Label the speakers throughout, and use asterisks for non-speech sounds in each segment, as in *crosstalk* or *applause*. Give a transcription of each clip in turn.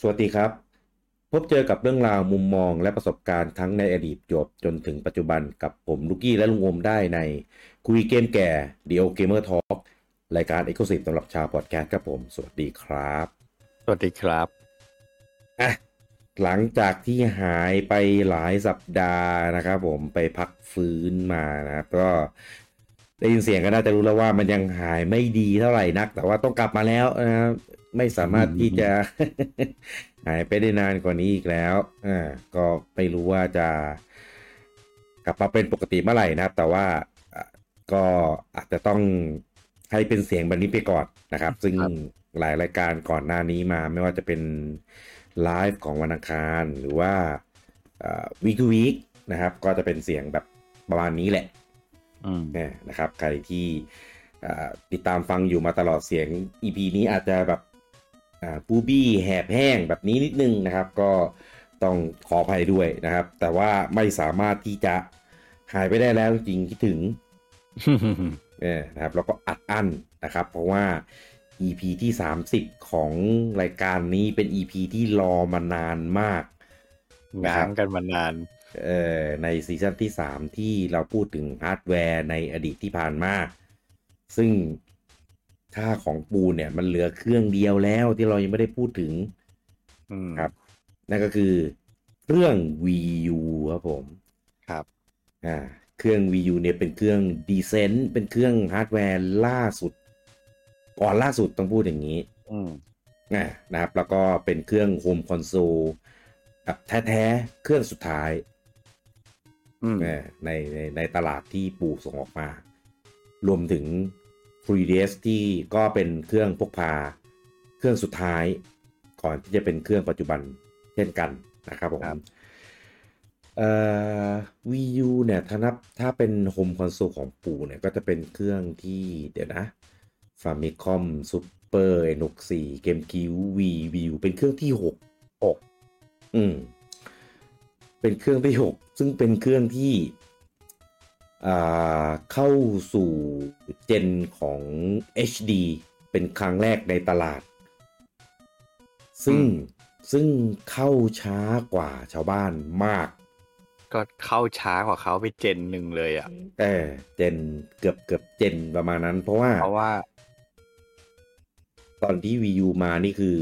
Speaker 1: สวัสดีครับ พบเจอกับเรื่องราวมุมมองและประสบการณ์ทั้งในอดีตจบจนถึงปัจจุบันกับผมลูกี้และลุงอมได้ในคุยเกมแก่เดียวเกมเมอร์ทอล์กรายการเอ็กซ์คลูซีฟสำหรับชาวพอดแคสต์ครับผม สวัสดีครับ
Speaker 2: สวัสดีครับ
Speaker 1: อ่ะหลังจากที่หายไปหลายสัปดาห์นะครับผมไปพักฟื้นมานะครับก็ได้ยินเสียงก็น่าจะรู้แล้วว่ามันยังหายไม่ดีเท่าไหร่นัก แต่ว่าต้องกลับมาแล้วนะครับไม่สามารถที่จะ หายไปได้นานกว่านี้อีกแล้ว อ่า ก็ไม่รู้ว่าจะ กลับมาเป็นปกติเมื่อไหร่นะครับ แต่ว่าอ่ะก็อาจจะต้องให้เป็นเสียงแบบนี้ไปก่อนนะครับ ซึ่ง
Speaker 2: ครับ
Speaker 1: หลายรายการก่อนหน้านี้มา ไม่ว่าจะเป็นไลฟ์ของวันอังคาร หรือว่าวีคทูวีคนะครับ ก็จะเป็นเสียงแบบประมาณนี้แหละ
Speaker 2: อืม
Speaker 1: เนี่ยนะครับใครที่อ่าติดตามฟังอยู่มาตลอดเสียง EP นี้อาจจะแบบปูบี้แหบแห้งแบบนี้นิดนึงนะครับ ก็ต้องขออภัยด้วยนะครับ แต่ว่าไม่สามารถที่จะหายไปได้แล้วจริงๆคิดถึง เนี่ยนะครับแล้วก็อัดอั้นนะครับ เพราะว่า EP ที่ 30 ของรายการนี้เป็น EP ที่รอมานานมาก
Speaker 2: ง้างกันมานาน
Speaker 1: เอ่อในซีซั่นที่ 3 ที่เราพูดถึงฮาร์ดแวร์ในอดีตที่ผ่านมา ซึ่งค่าของปูนเนี่ยมันเหลือเครื่องเดียวแล้วที่เรายังไม่ได้พูดถึง
Speaker 2: อืม
Speaker 1: ครับ นั่นก็คือเครื่อง VU ครับผม
Speaker 2: ครับ
Speaker 1: อ่าเครื่อง VU เนี่ยเป็นเครื่องดีเซนเป็นเครื่องฮาร์ดแวร์ล่าสุด ก่อนล่าสุดต้องพูดอย่างนี้
Speaker 2: อืม
Speaker 1: อ่านะครับแล้วก็เป็นเครื่องโฮมคอนโซลแบบแท้ๆ เครื่องสุดท้าย
Speaker 2: อืม
Speaker 1: เอ่อในในในตลาดที่ปูส่งออกมา รวมถึง 3ds ที่ก็เป็นเครื่องพกพา เครื่องสุดท้าย ก่อนที่จะเป็นเครื่องปัจจุบันเช่นกันนะครับผม
Speaker 2: ครับ
Speaker 1: เอ่อ VU เนี่ยถ้านับถ้าเป็นโฮมคอนโซลของปูเนี่ย ก็จะเป็นเครื่องที่เดี๋ยวนะ Famicom Super N64 GameCube VU เป็นเครื่องที่หก อืม เป็นเครื่องที่หกซึ่งเป็นเครื่องที่อ่าเข้าสู่เจนของ HD เป็นครั้งแรกในตลาด ซึ่งซึ่งเข้าช้ากว่าชาวบ้านมาก
Speaker 2: ก็เข้าช้ากว่าเขาไปเจนหนึ่งเลยอ่ะ
Speaker 1: เออเจนเกือบเกือบเจนประมาณนั้น เพราะว่า
Speaker 2: เพราะว่า
Speaker 1: ตอนที่ Wii U มานี่คือ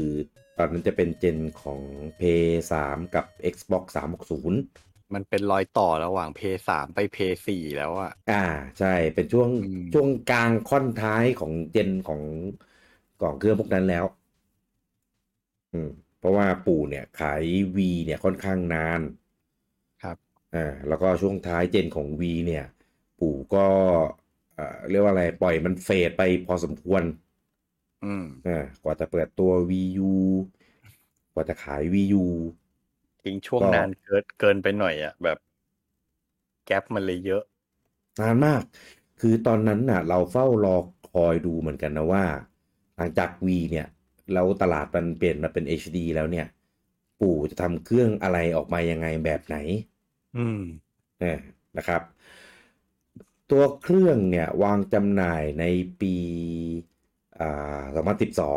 Speaker 1: ตอนนั้นจะเป็นเจนของ p s 3กับ Xbox 360
Speaker 2: มันเป็นรอยต่อระหว่างเพย์สามไปเพย์สี่แล้วอ่ะ
Speaker 1: อ่าใช่เป็นช่วง
Speaker 2: อืม
Speaker 1: ช่วงกลางค่อนท้ายของเจนของของเครื่องพวกนั้นแล้ว อืม เพราะว่าปู่เนี่ยขายวีเนี่ยค่อนข้างนาน
Speaker 2: ครับ
Speaker 1: อ่าแล้วก็ช่วงท้ายเจนของวีเนี่ย ปู่ก็เอ่อเรียกว่าอะไร ปล่อยมันเฟดไปพอสมควร
Speaker 2: อืม
Speaker 1: อ่ากว่าจะเปิดตัว VU กว่าจะขาย VU
Speaker 2: ทิ้งช่วง
Speaker 1: ก็
Speaker 2: นานเกินเกินไปหน่อยอ่ะ แบบ แก๊ปมันเลยเยอะ
Speaker 1: นานมาก คือตอนนั้นน่ะ เราเฝ้ารอคอยดูเหมือนกันนะว่า หลังจาก V เนี่ย แล้วตลาดมันเปลี่ยนมาเป็น HD แล้วเนี่ย ปู่จะทำเครื่องอะไรออกมายังไงแบบไหน
Speaker 2: อืม
Speaker 1: เนี่ยนะครับ ตัวเครื่องเนี่ย วางจำหน่ายในปีอ่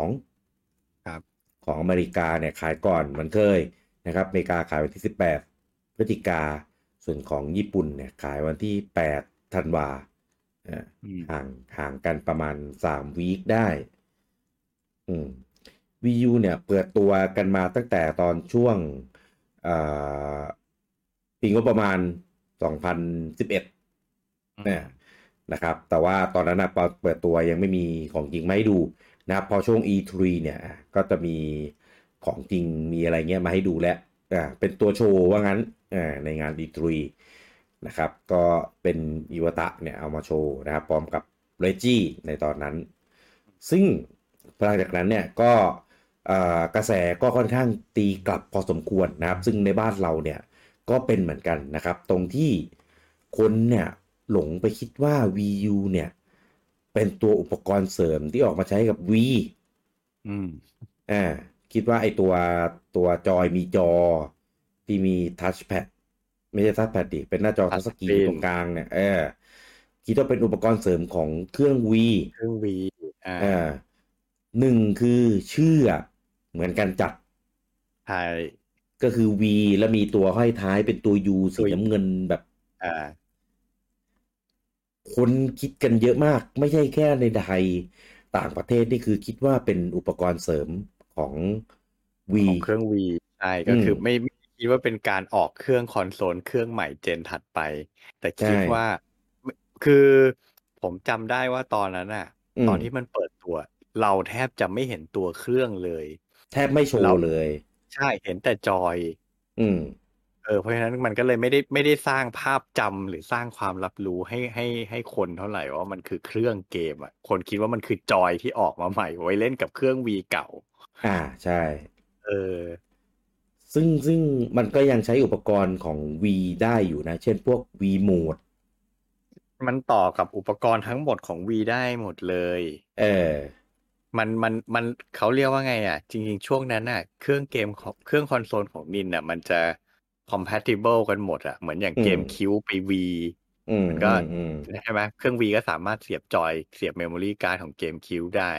Speaker 1: า2012
Speaker 2: ครับ
Speaker 1: ของอเมริกาเนี่ยขายก่อนเหมือนเคยนะครับอเมริกาขายวันที่ 18 พฤศจิกา ส่วนของญี่ปุ่นเนี่ยขายวันที่ 8 ธันวาเอ่อ
Speaker 2: อืม
Speaker 1: ห่างห่างกันประมาณ 3 วีคได้ อืม VU เนี่ยเปิดตัวกันมาตั้งแต่ตอนช่วงเอ่อปีงบประมาณ 2011เ
Speaker 2: อืม
Speaker 1: นี่ยนะครับ แต่ว่าตอนนั้นนะเปิดตัวยังไม่มีของจริงมาให้ดูนะครับพอช่วง E3 เนี่ยอ่ะก็จะมีของจริงมีอะไรเงี้ยมาให้ดูแล้วอ่าเป็นตัวโชว์ว่างั้นอ่าในงาน E3 นะครับ ก็เป็นอิวตะเนี่ยเอามาโชว์นะครับ พร้อมกับเรจี้ ในตอนนั้น ซึ่งหลังจากนั้นเนี่ยก็เอ่อกระแสก็ค่อนข้างตีกลับพอสมควรนะครับ ซึ่งในบ้านเราเนี่ยก็เป็นเหมือนกันนะครับ ตรงที่คนเนี่ยหลงไปคิดว่า VU เนี่ยเป็นตัวอุปกรณ์เสริมที่ออกมาใช้กับ V
Speaker 2: อืม
Speaker 1: อ่าคิดว่าไอตัวตัวจอยมีจอที่มีทัชแพดไม่ใช่ทัชแพดดิเป็นหน้าจอทัชสกรีน
Speaker 2: Touchscreen
Speaker 1: ตรงกลางเนี่ยเออคิดว่าเป็นอุปกรณ์เสริมของเครื่อง V
Speaker 2: เครื่องวีอ่า
Speaker 1: เออหนึ่งคือชื่อเหมือนกันจัด
Speaker 2: ท้าย
Speaker 1: ก็คือ V แล้วมีตัวห้อยท้ายเป็นตัว U สี
Speaker 2: ตัว U
Speaker 1: น้ำเงินแบบ
Speaker 2: อ่า
Speaker 1: คนคิดกันเยอะมาก ไม่ใช่แค่ในไทยต่างประเทศนี่คือคิดว่าเป็นอุปกรณ์เสริมของ V
Speaker 2: ของเครื่อง V ใช่ก็คืออ
Speaker 1: ม
Speaker 2: ไม่ไม่คิดว่าเป็นการออกเครื่องคอนโซลเครื่องใหม่เจนถัดไป แต่คิด
Speaker 1: ใช่
Speaker 2: ว่าคือผมจำได้ว่าตอนนั้นน่ะ
Speaker 1: ม
Speaker 2: ตอนที่มันเปิดตัว เราแทบจะไม่เห็นตัวเครื่องเลย
Speaker 1: แทบไม่โช
Speaker 2: เรา
Speaker 1: ว์เลย
Speaker 2: ใช่เห็นแต่จอย
Speaker 1: อืม
Speaker 2: เออเพราะฉะนั้นมันก็เลยไม่ได้ไม่ได้สร้างภาพจำหรือสร้างความรับรู้ให้ให้ให้คนเท่าไหร่ว่ามันคือเครื่องเกมอ่ะคนคิดว่ามันคือจอยที่ออกมาใหม่ไว้เล่นกับเครื่องวีเก่า
Speaker 1: อ่าใช่
Speaker 2: เออ
Speaker 1: ซึ่งซึ่งมันก็ยังใช้อุปกรณ์ของ V ได้อยู่นะ เช่นพวก V โหมด
Speaker 2: มันต่อกับอุปกรณ์ทั้งหมดของวีได้หมดเลย
Speaker 1: เออ
Speaker 2: มันมันมันเขาเรียกว่าไงอ่ะ จริง ๆ ช่วงนั้นอ่ะ เครื่องเกมของเครื่องคอนโซลของนินอ่ะ มันจะ compatible กันหมดอ่ะ เหมือนอย่างเกม
Speaker 1: อืม
Speaker 2: คิวไปวี
Speaker 1: อืม
Speaker 2: มันก็
Speaker 1: อืมอืม
Speaker 2: ใช่ไหมเครื่องวีก็สามารถเสียบจอยเสียบเมมโมรี่การ์ดของเกมคิวได้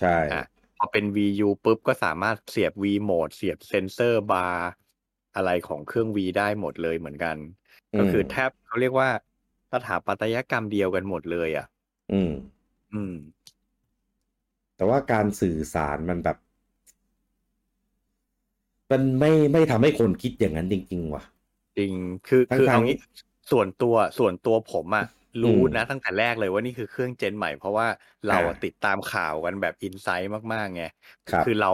Speaker 1: ใช่
Speaker 2: อ่ะ พอเป็น VU ปุ๊บก็สามารถเสียบ V โหมด เสียบเซนเซอร์บาร์อะไรของเครื่อง V ได้หมดเลยเหมือนกัน ก็คือแทบเขาเรียกว่าสถาปัตยกรรมเดียวกันหมดเลยอ่ะ
Speaker 1: อืม
Speaker 2: อืม
Speaker 1: แต่ว่าการสื่อสารมันแบบ มันไม่ไม่ทำให้คนคิดอย่างนั้นจริง ๆ ว่ะ
Speaker 2: จริง คือ
Speaker 1: ทั้ง
Speaker 2: คือ
Speaker 1: ทาง
Speaker 2: เอางี้ ส่วนตัว ส่วนตัวผมอะรู้
Speaker 1: อืม
Speaker 2: นะ ตั้งแต่แรกเลยว่านี่คือเครื่องเจนใหม่ เพราะว่าเราอะ
Speaker 1: อ่า
Speaker 2: ติดตามข่าวกันแบบอินไซต์มากๆไง
Speaker 1: ครับ
Speaker 2: อเรา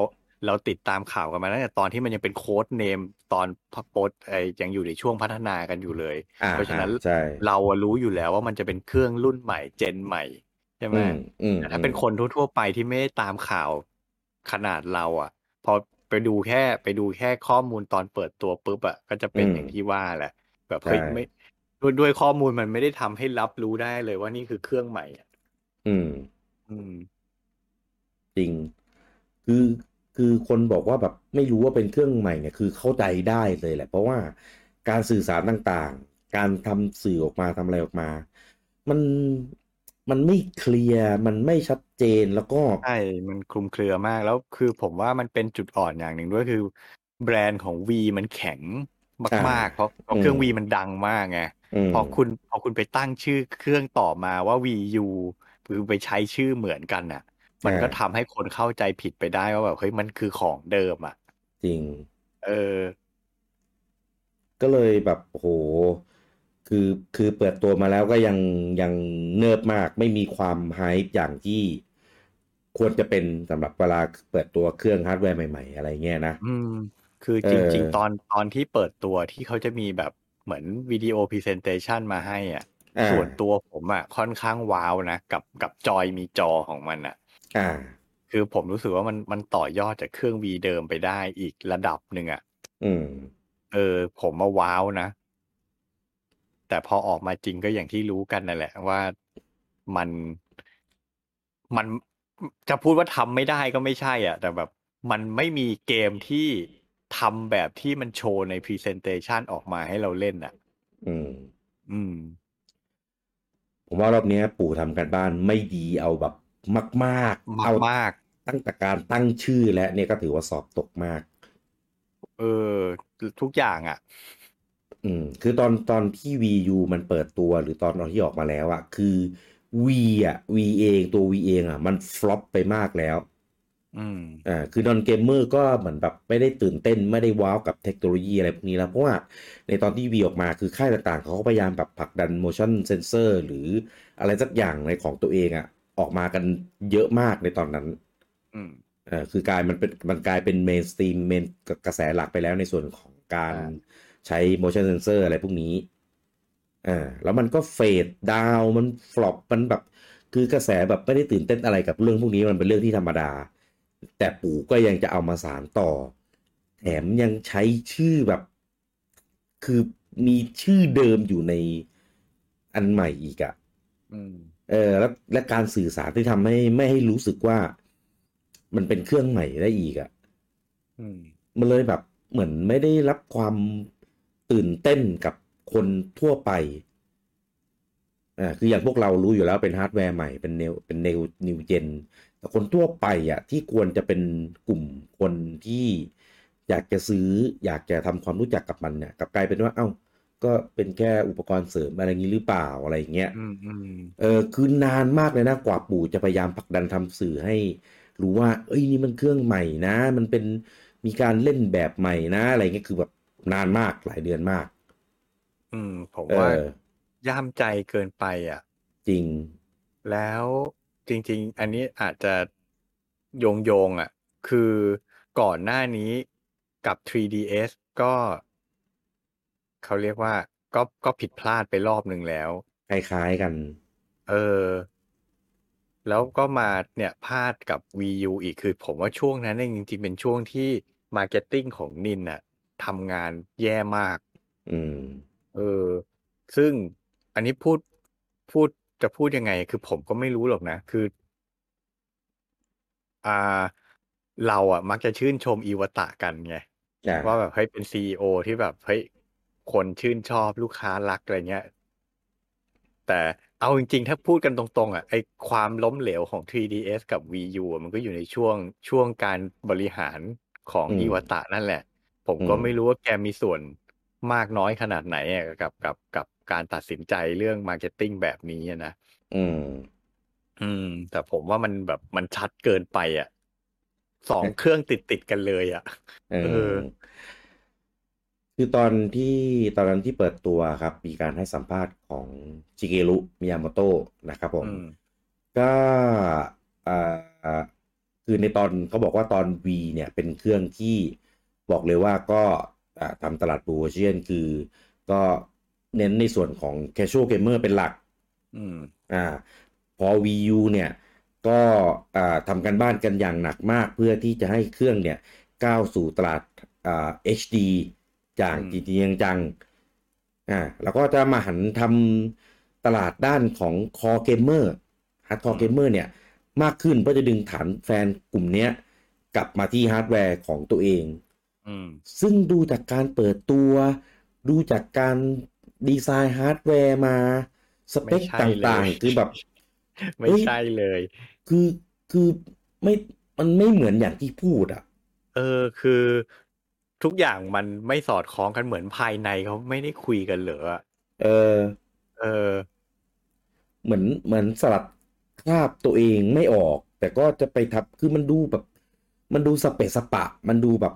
Speaker 2: เราติดตามข่าวกันมาตั้งแต่ตอนที่มันยังเป็นโค้ดเนม ตอนพักโพสไอยังอยู่ในช่วงพัฒนากันอยู่เลย
Speaker 1: อ่า
Speaker 2: เพราะฉะนั้น
Speaker 1: ใช่
Speaker 2: เราอะรู้อยู่แล้วว่ามันจะเป็นเครื่องรุ่นใหม่ เจนใหม่ ใช่ไหม
Speaker 1: อืมอืม
Speaker 2: แต่ถ้าเป็นคนทั่วๆไปที่ไม่ได้ตามข่าวขนาดเราอ่ะ พอไปดูแค่ไปดูแค่ข้อมูลตอนเปิดตัวปุ๊บอ่ะก็จะเป็นอย่างที่ว่าแหละ แบบเฮ้ย
Speaker 1: ใช่
Speaker 2: ไม่ด้วยด้วยข้อมูลมันไม่ได้ทำให้รับรู้ได้เลยว่านี่คือเครื่องใหม่อะ
Speaker 1: อืม
Speaker 2: อืม
Speaker 1: จริง คือคือคนบอกว่าแบบไม่รู้ว่าเป็นเครื่องใหม่เนี่ยคือเข้าใจได้เลยแหละ เพราะว่าการสื่อสารต่างๆ การทำสื่อออกมาทำอะไรออกมา มันมันไม่เคลียร์มันไม่ชัดเจนแล้วก็
Speaker 2: ใช่ มันคลุมเครือมาก แล้วคือผมว่ามันเป็นจุดอ่อนอย่างหนึ่งด้วยคือ แบรนด์ของ V มันแข็งมาก
Speaker 1: อ่า
Speaker 2: ๆ เพราะเพ
Speaker 1: อื
Speaker 2: ราะ
Speaker 1: ม
Speaker 2: เครื่อง V มันดังมากไง
Speaker 1: อืม
Speaker 2: พอคุณพอคุณไปตั้งชื่อเครื่องต่อมาว่า VU คือไปใช้ชื่อเหมือนกันน่ะ มัน
Speaker 1: อ่า
Speaker 2: ก็ทำให้คนเข้าใจผิดไปได้ว่าแบบเฮ้ยมันคือของเดิมอ่ะ
Speaker 1: จริง
Speaker 2: เออ
Speaker 1: ก็เลยแบบโอ้โห คือคือเปิดตัวมาแล้วก็ยังยังเนิบมาก ไม่มีความไฮป์อย่างที่ควรจะเป็นสำหรับเวลาเปิดตัวเครื่องฮาร์ดแวร์ใหม่ ๆ อะไรเงี้ยนะ
Speaker 2: อืม คือ
Speaker 1: เออ
Speaker 2: จริง ๆ ตอนตอนที่เปิดตัวที่เขาจะมีแบบเหมือนวิดีโอพรีเซนเตชันมาให้อ่ะ
Speaker 1: อ่า
Speaker 2: ส่วนตัวผมอ่ะค่อนข้างว้าวนะ กับกับจอยมีจอของมันอ่ะ
Speaker 1: อ่า
Speaker 2: คือผมรู้สึกว่ามันมันต่อยอดจากเครื่องวีเดิมไปได้อีกระดับหนึ่งอ่ะ
Speaker 1: อืม
Speaker 2: เออ ผมมาว้าวนะ แต่พอออกมาจริงก็อย่างที่รู้กันนั่นแหละว่ามันมันจะพูดว่าทำไม่ได้ก็ไม่ใช่อ่ะ แต่แบบมันไม่มีเกมที่ทำแบบที่มันโชว์ในพรีเซนเตชันออกมาให้เราเล่นอ่ะ
Speaker 1: อืม
Speaker 2: อืม
Speaker 1: ผมว่ารอบเนี้ยปู่ทำการบ้านไม่ดีเอาแบบมาก ๆ
Speaker 2: มา
Speaker 1: เอา
Speaker 2: กมาก
Speaker 1: ตั้งแต่การตั้งชื่อและเนี่ยก็ถือว่าสอบตกมาก
Speaker 2: เออ ทุกอย่างอ่ะ
Speaker 1: อืม คือตอนตอนที่ VU มันเปิดตัวหรือตอนที่ออกมาแล้วอะคือ V อะ V เองตัว V เองอะมันฟลอปไปมากแล้ว
Speaker 2: อืม
Speaker 1: อ่า คือนอนเกมเมอร์ก็เหมือนแบบไม่ได้ตื่นเต้นไม่ได้ว้าวกับเทคโนโลยีอะไรพวกนี้แล้ว เพราะว่าในตอนที่วีออกมาคือค่ายต่างๆ เขาก็พยายามแบบผลักดัน motion sensor หรืออะไรสักอย่างในของตัวเองอะออกมากันเยอะมากในตอนนั้น
Speaker 2: อืม
Speaker 1: เออคือกลายมันเป็นมันกลายเป็นเมนสตรีมเมนกระแสหลักไปแล้วในส่วนของการ
Speaker 2: อ่า
Speaker 1: ใช้ motion sensor อะไรพวกนี้อ่าแล้วมันก็เฟดดาวมันฟลอปมันแบบ คือกระแสแบบไม่ได้ตื่นเต้นอะไรกับเรื่องพวกนี้มันเป็นเรื่องที่ธรรมดา แต่ปู่ก็ยังจะเอามาสารต่อ แถมยังใช้ชื่อแบบ คือมีชื่อเดิมอยู่ในอันใหม่อีกอะ
Speaker 2: อืม
Speaker 1: เออแล้วและการสื่อสารที่ทำให้ไม่ให้รู้สึกว่า มันเป็นเครื่องใหม่ได้อีกอะ่ะ
Speaker 2: อืม
Speaker 1: มันเลยแบบเหมือนไม่ได้รับความตื่นเต้นกับคนทั่วไปอ่าคืออย่างพวกเรารู้อยู่แล้วเป็นฮาร์ดแวร์ใหม่เป็นเนวเป็นเนวนิวเจนแต่คนทั่วไปอะ่ะ ที่ควรจะเป็นกลุ่มคนที่ อยากจะซื้ออยากจะทำความรู้จักกับมันเนี่ยกลับกลายเป็นว่าเอ้าก็เป็นแค่อุปกรณ์เสริมอะไรอย่างนี้หรือเปล่าอะไรอย่างเงี้ย
Speaker 2: อืมอืม
Speaker 1: เออคือนานมากเลยนะกว่าปู่จะพยายามผลักดันทำสื่อให้ รู้ว่า เอ้ยนี่มันเครื่องใหม่นะ มันเป็นมีการเล่นแบบใหม่นะอะไรเงี้ยคือแบบนานมากหลายเดือนมาก
Speaker 2: อืม ผม
Speaker 1: เอ
Speaker 2: ว่า
Speaker 1: อ
Speaker 2: ย่ามใจเกินไปอ่ะ
Speaker 1: จริง
Speaker 2: แล้วจริง ๆ อันนี้อาจจะโยงโยงๆอ่ะ คือก่อนหน้านี้กับ 3ds ก็ เขาเรียกว่า ก็ก็ผิดพลาดไปรอบหนึ่งแล้ว
Speaker 1: คล้ายๆกัน
Speaker 2: เออ แล้วก็มาเนี่ยพลาดกับ Wii U อีกคือผมว่าช่วงนั้นเนี่ยจริงๆ เป็นช่วงที่มาร์เก็ตติ้งของนินน่ะทำงานแย่มาก
Speaker 1: อืม
Speaker 2: เออ ซึ่งอันนี้พูดพูดจะพูดยังไง คือผมก็ไม่รู้หรอกนะ คือ อ่า เราอ่ะ มักจะชื่นชมอีวตะกันไง
Speaker 1: อ่า
Speaker 2: ว่าแบบเฮ้ยเป็นซีอที่แบบเฮ้ยคนชื่นชอบลูกค้ารักอะไรเงี้ย แต่เอาจริงๆ ถ้าพูดกันตรงๆ อ่ะไอความล้มเหลวของ 3ds กับ Wii U อะมันก็อยู่ในช่วงช่วงการบริหารของ
Speaker 1: อืม
Speaker 2: อิวตะนั่นแหละ ผมก็
Speaker 1: อืม
Speaker 2: ไม่รู้ว่าแกมีส่วนมากน้อยขนาดไหนอะกับกับกับการตัดสินใจเรื่องมาร์เก็ตติ้งแบบนี้อะนะ
Speaker 1: อืม
Speaker 2: อืม แต่ผมว่ามันแบบมันชัดเกินไปอ่ะสองเครื่องติดติดๆกันเลยอ่ะ
Speaker 1: เอ
Speaker 2: เอ
Speaker 1: อ
Speaker 2: อ
Speaker 1: คือตอนที่ตอนนั้นที่เปิดตัวครับ มีการให้สัมภาษณ์ของชิเกรุมิยามโตะนะครับผม
Speaker 2: อืม
Speaker 1: ก็เอ่อคือในตอนเขาบอกว่าตอน V เนี่ยเป็นเครื่องที่บอกเลยว่าก็อ่าทำตลาดบูเชียนคือ ก็เน้นในส่วนของ casual gamer เป็นหลัก
Speaker 2: อืม
Speaker 1: อ่าพอ VU เนี่ยก็อ่าทำกันบ้านกันอย่างหนักมากเพื่อที่จะให้เครื่องเนี่ยก้าวสู่ตลาดอ่า HD อย่าง
Speaker 2: อืม
Speaker 1: จริงๆจังๆอ่าแล้วก็จะมาหันทำตลาดด้านของคอเกมเมอร์ฮาร์ดคอเกมเมอร์เนี่ยมากขึ้นเพื่อจะดึงฐานแฟนกลุ่มเนี้ยกลับมาที่ฮาร์ดแวร์ของตัวเอง
Speaker 2: อืม
Speaker 1: ซึ่งดูจากการเปิดตัว ดูจากการดีไซน์ฮาร์ดแวร์มา สเปค
Speaker 2: ไม่ใช่
Speaker 1: ต
Speaker 2: เลย่
Speaker 1: างๆ คือแบบ
Speaker 2: ไม่ใช่เลย
Speaker 1: คือคือไม่มันไม่เหมือนอย่างที่พูดอ่ะ
Speaker 2: เออคือทุกอย่างมันไม่สอดคล้องกันเหมือนภายในเขาไม่ได้คุยกันเหรออะ
Speaker 1: เออ
Speaker 2: เออ
Speaker 1: เหมือนเหมือนสลัดคราบตัวเองไม่ออก แต่ก็จะไปทับคือมันดูแบบ มันดูสเปะสปะ มันดูแบบ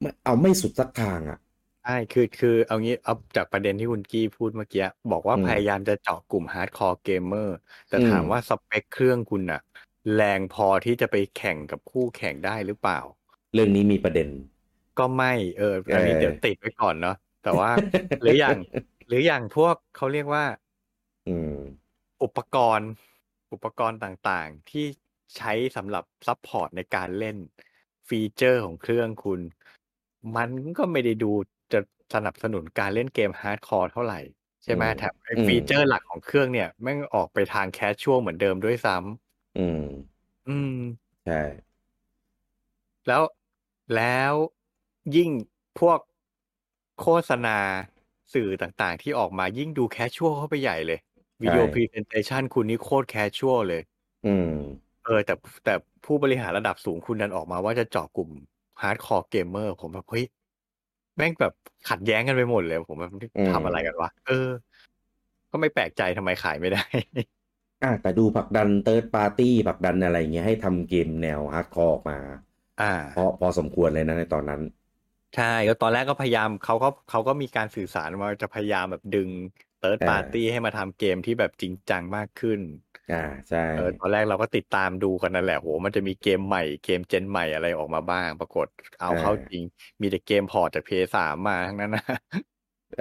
Speaker 1: ไม่เอาไม่สุดสักทางอ่ะ
Speaker 2: ใช่คือคือเอางี้เอาจากประเด็นที่คุณกี้พูดเมื่อกี้บอกว่า
Speaker 1: อืม
Speaker 2: พยายามจะเจาะกลุ่มฮาร์ดคอร์เกมเมอร์แต่
Speaker 1: อืม
Speaker 2: ถามว่าสเปคเครื่องคุณอะแรงพอที่จะไปแข่งกับคู่แข่งได้หรือเปล่า
Speaker 1: เรื่องนี้มีประเด็น *laughs*
Speaker 2: ก็ไม่เอออันนี้
Speaker 1: เออ
Speaker 2: เดี๋ยวติดไว้ก่อนเนาะแต่ว่าหรืออย่าง หรืออย่างพวกเขาเรียกว่า
Speaker 1: อืม
Speaker 2: อุปกรณ์อุปกรณ์ต่างๆ ที่ใช้สำหรับซัพพอร์ตในการเล่นฟีเจอร์ของเครื่องคุณ มันก็ไม่ได้ดูจะสนับสนุนการเล่นเกมฮาร์ดคอร์เท่าไหร่ ใช่ไหม
Speaker 1: อืม
Speaker 2: แถมไอ้
Speaker 1: อืม
Speaker 2: ฟีเจอร์หลักของเครื่องเนี่ยแม่งออกไปทางแคชชวลเหมือนเดิมด้วยซ้
Speaker 1: อืม
Speaker 2: ำอืม
Speaker 1: ใช่
Speaker 2: แล้วแล้วยิ่งพวกโฆษณาสื่อต่างๆ ที่ออกมายิ่งดูแคชชวลเข้าไปใหญ่เลยวิ
Speaker 1: ใช่
Speaker 2: ดีโอพรีเซนเทชันคุณนี่โคตรแคชชวลเลย
Speaker 1: อืม
Speaker 2: เออแต่แต่ผู้บริหารระดับสูงคุณดันออกมาว่าจะเจาะกลุ่มฮาร์ดคอร์เกมเมอร์ผมแบบเฮ้ยแม่งแบบขัดแย้งกันไปหมดเลย ผมแบบ
Speaker 1: อืม
Speaker 2: ทำอะไรกันวะเออ ก็ไม่แปลกใจทำไมขายไม่ได้
Speaker 1: อ่ะแต่ดูผลักดันเติร์ดปาร์ตี้ผลักดันอะไรเงี้ยให้ทำเกมแนวฮาร์ดคอร์ออกมา
Speaker 2: *laughs* อ่า
Speaker 1: พอพอสมควรเลยนะในตอนนั้น
Speaker 2: ใช่ก็ตอนแรกก็พยายามเขาก็เขาก็มีการสื่อสารว่าจะพยายามแบบดึงเติร์ด
Speaker 1: อ่า
Speaker 2: ปาร์ตี้ให้มาทำเกมที่แบบจริงจังมากขึ้น
Speaker 1: อ่าใช่
Speaker 2: เออตอนแรกเราก็ติดตามดูกันนั่นแหละโหมันจะมีเกมใหม่เกมเจนใหม่อะไรออกมาบ้าง ปรากฏเอา
Speaker 1: อ่า
Speaker 2: เข้าจริง มีแต่เกมพอร์ตจาก PS3 มาทั้งนั้นนะ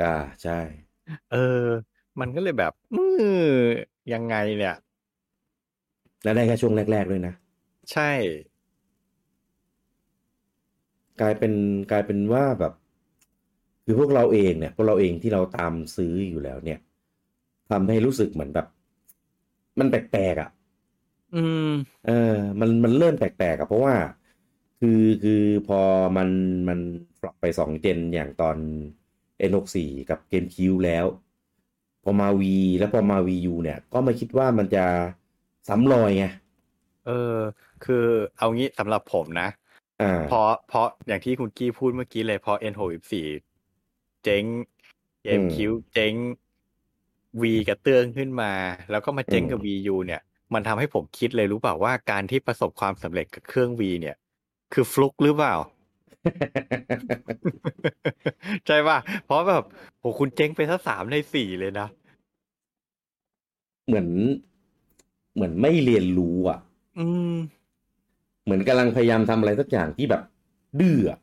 Speaker 1: อ่าใช่
Speaker 2: เออ มันก็เลยแบบ อือยังไงเนี่ย
Speaker 1: แล้วได้แค่ช่วงแรก ๆ ด้วยนะ
Speaker 2: ใช่
Speaker 1: กลายเป็นกลายเป็นว่าแบบ คือพวกเราเองเนี่ย พวกเราเองที่เราตามซื้ออยู่แล้วเนี่ยทำให้รู้สึกเหมือนแบบ มันแปลกๆอ่ะ
Speaker 2: อืม
Speaker 1: เออ มันมันเริ่มแปลกๆอะเพราะว่า คือคือพอมันมันปรับไปสองเจนอย่างตอน N64 กับ GameCube แล้ว พอมา V แล้วพอมา VU เนี่ย ก็ไม่คิดว่ามันจะซ้ำรอยไง
Speaker 2: เออ คือเอางี้สำหรับผมนะ
Speaker 1: อ่า *laughs*
Speaker 2: พอเพราะอย่างที่คุณกี้พูดเมื่อกี้เลยพอ N64 เจ๊ง GameCube เจ๊ง V กับเตื้องขึ้นมา แล้วก็มาเจ๊งกับ
Speaker 1: อืม
Speaker 2: VU เนี่ย มันทำให้ผมคิดเลยรู้เปล่าว่าการที่ประสบความสำเร็จกับเครื่อง V เนี่ย คือฟลุกหรือเปล่า *laughs* ใช่ป่ะ เพราะแบบโหคุณเจ๊งไปทั้งสามในสี่เลยนะ
Speaker 1: เหมือน เหมือนไม่เรียนรู้อ่ะ
Speaker 2: อืม
Speaker 1: เหมือนกำลังพยายามทำอะไรสักอย่างที่แบบดื้ออะ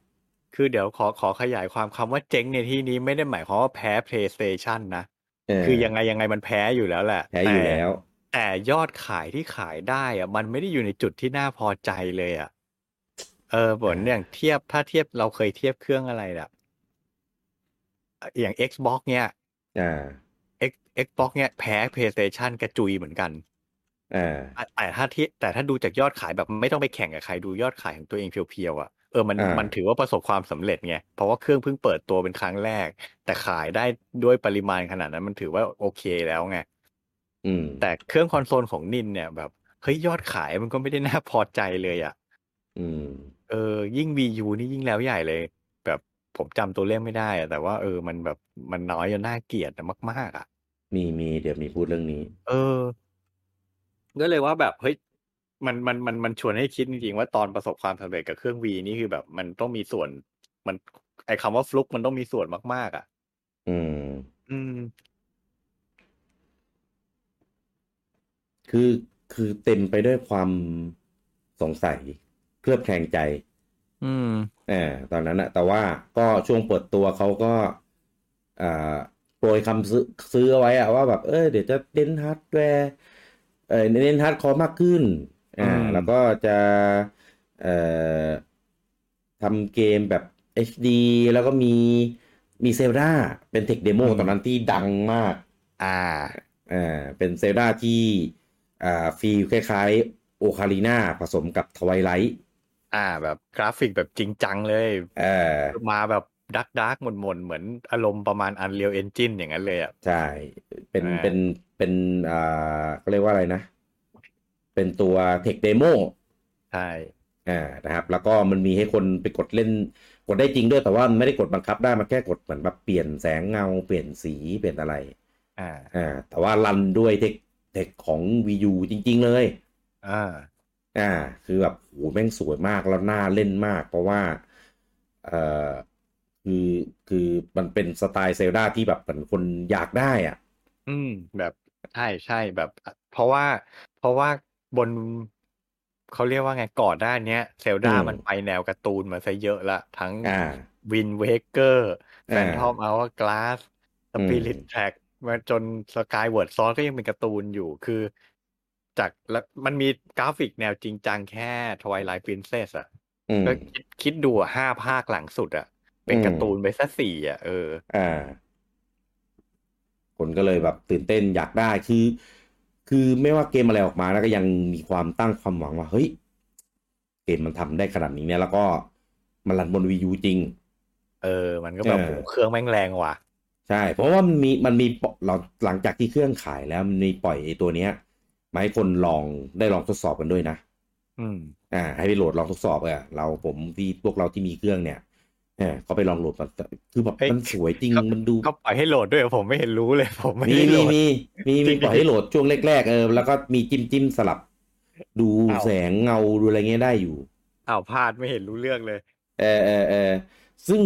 Speaker 2: คือเดี๋ยวขอขอขยายความคำว่าเจ๊งในที่นี้ไม่ได้หมายความว่าแพ้ PlayStation นะ
Speaker 1: เ
Speaker 2: คือยังไงยังไงมันแพ้อยู่แล้วแหละ
Speaker 1: แพ้อยู่แล้ว
Speaker 2: แต่ยอดขายที่ขายได้อะมันไม่ได้อยู่ในจุดที่น่าพอใจเลยอะเออเหมือนอย่างเทียบถ้าเทียบเราเคยเทียบเครื่องอะไรอะอย่าง Xbox เนี่ย
Speaker 1: อ่า
Speaker 2: X- Xbox เนี่ยแพ้ PlayStation กระจุยเหมือนกัน
Speaker 1: อ่า
Speaker 2: อ่ะแต่ถ้าที่แต่ถ้าดูจากยอดขายแบบไม่ต้องไปแข่งกับใครดูยอดขายของตัวเองเพียวๆอ่ะเออมัน
Speaker 1: อ่ามั
Speaker 2: มันถือว่าประสบความสำเร็จไงเพราะว่าเครื่องเพิ่งเปิดตัวเป็นครั้งแรก แต่ขายได้ด้วยปริมาณขนาดนั้นมันถือว่าโอเคแล้วไง
Speaker 1: อืม
Speaker 2: แต่เครื่องคอนโซลของนินเนี่ยแบบเฮ้ยยอดขายมันก็ไม่ได้น่าพอใจเลยอ่ะ
Speaker 1: อืม
Speaker 2: เออยิ่ง VU นี่ยิ่งแล้วใหญ่เลย แบบผมจำตัวเลขไม่ได้อะแต่ว่าเออมันแบบมันน้อยจนน่าเกลียดอะมากๆอ่ะ
Speaker 1: มีมีเดี๋ยวมีพูดเรื่องนี้
Speaker 2: เออ ก็เลยว่าแบบเฮ้ยมันมันมันมันชวนให้คิดจริงๆว่าตอนประสบความสำเร็จกับเครื่องวีนี่คือแบบมันต้องมีส่วน มันไอคำว่าฟลุกมันต้องมีส่วนมากๆ อ่ะ
Speaker 1: อืม
Speaker 2: อืม
Speaker 1: คือคือเต็มไปด้วยความสงสัยเคลือบแคลงใจ
Speaker 2: อืม
Speaker 1: เออตอนนั้นอะแต่ว่าก็ช่วงเปิดตัวเขาก็อ่าโปรยคำซื้อซื้อเอาไว้อะว่าแบบเออเดี๋ยวจะเน้นฮาร์ดแวร์เออเน้นฮาร์ดคอร์มากขึ้นอ่า
Speaker 2: อืม
Speaker 1: แล้วก็จะเอ่อทำเกมแบบ HD แล้วก็มีมีเซลดาเป็นเทคเดโมตอนนั้นที่ดังมาก
Speaker 2: อ่า
Speaker 1: อ่าเป็นเซลดาที่อ่าฟีลคล้ายๆโอคา i ิน่าผสมกับทวายไลท์
Speaker 2: อ่า แบบกราฟิกแบบจริงจังเลย
Speaker 1: เออ
Speaker 2: มาแบบดักดักหมนหมนๆ เหมือนอารมณ์ประมาณอันเรีย n เอนจินอย่างนั้นเลยอ่ะ
Speaker 1: ใช่ เป็น
Speaker 2: อ่า
Speaker 1: เป็นเป็นอ่าเขาเรียกว่าอะไรนะ เป็นตัวเทคเดโม
Speaker 2: ใช่
Speaker 1: อ่านะครับ แล้วก็มันมีให้คนไปกดเล่น กดได้จริงด้วยแต่ว่ามันไม่ได้กดบังคับได้ มันแค่กดเหมือนแบบเปลี่ยนแสงเงาเปลี่ยนสีเปลี่ยนอะไร
Speaker 2: อ่า
Speaker 1: อ่าแต่ว่ารันด้วยเทคเทคของ VU จริง ๆ เลย
Speaker 2: อ่า
Speaker 1: อ่า คือแบบโหแม่งสวยมากแล้วน่าเล่นมาก เพราะว่า เอ่อ คือ คือมันเป็นสไตล์เซลดาที่แบบเหมือนคนอยากได้อ่ะ
Speaker 2: อืม แบบใช่ใช่แบบเพราะว่า เพราะว่าบนเขาเรียกว่าไงก่อนหน้าเนี้ยเซลดา
Speaker 1: อืม
Speaker 2: มันไปแนวการ์ตูนมาซะเยอะละทั้ง
Speaker 1: อ่า
Speaker 2: วินเวเกอร์แฟนทอมเอากลาสส
Speaker 1: อืม
Speaker 2: ปิริตแทร็กมาจนสกายเวิร์ดซอนก็ยังเป็นการ์ตูนอยู่คือ จากแล้วมันมีกราฟิกแนวจริงจังแค่ทวายไลท์ r รินเซสอ่ะ
Speaker 1: อืม
Speaker 2: ก็คิดคิดดูอะห้าภาคหลังสุดอ่ะ เป็น
Speaker 1: อืม
Speaker 2: การ์ตูนไปซะสี่อ่ะเออ
Speaker 1: อ่า คนก็เลยแบบตื่นเต้นอยากได้ คือ คือไม่ว่าเกมอะไรออกมาแล้วก็ยังมีความตั้งความหวังว่า เฮ้ย เกมมันทำได้ขนาดนี้เนี่ย แล้วก็มันรันบนวียูจริง
Speaker 2: เออ มันก็แบบ
Speaker 1: เออ
Speaker 2: โหเครื่องแม่งแรงว่ะ
Speaker 1: ใช่ เพราะว่ามันมีมันมีปล่อยหลังหลังจากที่เครื่องขายแล้วมันมีปล่อยไอ้ตัวเนี้ยมาให้คนลองได้ลองทดสอบกันด้วยนะ
Speaker 2: อืม
Speaker 1: อ่าให้ไปโหลดลองทดสอบเออเราผมที่พวกเราที่มีเครื่องเนี่ยเออเขาไปลองโหลดมันคือแบบ
Speaker 2: เฮ้ย
Speaker 1: มันสวยจริง
Speaker 2: เขา
Speaker 1: มันดู
Speaker 2: *laughs* เขาปล่อยให้โหลดด้วยเหรอผมไม่เห็นรู้เลยผมไม่
Speaker 1: มี
Speaker 2: ได้โหล
Speaker 1: มี
Speaker 2: ด
Speaker 1: มีมี
Speaker 2: จ
Speaker 1: มี
Speaker 2: ริง
Speaker 1: ปล่อยให้โหลดช่วงแรกๆเออแล้วก็มีจิ้มจิ้มสลับ ดู
Speaker 2: อ้าว
Speaker 1: แสงเงาดูอะไรเงี้ยได้อยู่
Speaker 2: อ้าวพลาดไม่เห็นรู้เรื่องเลย
Speaker 1: เออเออเออซึ่ง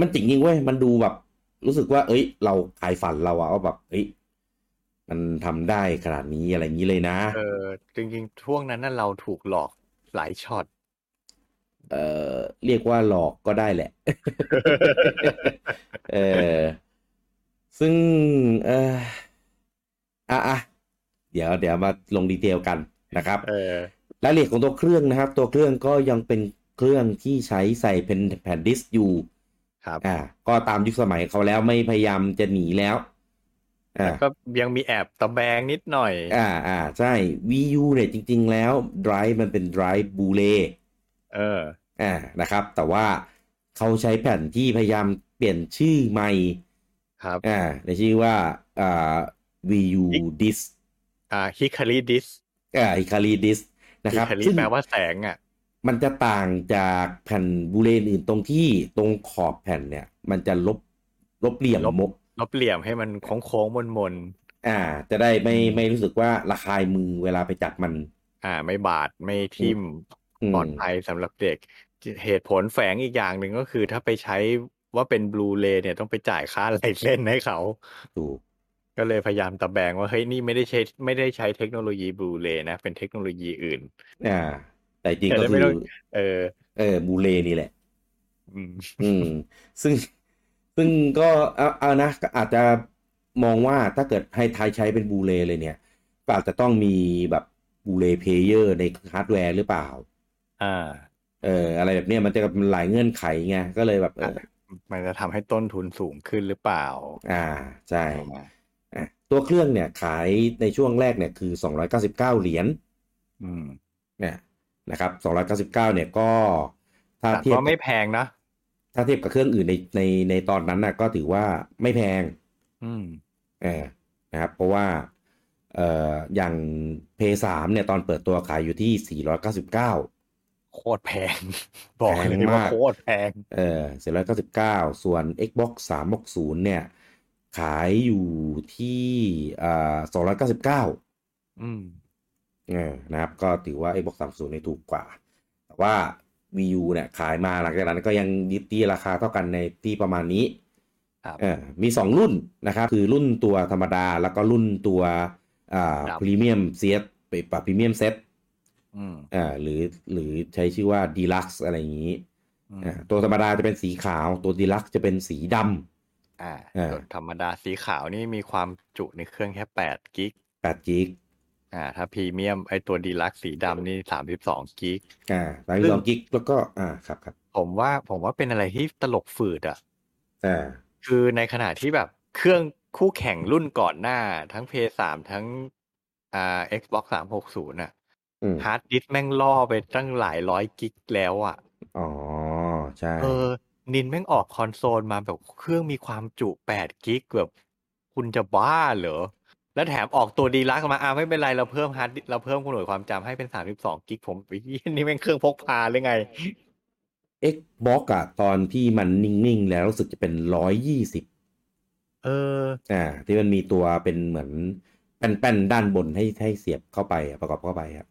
Speaker 1: มันจริงจริงเว้ย มันดูแบบ รู้สึกว่า เอ้ย เราขายฝันเราอะว่าแบบ เอ้ย มันทำได้ขนาดนี้อะไรอย่างนี้เลยนะ
Speaker 2: เออ จริงๆช่วงนั้นน่ะเราถูกหลอกหลายช็อต *laughs*
Speaker 1: เออเรียกว่าหลอกก็ได้แหละ เออซึ่ง เอออ่ะอ่ะเดี๋ยวเดี๋ยวมาลงดีเทลกันนะครับ
Speaker 2: เออ
Speaker 1: รายละเอียดของตัวเครื่องนะครับ ตัวเครื่องก็ยังเป็นเครื่องที่ใช้ใส่เป็นแผ่นดิสก์อยู่
Speaker 2: ครับ
Speaker 1: อ่า ก็ตามยุคสมัยเขาแล้วไม่พยายามจะหนีแล้ว
Speaker 2: แต่
Speaker 1: อ่า
Speaker 2: ก็ยังมีแอบตะแบงนิดหน่อย
Speaker 1: อ่าอ่าใช่ VU เนี่ยจริง ๆ แล้ว Drive มันเป็น Drive บูเล
Speaker 2: เออ
Speaker 1: อ่านะครับ แต่ว่าเขาใช้แผ่นที่พยายามเปลี่ยนชื่อใหม่
Speaker 2: ครับ
Speaker 1: อ่าในชื่อว่าอ่า VU Dis
Speaker 2: อ่าฮิคาริดิส
Speaker 1: อ่า Hikari Dis นะ
Speaker 2: ฮิ
Speaker 1: ครับ
Speaker 2: คาริ
Speaker 1: ซึ่ง
Speaker 2: แปลว่าแสงอ่ะ
Speaker 1: มันจะต่างจากแผ่นบูเลนอื่นตรงที่ตรงขอบแผ่นเนี่ย มันจะลบลบเหลี่ยม
Speaker 2: ลบ
Speaker 1: มก
Speaker 2: ลบเหลี่ยมให้มันโค้งโค้งมนมน
Speaker 1: อ่า จะได้ไม่ไม่รู้สึกว่าระคายมือเวลาไปจับมัน
Speaker 2: ๆอ่า ไม่บาดไม่ทิ่ม
Speaker 1: อืม
Speaker 2: ปลอดภัยสำหรับเด็ก เหตุผลแฝงอีกอย่างหนึ่งก็คือถ้าไปใช้ว่าเป็นบลูเรย์เนี่ยต้องไปจ่ายค่า *laughs* ไลเส้นส์ให้เขา
Speaker 1: ถูก
Speaker 2: ก็เลยพยายามตะแบงว่าเฮ้ยนี่ไม่ได้ใช้ไม่ได้ใช้เทคโนโลยีบลูเรย์นะ เป็นเทคโนโลยีอื่น
Speaker 1: อ่า แต่จริง
Speaker 2: แต่
Speaker 1: ก็
Speaker 2: ได้
Speaker 1: คื
Speaker 2: ไม่ต้
Speaker 1: อ
Speaker 2: อง เออ
Speaker 1: เออบูเลนี่แหละ
Speaker 2: อืม
Speaker 1: อืม ซึ่งซึ่งก็เอาเอานะก็อาจจะมองว่าถ้าเกิดให้ไทยใช้เป็นบูเลเลยเนี่ยก็อาจจะต้องมีแบบบูเลเพลเยอร์ในฮาร์ดแวร์หรือเปล่า
Speaker 2: อ่า
Speaker 1: เอออะไรแบบเนี้ยมันจะเป็นหลายเงื่อนไขไงก็เลยแบบเออ
Speaker 2: มันจะทำให้ต้นทุนสูงขึ้นหรือเปล่า
Speaker 1: อ่าใช่
Speaker 2: อ่า
Speaker 1: อ่ะตัวเครื่องเนี่ยขายในช่วงแรกเนี่ยคือ 299 เหรียญ
Speaker 2: อืม
Speaker 1: เนี่ยนะครับ 299 เนี่ยก็ถ้า
Speaker 2: แต่
Speaker 1: เทีย
Speaker 2: ก็
Speaker 1: บ
Speaker 2: ไม่แพงนะ
Speaker 1: ถ้าเทียบกับเครื่องอื่นในในในตอนนั้นน่ะก็ถือว่าไม่แพง
Speaker 2: อืม
Speaker 1: เออนะครับเพราะว่าเอ่ออย่าง p 3เนี่ยตอนเปิดตัวขายอยู่ที่ 499
Speaker 2: โคตรแพง *laughs* บอกเลย
Speaker 1: แพงมาก
Speaker 2: ว่าโคตรแพง
Speaker 1: เออ499 ส่วน Xbox 360 เนี่ยขายอยู่ที่อ่า299
Speaker 2: อืม
Speaker 1: เออนะครับก็ถือว่า Xbox 30นี่ถูกกว่า แต่ว่า Wii U เนี่ยขายมาหลังจากนั้นก็ยังยึดที่ราคาเท่ากันในที่ประมาณนี้
Speaker 2: ครับ
Speaker 1: เออมี 2 รุ่นนะครับ คือรุ่นตัวธรรมดาแล้วก็รุ่นตัวอ่า
Speaker 2: ครับ
Speaker 1: พรีเมียมเซตไปปรับพรีเมียมเซต
Speaker 2: อืม
Speaker 1: อ่าหรือหรือใช้ชื่อว่าดีลักซ์อะไรอย่างนี้
Speaker 2: อืม
Speaker 1: อ่าตัวธรรมดาจะเป็นสีขาว ตัวดีลักซ์จะเป็นสีด
Speaker 2: อ่า
Speaker 1: อ่า
Speaker 2: ส่วนธรรมดาสีขาวนี่มีความจุในเครื่องแค่แปดกิก
Speaker 1: ำ8กิก
Speaker 2: อ่า ถ้าพรีเมียมไอตัวดีลักสีดำนี่สามสิบสองกิก
Speaker 1: อ่าสาม
Speaker 2: ซึ่ง
Speaker 1: สองกิกแล้วก็อ่าครับครับ
Speaker 2: ผมว่าผมว่าเป็นอะไรที่ตลกฝืดอ่ะ
Speaker 1: อ่า
Speaker 2: คือในขณะที่แบบเครื่องคู่แข่งรุ่นก่อนหน้า ทั้ง p พ3ทั้งอ่า Xbox 360น่ะ
Speaker 1: อืม
Speaker 2: ฮาร์ดดิสก์แม่งล่อไปตั้งหลายร้อยกิกแล้วอ่ะ
Speaker 1: อ๋อใช่
Speaker 2: เออ นินแม่งออกคอนโซลมาแบบเครื่องมีความจุ8กิกแบบคุณจะบ้าเหรอ แล้วแถมออกตัวดีลักซ์มาอ่าไม่เป็นไร เราเพิ่มฮาร์ดดิสก์เราเพิ่มคุณหน่วยความจำให้เป็น 32กิกผม *laughs* อีนี่แม่งเครื่องพกพาหรือไง
Speaker 1: Xbox อะตอนที่มันนิ่ง ๆ แล้วรู้สึกจะเป็น 120
Speaker 2: เออ
Speaker 1: อ่าที่มันมีตัวเป็นเหมือนแป้นๆด้านบนให้ให้เสียบเข้าไปอะประกอบเข้าไปครับ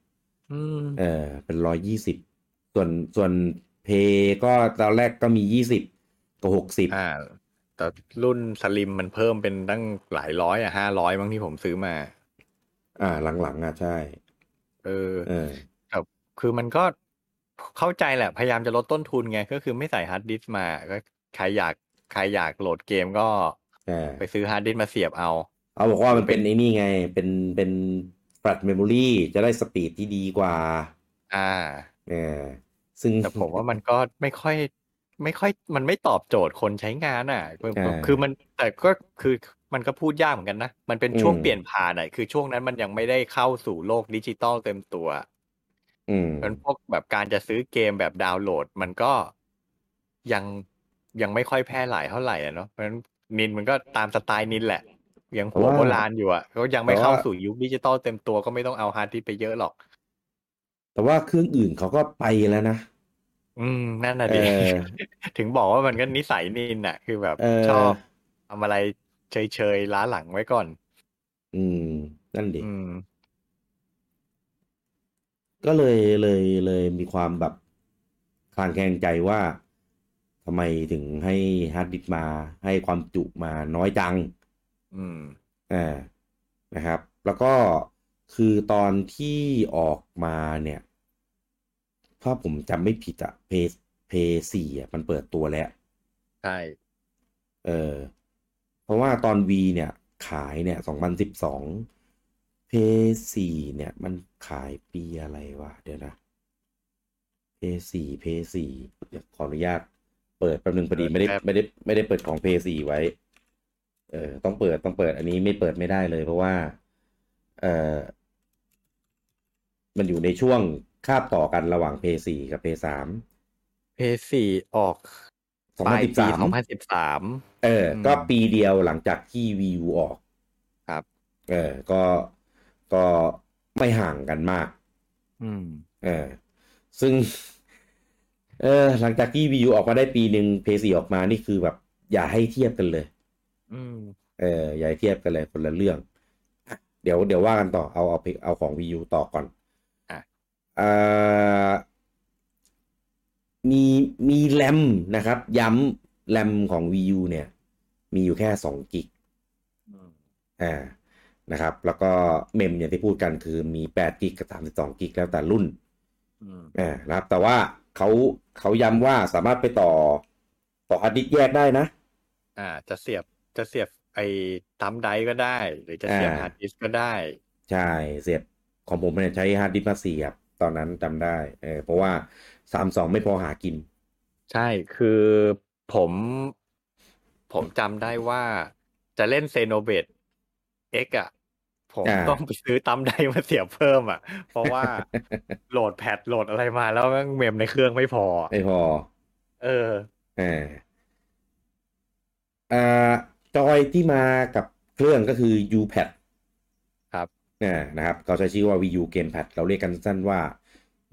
Speaker 2: อืม
Speaker 1: เออเป็น 120 ส่วนส่วนเพก็ตอนแรกก็มี 20 กับ 60
Speaker 2: อ่า แต่รุ่นสลิมมันเพิ่มเป็นตั้งหลายร้อยอ่ะห้าร้อยมั้งที่ผมซื้อมา
Speaker 1: อ่าหลัง ๆ อ่ะ ใช่
Speaker 2: เออ
Speaker 1: เออ
Speaker 2: คือมันก็เข้าใจแหละ พยายามจะลดต้นทุนไง ก็คือไม่ใส่ฮาร์ดดิสก์มา ก็ใครอยากใครอยากโหลดเกมก็
Speaker 1: ใช่
Speaker 2: ไปซื้อฮาร์ดดิสก์มาเสียบเอา
Speaker 1: เอาบอกว่ามันเป็นไอ้นี่ไง เป็นเป็น flash memory จะได้สปีดที่ดีกว่า
Speaker 2: อ่า
Speaker 1: เออซึ่ง
Speaker 2: แต่ผมว่ามันก็ไม่ค่อย ไม่ค่อยมันไม่ตอบโจทย์คนใช้งานอ่ะคือ
Speaker 1: อ่า
Speaker 2: คือมันแต่ก็คือมันก็พูดยากเหมือนกันนะ มันเป็นช่วง
Speaker 1: อืม
Speaker 2: เปลี่ยนผ่านอ่ะคือช่วงนั้นมันยังไม่ได้เข้าสู่โลกดิจิตอลเต็มตัว
Speaker 1: อืม
Speaker 2: มันพวกแบบการจะซื้อเกมแบบดาวน์โหลด มันก็ยังยังไม่ค่อยแพร่หลายเท่าไหร่อะเนาะเพราะฉะนั้นนินมันก็ตามสไตล์นินแหละ ยังหัวโบราณอยู่อ่ะก็ยังไม่เข้าสู่ยุคดิจิตอลเต็มตัวก็ไม่ต้องเอาฮาร์ดดิสก์ไปเยอะหรอก
Speaker 1: แต่ว่าเครื่องอื่นเขาก็ไปแล้วนะ
Speaker 2: อืมนั่นน่ะ
Speaker 1: เอ
Speaker 2: ดิ
Speaker 1: อ
Speaker 2: *laughs* ถึงบอกว่ามันก็นิสัยนินน่ะ คือแบบ
Speaker 1: เออ
Speaker 2: ชอบทำอะไรเฉยๆล้าหลังไว้ก่อน
Speaker 1: อืม นั่นดิ
Speaker 2: อืม
Speaker 1: ก็เลยเลยเลยมีความแบบคลางแคลงใจว่าทำไมถึงให้ฮาร์ดดิสก์มาให้ความจุมาน้อยจัง
Speaker 2: อืม
Speaker 1: อ่านะครับ แล้วก็คือตอนที่ออกมาเนี่ย ถ้าผมจำไม่ผิดอะเพย์เพย์สี่อะมันเปิดตัวแล้ว
Speaker 2: ใช่
Speaker 1: เออ เพราะว่าตอน V เนี่ย ขายเนี่ยสองพันสิบสองเพย์สี่เนี่ย มันขายปีอะไรวะ เดี๋ยวนะเพย์สี่เพย์สี่เดี๋ยวขออนุญาต เปิดแป๊บนึงพอดีไม่ได้ไม่ได้ไม่ได้เปิดของเพย์สี่ไว้ เออ ต้องเปิดต้องเปิด อันนี้ไม่เปิดไม่ได้เลย เพราะว่า เออมันอยู่ในช่วงคาบต่อกันระหว่างเพย์สี่กับเพย์สาม
Speaker 2: เพสี่ออก
Speaker 1: สอง
Speaker 2: ป
Speaker 1: พัน
Speaker 2: ลาย
Speaker 1: สิบ
Speaker 2: ปี
Speaker 1: สาม
Speaker 2: สองพันสิบสาม
Speaker 1: เออ
Speaker 2: อืม
Speaker 1: ก็ปีเดียวหลังจากที่ Wii U ออก
Speaker 2: ครับ
Speaker 1: เออ ก็ ก็ไม่ห่างกันมาก
Speaker 2: อืม
Speaker 1: เออ ซึ่ง เออหลังจากที่ Wii U ออกมาได้ปีหนึ่ง PS4 ออกมานี่คือแบบ อย่าให้เทียบกันเลย
Speaker 2: อืม
Speaker 1: เอออย่าให้เทียบกันเลยคนละเรื่องอ่ะเดี๋ยวเดี๋ยวว่ากันต่อเอาเอาเอาของ Wii U ต่อก่อน
Speaker 2: อ่ะ
Speaker 1: เอ่อมีมีแรมนะครับ ย้ำแรมของ Wii U เนี่ย มีอยู่แค่2กิก
Speaker 2: อืม
Speaker 1: อ่า นะครับ แล้วก็เมมอย่างที่พูดกันคือมี8กิกกับ32กิกแล้วแต่รุ่น
Speaker 2: อืม
Speaker 1: อ่า นะครับ แต่ว่าเขาเขาย้ำว่าสามารถไปต่อต่อฮาร์ดดิสก์แยกได้นะ
Speaker 2: อ่า จะเสียบจะเสียบไอ้ตัมไดร์ก็ได้ หรือจะเสียบ
Speaker 1: อ่า
Speaker 2: ฮาร์ดดิสก์ก็ได้
Speaker 1: ใช่ เสียบของผมเนี่ยใช้ฮาร์ดดิสก์มาเสียบตอนนั้นจำได้ เออ เพราะว่า 3.2 ไม่พอหากิน
Speaker 2: ใช่คือผมผมจำได้ว่าจะเล่นเซโนเบตเอ็กอะผม
Speaker 1: อ่า
Speaker 2: ต้องไปซื้อตัมไดร์มาเสียบเพิ่มอะเพราะว่า *laughs* โหลดแพดโหลดอะไรมาแล้วแม่งเมมในเครื่องไม่พอ
Speaker 1: ไม่พอ
Speaker 2: เออ
Speaker 1: เอ่าอ่าจอยที่มากับเครื่องก็คือ U-Pad
Speaker 2: ครับ
Speaker 1: อ่านะครับเขาใช้ชื่อว่า Wii U Gamepad เราเรียกกันสั้นว่า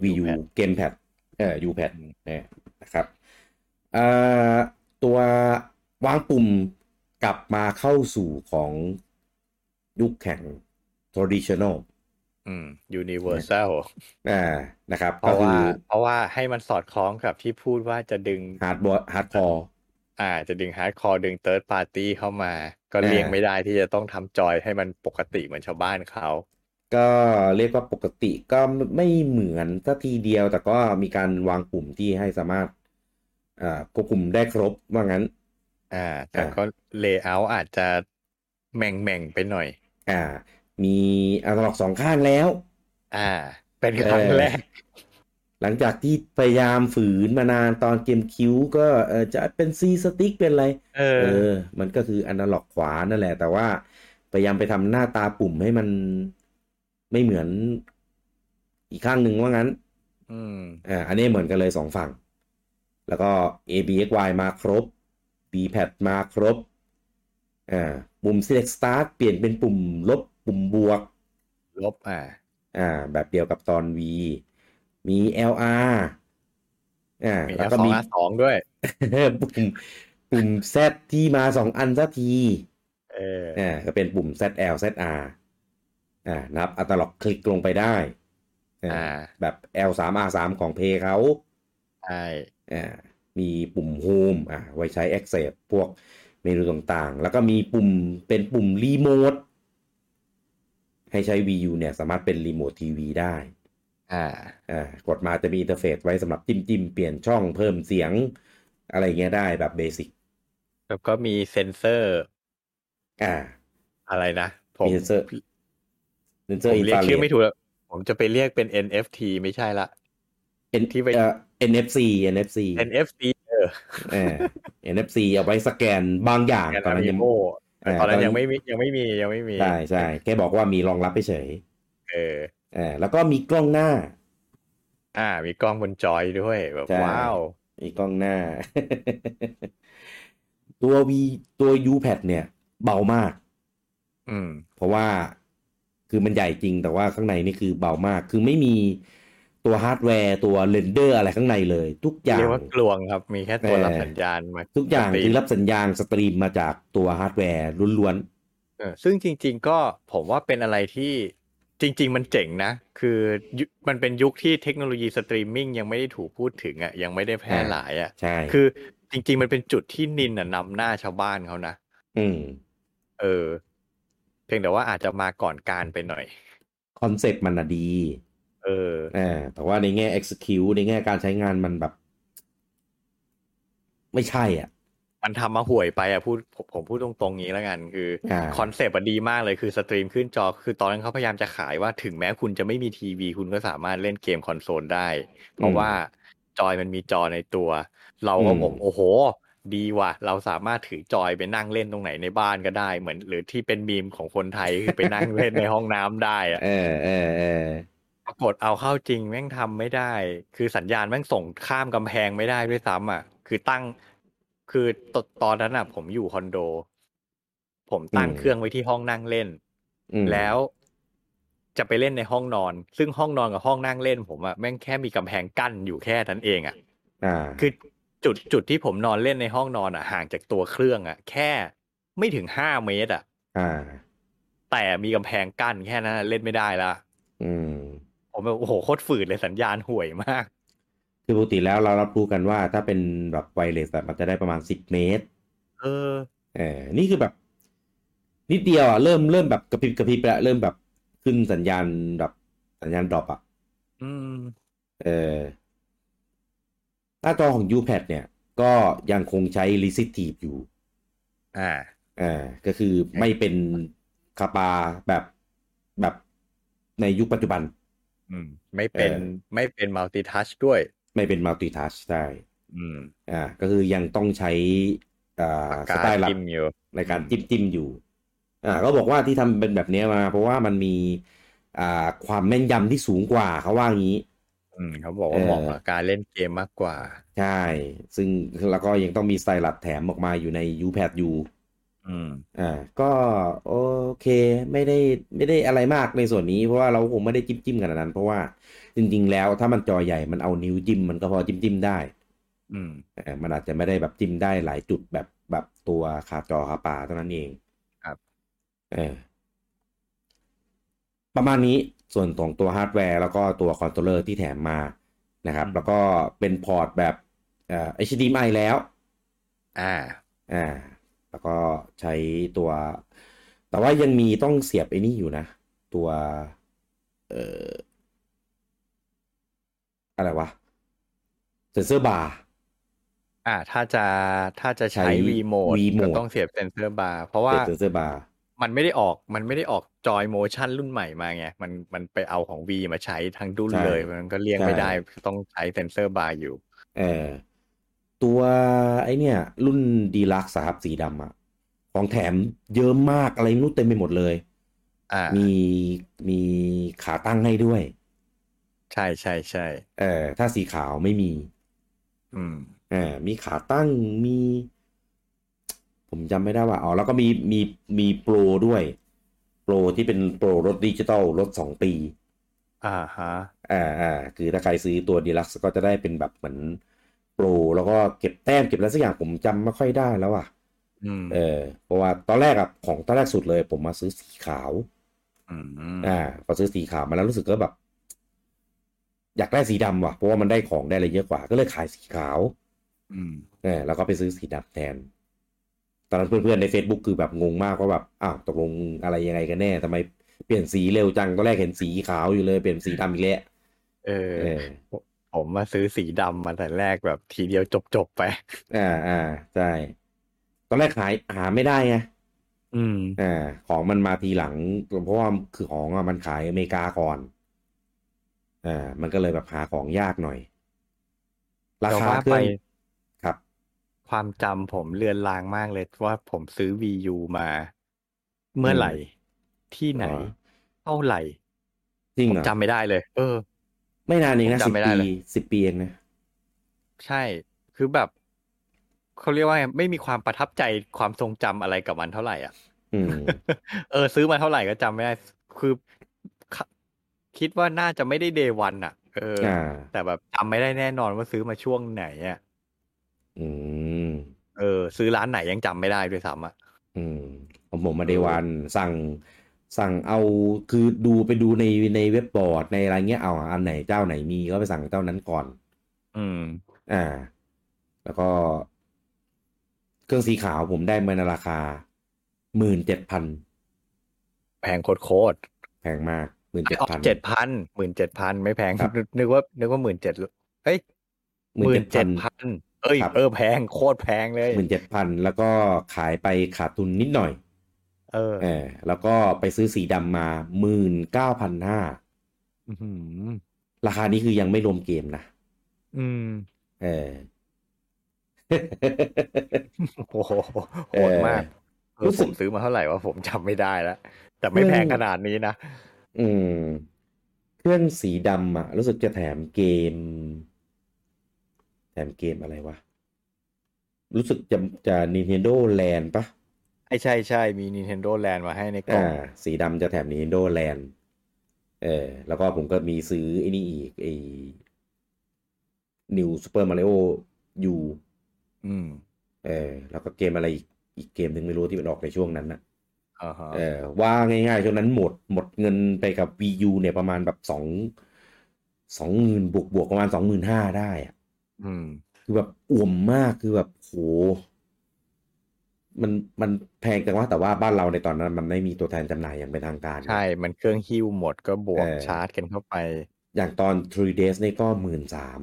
Speaker 1: Wii U Gamepad เอ่อ U-Pad เนี่ยนะครับอ่าตัววางปุ่มกลับมาเข้าสู่ของยุคแข่ง traditional
Speaker 2: อืม universal
Speaker 1: อ่านะครับ
Speaker 2: เพ
Speaker 1: ก็
Speaker 2: ราะ
Speaker 1: คื
Speaker 2: ว่า
Speaker 1: อ
Speaker 2: เพราะว่าให้มันสอดคล้องกับที่พูดว่าจะดึง
Speaker 1: ฮาร์ดบอฮาร์ดคอร์
Speaker 2: อ่า จะดึงฮาร์ดคอร์ดึงเติร์ดปาร์ตี้เข้ามา ก็
Speaker 1: อ่า
Speaker 2: เลี่ยงไม่ได้ที่จะต้องทำจอยให้มันปกติเหมือนชาวบ้านเขา
Speaker 1: ก็เรียกว่าปกติก็ไม่เหมือนสักทีเดียว แต่ก็มีการวางปุ่มที่ให้สามารถเอ่อควบคุมได้ครบว่างั้น
Speaker 2: อ่า แต่
Speaker 1: อ่า
Speaker 2: ก็เลเยอร์อาจจะแหม่งแม่งๆไปหน่อย
Speaker 1: อ่า มีอะตลอกสองข้างแล้ว
Speaker 2: อ่า เป็นครั้ง
Speaker 1: เออ
Speaker 2: แรก
Speaker 1: หลังจากที่พยายามฝืนมานานตอนเกมคิวก็เออจะเป็นซีสติ๊กเป็นอะไร
Speaker 2: เอ
Speaker 1: เอ
Speaker 2: อ
Speaker 1: อ มันก็คืออนาล็อกขวานั่นแหละ แต่ว่าพยายามไปทำหน้าตาปุ่มให้มันไม่เหมือนอีกข้างหนึ่งว่างั้น
Speaker 2: อืม
Speaker 1: อ่าอันนี้เหมือนกันเลยสองฝั่ง แล้วก็ A B X Y มาครบ B pad มาครบอ่าปุ่ม select start เปลี่ยนเป็นปุ่มลบปุ่มบวก
Speaker 2: ลบ อ่า
Speaker 1: อ่าแบบเดียวกับตอน V มี L R อ่า
Speaker 2: มี
Speaker 1: แล้ว
Speaker 2: แล้ว
Speaker 1: ก็
Speaker 2: สอง
Speaker 1: มี
Speaker 2: สองด้วย
Speaker 1: *laughs* ปุ่มปุ่ม Z ที่มาสองอันสักที
Speaker 2: เออ
Speaker 1: อ่าก็เป็นปุ่ม Z L Z R อ่านับอัตล็อกคลิกลงไปได้อ่า
Speaker 2: อ่า
Speaker 1: แบบ L 3 R 3ของเพเขา
Speaker 2: ใช่
Speaker 1: อ่ามีปุ่ม Home อ่าไว้ใช้ Access พวกเมนูต่างๆ แล้วก็มีปุ่มเป็นปุ่มรีโมทให้ใช้ Wii U เนี่ยสามารถเป็นรีโมททีวีได้
Speaker 2: อ่า
Speaker 1: อ่ากดมาจะมีอินเทอร์เฟซไว้สำหรับจิ้มจิ้มๆเปลี่ยนช่องเพิ่มเสียง อะไรเงี้ยได้แบบเบสิก
Speaker 2: แล้วก็มีเซ็นเซอร์
Speaker 1: อ่า
Speaker 2: อะไรนะ ผม
Speaker 1: มีเซ็นเซอร์ เซนเซอ
Speaker 2: ผ
Speaker 1: ร์
Speaker 2: ม
Speaker 1: อิน
Speaker 2: เรีย
Speaker 1: ฟาก เร
Speaker 2: ชื่อไม่ถูกแล้วผมจะไปเรียกเป็น NFT ไม่ใช่ละ
Speaker 1: น
Speaker 2: ที่ไป
Speaker 1: เอ่อ NFC NFC
Speaker 2: NFC เออ
Speaker 1: เออ NFC เอาไว้สแกนบางอย่าง
Speaker 2: แอน
Speaker 1: ตอน
Speaker 2: นา
Speaker 1: นั้น
Speaker 2: มิ
Speaker 1: ยัง
Speaker 2: โม
Speaker 1: า
Speaker 2: ตอนนั้นยังไม่มียังไม่มียังไม่มี
Speaker 1: ใช่ใช่แค่บอกว่ามีรองรับเฉย
Speaker 2: เออ
Speaker 1: ๆเอ่าแล้วก็มีกล้องหน้า
Speaker 2: อ่า มีกล้องบนจอยด้วยแบบ
Speaker 1: ใช่
Speaker 2: ว้าว
Speaker 1: อีกกล้องหน้า *laughs* ตัว V ตัว U pad เนี่ย เบามาก
Speaker 2: อืม
Speaker 1: เพราะว่าคือมันใหญ่จริงแต่ว่าข้างในนี่คือเบามาก คือไม่มีตัวฮาร์ดแวร์ตัวเรนเดอร์อะไรข้างในเลย ทุกอย่าง
Speaker 2: เรียกว่ากลวงครับ มีแค่ตัว
Speaker 1: เออ
Speaker 2: รับสัญญาณมา
Speaker 1: ทุกอย่าง
Speaker 2: ตี
Speaker 1: คือรับสัญญาณสตรีมมาจากตัวฮาร์ดแวร์ล้วน
Speaker 2: เออซึ่งจริง ๆ ก็ผมว่าเป็นอะไรที่จริง ๆ มันเจ๋งนะ คือยุมันเป็นยุคที่เทคโนโลยีสตรีมมิ่งยังไม่ได้ถูกพูดถึงอ่ะ ยังไม่ได้แพร่หลายอ่ะ
Speaker 1: ๆ ใช่
Speaker 2: คือจริง ๆ มันเป็นจุดที่นินอ่ะนำหน้าชาวบ้านเขานะ
Speaker 1: อืม
Speaker 2: เออ เพียงแต่ว่าอาจจะมาก่อนการไปหน่อย
Speaker 1: คอนเซปต์มันน่ะดี
Speaker 2: เออ
Speaker 1: เอ่าแต่ว่าในแง่ execute ในแง่การใช้งานมันแบบ ไม่ใช่อ่ะ
Speaker 2: มันทำมาห่วยไปอ่ะพูดผมผมพูดตรงๆงี้แล้วกัน คืออา คอนเซปต์อะดีมากเลยคือสตรีมขึ้นจอ คือตอนนั้นเขาพยายามจะขายว่าถึงแม้คุณจะไม่มีทีวี คุณก็สามารถเล่นเกมคอนโซลได้ เพราะว่าจอยมันมีจอในตัว เราก็ผมโอ้โห ดีว่ะ เราสามารถถือจอยไปนั่งเล่นตรงไหนในบ้านก็ได้เหมือน หรือที่เป็นมีมของคนไทยคือไปนั่งเล่นในห้องน้ำได้อะ *laughs*
Speaker 1: เออเออเออ
Speaker 2: ปรากฏเอาเข้าจริงแม่งทำไม่ได้ คือสัญญาณแม่งส่งข้ามกำแพงไม่ได้ด้วยซ้ำอ่ะ คือตั้ง คือตตอนนั้นอ่ะ ผมอยู่คอนโด ผมตั้ง
Speaker 1: อืม
Speaker 2: เครื่องไว้ที่ห้องนั่งเล่น
Speaker 1: อืม
Speaker 2: แล้ว จะไปเล่นในห้องนอน ซึ่งห้องนอนกับห้องนั่งเล่น ผมอ่ะแม่งแค่มีกำแพงกั้นอยู่แค่นั้นเองอ่ะ
Speaker 1: อ่า
Speaker 2: คือจุดจุดที่ผมนอนเล่นในห้องนอนอ่ะ ห่างจากตัวเครื่องอ่ะ แค่ไม่ถึงห้าเมตรอ่ะ
Speaker 1: อ่า
Speaker 2: แต่มีกำแพงกั้นแค่นั้นอะเล่นไม่ได้ละ
Speaker 1: อืม
Speaker 2: ผมแบบโอ้โหโคตรฝืดเลยสัญญาณห่วยมาก
Speaker 1: คือปกติแล้วเรารับรู้กันว่าถ้าเป็นแบบไวเลสอะมันจะได้ประมาณสิบเมตร
Speaker 2: เออ
Speaker 1: เออนี่คือแบบ นิดเดียวอ่ะเริ่มเริ่มแบบกระพริบกระพริบแล้วเริ่มแบบขึ้นสัญญาณแบบสัญญาณดรอปอ่ะ
Speaker 2: อืม
Speaker 1: เออหน้าจอของ u p a d เนี่ย ก็ยังคงใช้ resistive อยู่
Speaker 2: อ่า
Speaker 1: เออก็คือไม่เป็นคาปาแบบแบบในยุคปัจจุบัน
Speaker 2: อืม ไม่เป็น
Speaker 1: เออ
Speaker 2: ไม่เป็นมัลติทัชด้วย
Speaker 1: ไม่เป็น multitouch ได้
Speaker 2: อืม
Speaker 1: อ่าก็คือยังต้องใช้อ่าส
Speaker 2: ปาก
Speaker 1: ไต
Speaker 2: กา
Speaker 1: ล์หลัก
Speaker 2: จิ้มอยู่
Speaker 1: ในการจิ้มจิ้มอยู่ อ่า ก็บอกว่าที่ทำเป็นแบบเนี้ยมา เพราะว่ามันมี อ่า ความแม่นยำที่สูงกว่าเขาว่างี้
Speaker 2: อืมเขาบอกว่า
Speaker 1: เออ
Speaker 2: เหมาะกับการเล่นเกมมากกว่า
Speaker 1: ใช่ ซึ่งแล้วก็ยังต้องมีสไตล์หลัดแถมออกมาอยู่ใน u p a d อยู่
Speaker 2: อืม
Speaker 1: อ่า ก็โอเค ไม่ได้ไม่ได้อะไรมากในส่วนนี้ เพราะว่าเราคงไม่ได้จิ้มจิ้มขนาดนั้น เพราะว่าจริง ๆ แล้วถ้ามันจอใหญ่มันเอานิ้วจิ้มมันก็พอจิ้มจิ้มได้
Speaker 2: อืม
Speaker 1: เออมันอาจจะไม่ได้แบบจิ้มได้หลายจุดแบบแบบตัวขาจอขาปลาเท่านั้นเอง
Speaker 2: ครับ
Speaker 1: เออ ประมาณนี้ส่วนของตัวฮาร์ดแวร์แล้วก็ตัวคอนโทรลเลอร์ที่แถมมานะครับ
Speaker 2: อืม
Speaker 1: แล้วก็เป็นพอร์ตแบบเอ่อ HDMI แล้ว
Speaker 2: อ่า
Speaker 1: อ่าแล้วก็ใช้ตัว แต่ว่ายังมีต้องเสียบไอ้นี่อยู่นะ ตัวเอ่ออะไรวะเซนเซอร์บาร์
Speaker 2: อ่า ถ้าจะถ้าจะใช้
Speaker 1: ใช้
Speaker 2: วีโมด
Speaker 1: remote
Speaker 2: ก็ต้องเสียบเซนเซอร์บาร์เพราะว่า
Speaker 1: เซนเซอร์บาร์
Speaker 2: มันไม่ได้ออกมันไม่ได้ออกจอยโมชั่นรุ่นใหม่มาไงมันมันไปเอาของ V มาใช้ทั้งดุนเลยมันก็เลี่ยงไม่ได้ต้องใช้เซนเซอร์บาร์อยู่
Speaker 1: เอ่อตัวไอเนี่ย รุ่นดีลักซ์ครับสีดำอะของแถมเยอะมากอะไรไม่รู้เต็มไปหมดเลย
Speaker 2: อ่า
Speaker 1: มีมีขาตั้งให้ด้วย
Speaker 2: ใช่ใช่ใช่
Speaker 1: เออถ้าสีขาวไม่มี
Speaker 2: อืม
Speaker 1: เออมีขาตั้งมี ผมจำไม่ได้ว่าอ๋อแล้วก็มีมีมีโปรด้วย โปรที่เป็นโปรรถดิจิตอลรถสองปี
Speaker 2: อ่าฮะ
Speaker 1: อ่าอ่าคือถ้าใครซื้อตัวดีลักซ์ก็จะได้เป็นแบบเหมือนโปรแล้วก็เก็บแต้มเก็บอะไรสักอย่างผมจำไม่ค่อยได้แล้วอ่ะ
Speaker 2: อืม
Speaker 1: เออเพราะว่าตอนแรกอะของตอนแรกสุดเลย ผมมาซื้อสีขาว
Speaker 2: อืม
Speaker 1: อ่าพอซื้อสีขาวมาแล้วรู้สึกก็แบบ อยากได้สีดำว่ะเพราะว่ามันได้ของได้อะไรเยอะกว่า ก็เลยขายสีขาว
Speaker 2: อืม
Speaker 1: เออแล้วก็ไปซื้อสีดำแทน ตอนนั้นเพื่อนๆใน Facebook คือแบบงงมากว่าแบบอ้าวตกลงอะไรยังไงกันแน่ทำไมเปลี่ยนสีเร็วจังตอนแรกเห็นสีขาวอยู่เลยเปลี่ยนสีดำอีกแล้ว
Speaker 2: เออ
Speaker 1: เออ
Speaker 2: ผมมาซื้อสีดำมาแต่แรกแบบทีเดียวจบจบๆไป
Speaker 1: อ่าอ่าใช่ตอนแรกขายหาไม่ได้ไง
Speaker 2: อืม
Speaker 1: อ่าของมันมาทีหลัง เพราะว่าคือของอะมันขายอเมริกาก่อนอ่ามันก็เลยแบบหาของยากหน่อย ราคาเครื่อง
Speaker 2: แต่ว่าไป
Speaker 1: ครับ
Speaker 2: ความจำผมเลือนลางมากเลยว่าผมซื้อ VU มา เมื่อไหร่ ที่ไหน
Speaker 1: อ๋อ
Speaker 2: เท่าไหร่
Speaker 1: จริง
Speaker 2: ผม
Speaker 1: เหรอ
Speaker 2: จำไม่ได้เลย เออ
Speaker 1: ไม่นานเองนะ
Speaker 2: ผม
Speaker 1: สิ
Speaker 2: จำ
Speaker 1: บ
Speaker 2: ไม่ได้
Speaker 1: ปี
Speaker 2: เลย
Speaker 1: สิบปีเองนะ
Speaker 2: ใช่ คือแบบเขาเรียกว่าไงไม่มีความประทับใจความทรงจำอะไรกับมันเท่าไหร่อ่ะ
Speaker 1: อืม
Speaker 2: เออ ซื้อมาเท่าไหร่ก็จำไม่ได้ คือคคิดว่าน่าจะไม่ได้เดวันอ่ะ เออ
Speaker 1: อ่า
Speaker 2: แต่แบบจำไม่ได้แน่นอนว่าซื้อมาช่วงไหนอ่ะ
Speaker 1: อืม
Speaker 2: เออ ซื้อร้านไหนยังจำไม่ได้ด้วยซ้ำอ่ะ
Speaker 1: อืมผมผมมาเดวันสั่งสั่งเอาคือดูไปดูในในเว็บบอร์ดในอะไรเงี้ยเอาอันไหนเจ้าไหนมีก็ไปสั่งเจ้านั้นก่อน
Speaker 2: อืม
Speaker 1: อ่า แล้วก็ เครื่องสีขาวผมได้มาในราคาหมื่นเจ็ดพัน
Speaker 2: แพงโคตร
Speaker 1: แพงมากหมื่น
Speaker 2: ๆ
Speaker 1: เจ็ดพัน
Speaker 2: เจ็ดพันหมื่นเจ็ดพันไม่แพง
Speaker 1: ครับ
Speaker 2: นึกว่า นึกว่าหมื่นเจ็ดเฮ้ยหมื่นเจ็ดพันเอ้ย
Speaker 1: ครับ
Speaker 2: เออแพงโคตรแพงเลย
Speaker 1: หมื่นเจ็ดพันแล้วก็ขายไปขาดทุนนิดหน่อย
Speaker 2: เออ
Speaker 1: เออแล้วก็ไปซื้อสีดำมาหมื่นเก้าพันห้า
Speaker 2: อื้อหือ
Speaker 1: ราคานี้คือยังไม่รวมเกมนะ
Speaker 2: อืม
Speaker 1: เออ
Speaker 2: โอ้โหโหดมาก
Speaker 1: เออ
Speaker 2: รู้
Speaker 1: รู้สึ
Speaker 2: ผ
Speaker 1: ก
Speaker 2: มซื้อมาเท่าไหร่วะผมจำไม่ได้แล้วแต่ไม่แพง
Speaker 1: เออ
Speaker 2: ขนาดนี้นะ
Speaker 1: อืม เครื่องสีดำอะรู้สึกจะแถมเกม แถมเกมอะไรวะ รู้สึกจะจะ Nintendo Land ปะ
Speaker 2: ไอ้ใช่ใช่มี Nintendo Land มาให้ในกล่อง
Speaker 1: อ่า สีดำจะแถม Nintendo Land เออ แล้วก็ผมก็มีซื้อไอ้นี่อีกไอ้ New Super Mario U
Speaker 2: อืม
Speaker 1: เออแล้วก็เกมอะไรอีกอีกเกมหนึ่งไม่รู้ที่มันออกในช่วงนั้นนะ
Speaker 2: อ่าฮะ
Speaker 1: เออว่าง่ายๆช่วงนั้นหมดหมดเงินไปกับ VU เนี่ยประมาณแบบสองสองหมื่นบวกบวกๆประมาณสองหมื่นห้าได้อะ
Speaker 2: อืม
Speaker 1: คือแบบอ่วมมากคือแบบโหมันมันแพงแต่ว่าแต่ว่าบ้านเราในตอนนั้น มันไม่มีตัวแทนจำหน่ายอย่างเป็นทางการ
Speaker 2: ใช่ มันเครื่องหิ้วหมดก็บวก
Speaker 1: เออ
Speaker 2: ชาร์จกันเข้าไป
Speaker 1: อย่างตอน three days นี่ก็หมื่นสาม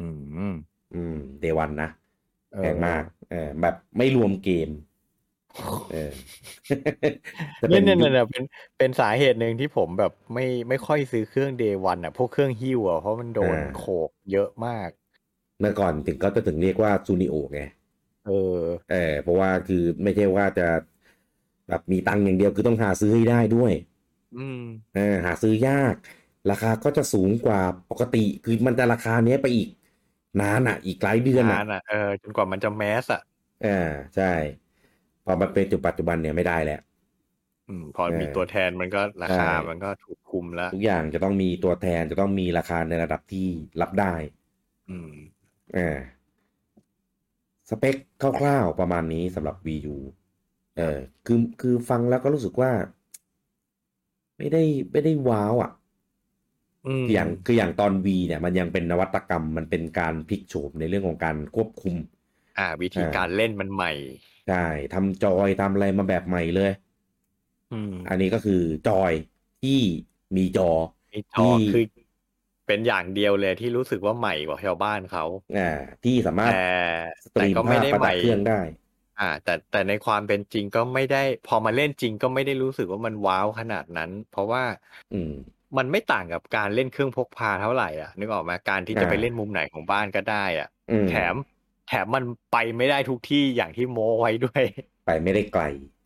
Speaker 2: อืม
Speaker 1: อืม เดวันนะ
Speaker 2: เออ
Speaker 1: แพงมาก เออ แบบไม่รวมเกม เออ จะ
Speaker 2: *laughs* เนี่ย
Speaker 1: ยุ
Speaker 2: เนี่
Speaker 1: ค
Speaker 2: ยเนี่ยเป็นเป็นสาเหตุหนึ่งที่ผมแบบไม่ไม่ค่อยซื้อเครื่องเดวันอ่ะ พวกเครื่องหิ้วอ่ะ เพราะมันโดน
Speaker 1: อ่า
Speaker 2: โขกเยอะมาก
Speaker 1: เมื่อก่อนถึงก็จะถึงเรียกว่าซูนิโอไง
Speaker 2: เออ
Speaker 1: เออ เพราะว่าคือไม่ใช่ว่าจะแบบมีตังค์อย่างเดียวคือต้องหาซื้อให้ได้ด้วย
Speaker 2: อืม
Speaker 1: เออหาซื้อยาก ราคาก็จะสูงกว่าปกติ คือมันจะราคาเนี้ยไปอีก นานอ่ะ อีกหลายเดือนอ่ะ
Speaker 2: นานอ่ะเออจนกว่ามันจะแมสอ่ะ
Speaker 1: เอ่าใช่พอมันเป็นจุดปัจจุบันเนี่ยไม่ได้แล้ว
Speaker 2: อืมพอมี
Speaker 1: เออ
Speaker 2: ตัวแทนมันก็ราคา
Speaker 1: ใช่
Speaker 2: มันก็ถูกคุมแล้ว
Speaker 1: ทุกอย่างจะต้องมีตัวแทนจะต้องมีราคาในระดับที่รับได้
Speaker 2: อืม
Speaker 1: เอ่าสเปคคร่าวๆประมาณนี้สำหรับ Wii U เออคือคือฟังแล้วก็รู้สึกว่า ไม่ได้ไม่ได้ว้าวอ่ะ
Speaker 2: อืม
Speaker 1: คืออย่างคืออย่างตอน V เนี่ยมันยังเป็นนวัตกรรมมันเป็นการพลิกโฉมในเรื่องของการควบคุม
Speaker 2: อ่า วิธีการเล่นมันใหม่
Speaker 1: ใช่ทำจอยทำอะไรมาแบบใหม่เลย
Speaker 2: อืม
Speaker 1: อันนี้ก็คือจอยที่มีจอ
Speaker 2: ไอจอ
Speaker 1: ที่
Speaker 2: คือเป็นอย่างเดียวเลยที่รู้สึกว่าใหม่กว่าชาวบ้านเขา
Speaker 1: อ่าที่สามารถ
Speaker 2: แต่
Speaker 1: สตรีม
Speaker 2: แต่ก็ไม่
Speaker 1: ภาพ
Speaker 2: ได้
Speaker 1: ประ
Speaker 2: ใหม่
Speaker 1: ดับเครื่องได้
Speaker 2: อ่า แต่แต่ในความเป็นจริงก็ไม่ได้ พอมาเล่นจริงก็ไม่ได้รู้สึกว่ามันว้าวขนาดนั้น เพราะว่า
Speaker 1: อืม
Speaker 2: มันไม่ต่างกับการเล่นเครื่องพกพาเท่าไหร่อ่ะนึกออกไหมการที่จะไป
Speaker 1: อ่า
Speaker 2: เล่นมุมไหนของบ้านก็ได้อ่ะ
Speaker 1: อืม
Speaker 2: แถมแถมมันไปไม่ได้ทุกที่อย่างที่โมไว้ด้วย *laughs*
Speaker 1: ไปไม่ได้ไกล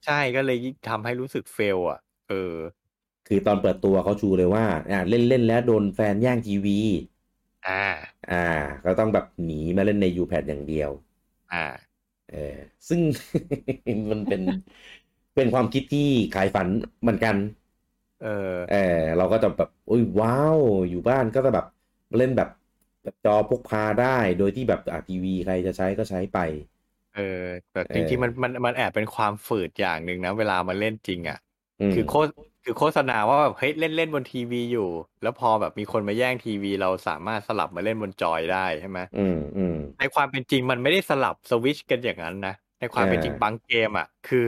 Speaker 2: ใช่ก็เลยยิ่งทำให้รู้สึกเฟล อ่ะ เออ
Speaker 1: คือตอนเปิดตัวเขาชูเลยว่าอ่าเล่นเล่นแล้วโดนแฟนแย่างทีวี
Speaker 2: อ่า
Speaker 1: อ่า ก็ต้องแบบหนีมาเล่นใน U-Pad อย่างเดียว
Speaker 2: อ่า
Speaker 1: เออซึ่ง *laughs* มันเป็นเป็นความคิดที่ขายฝันเหมือนกัน
Speaker 2: เออ
Speaker 1: เออเราก็จะแบบอุ้ยว้าวอยู่บ้านก็จะแบบเล่นแบบแบบจอพกพาได้ โดยที่แบบอ่ะทีวีใครจะใช้ก็ใช้ไป
Speaker 2: เออแบบ
Speaker 1: เออ
Speaker 2: จริงๆมันมันมันแอบเป็นความฝืดอย่างหนึ่งนะ เวลามันเล่นจริงอ่ะ
Speaker 1: อืม
Speaker 2: คือโฆษคือโฆษณาว่าแบบเฮ้ยเล่นเล่นบนทีวีอยู่ แล้วพอแบบมีคนมาแย่งทีวี เราสามารถสลับมาเล่นบนจอยได้ใช่ไหม
Speaker 1: อืมอืม
Speaker 2: ในความเป็นจริงมันไม่ได้สลับสวิตชกันอย่างนั้นนะ ในความเป็นจริง
Speaker 1: เออ
Speaker 2: บางเกมอ่ะ คือ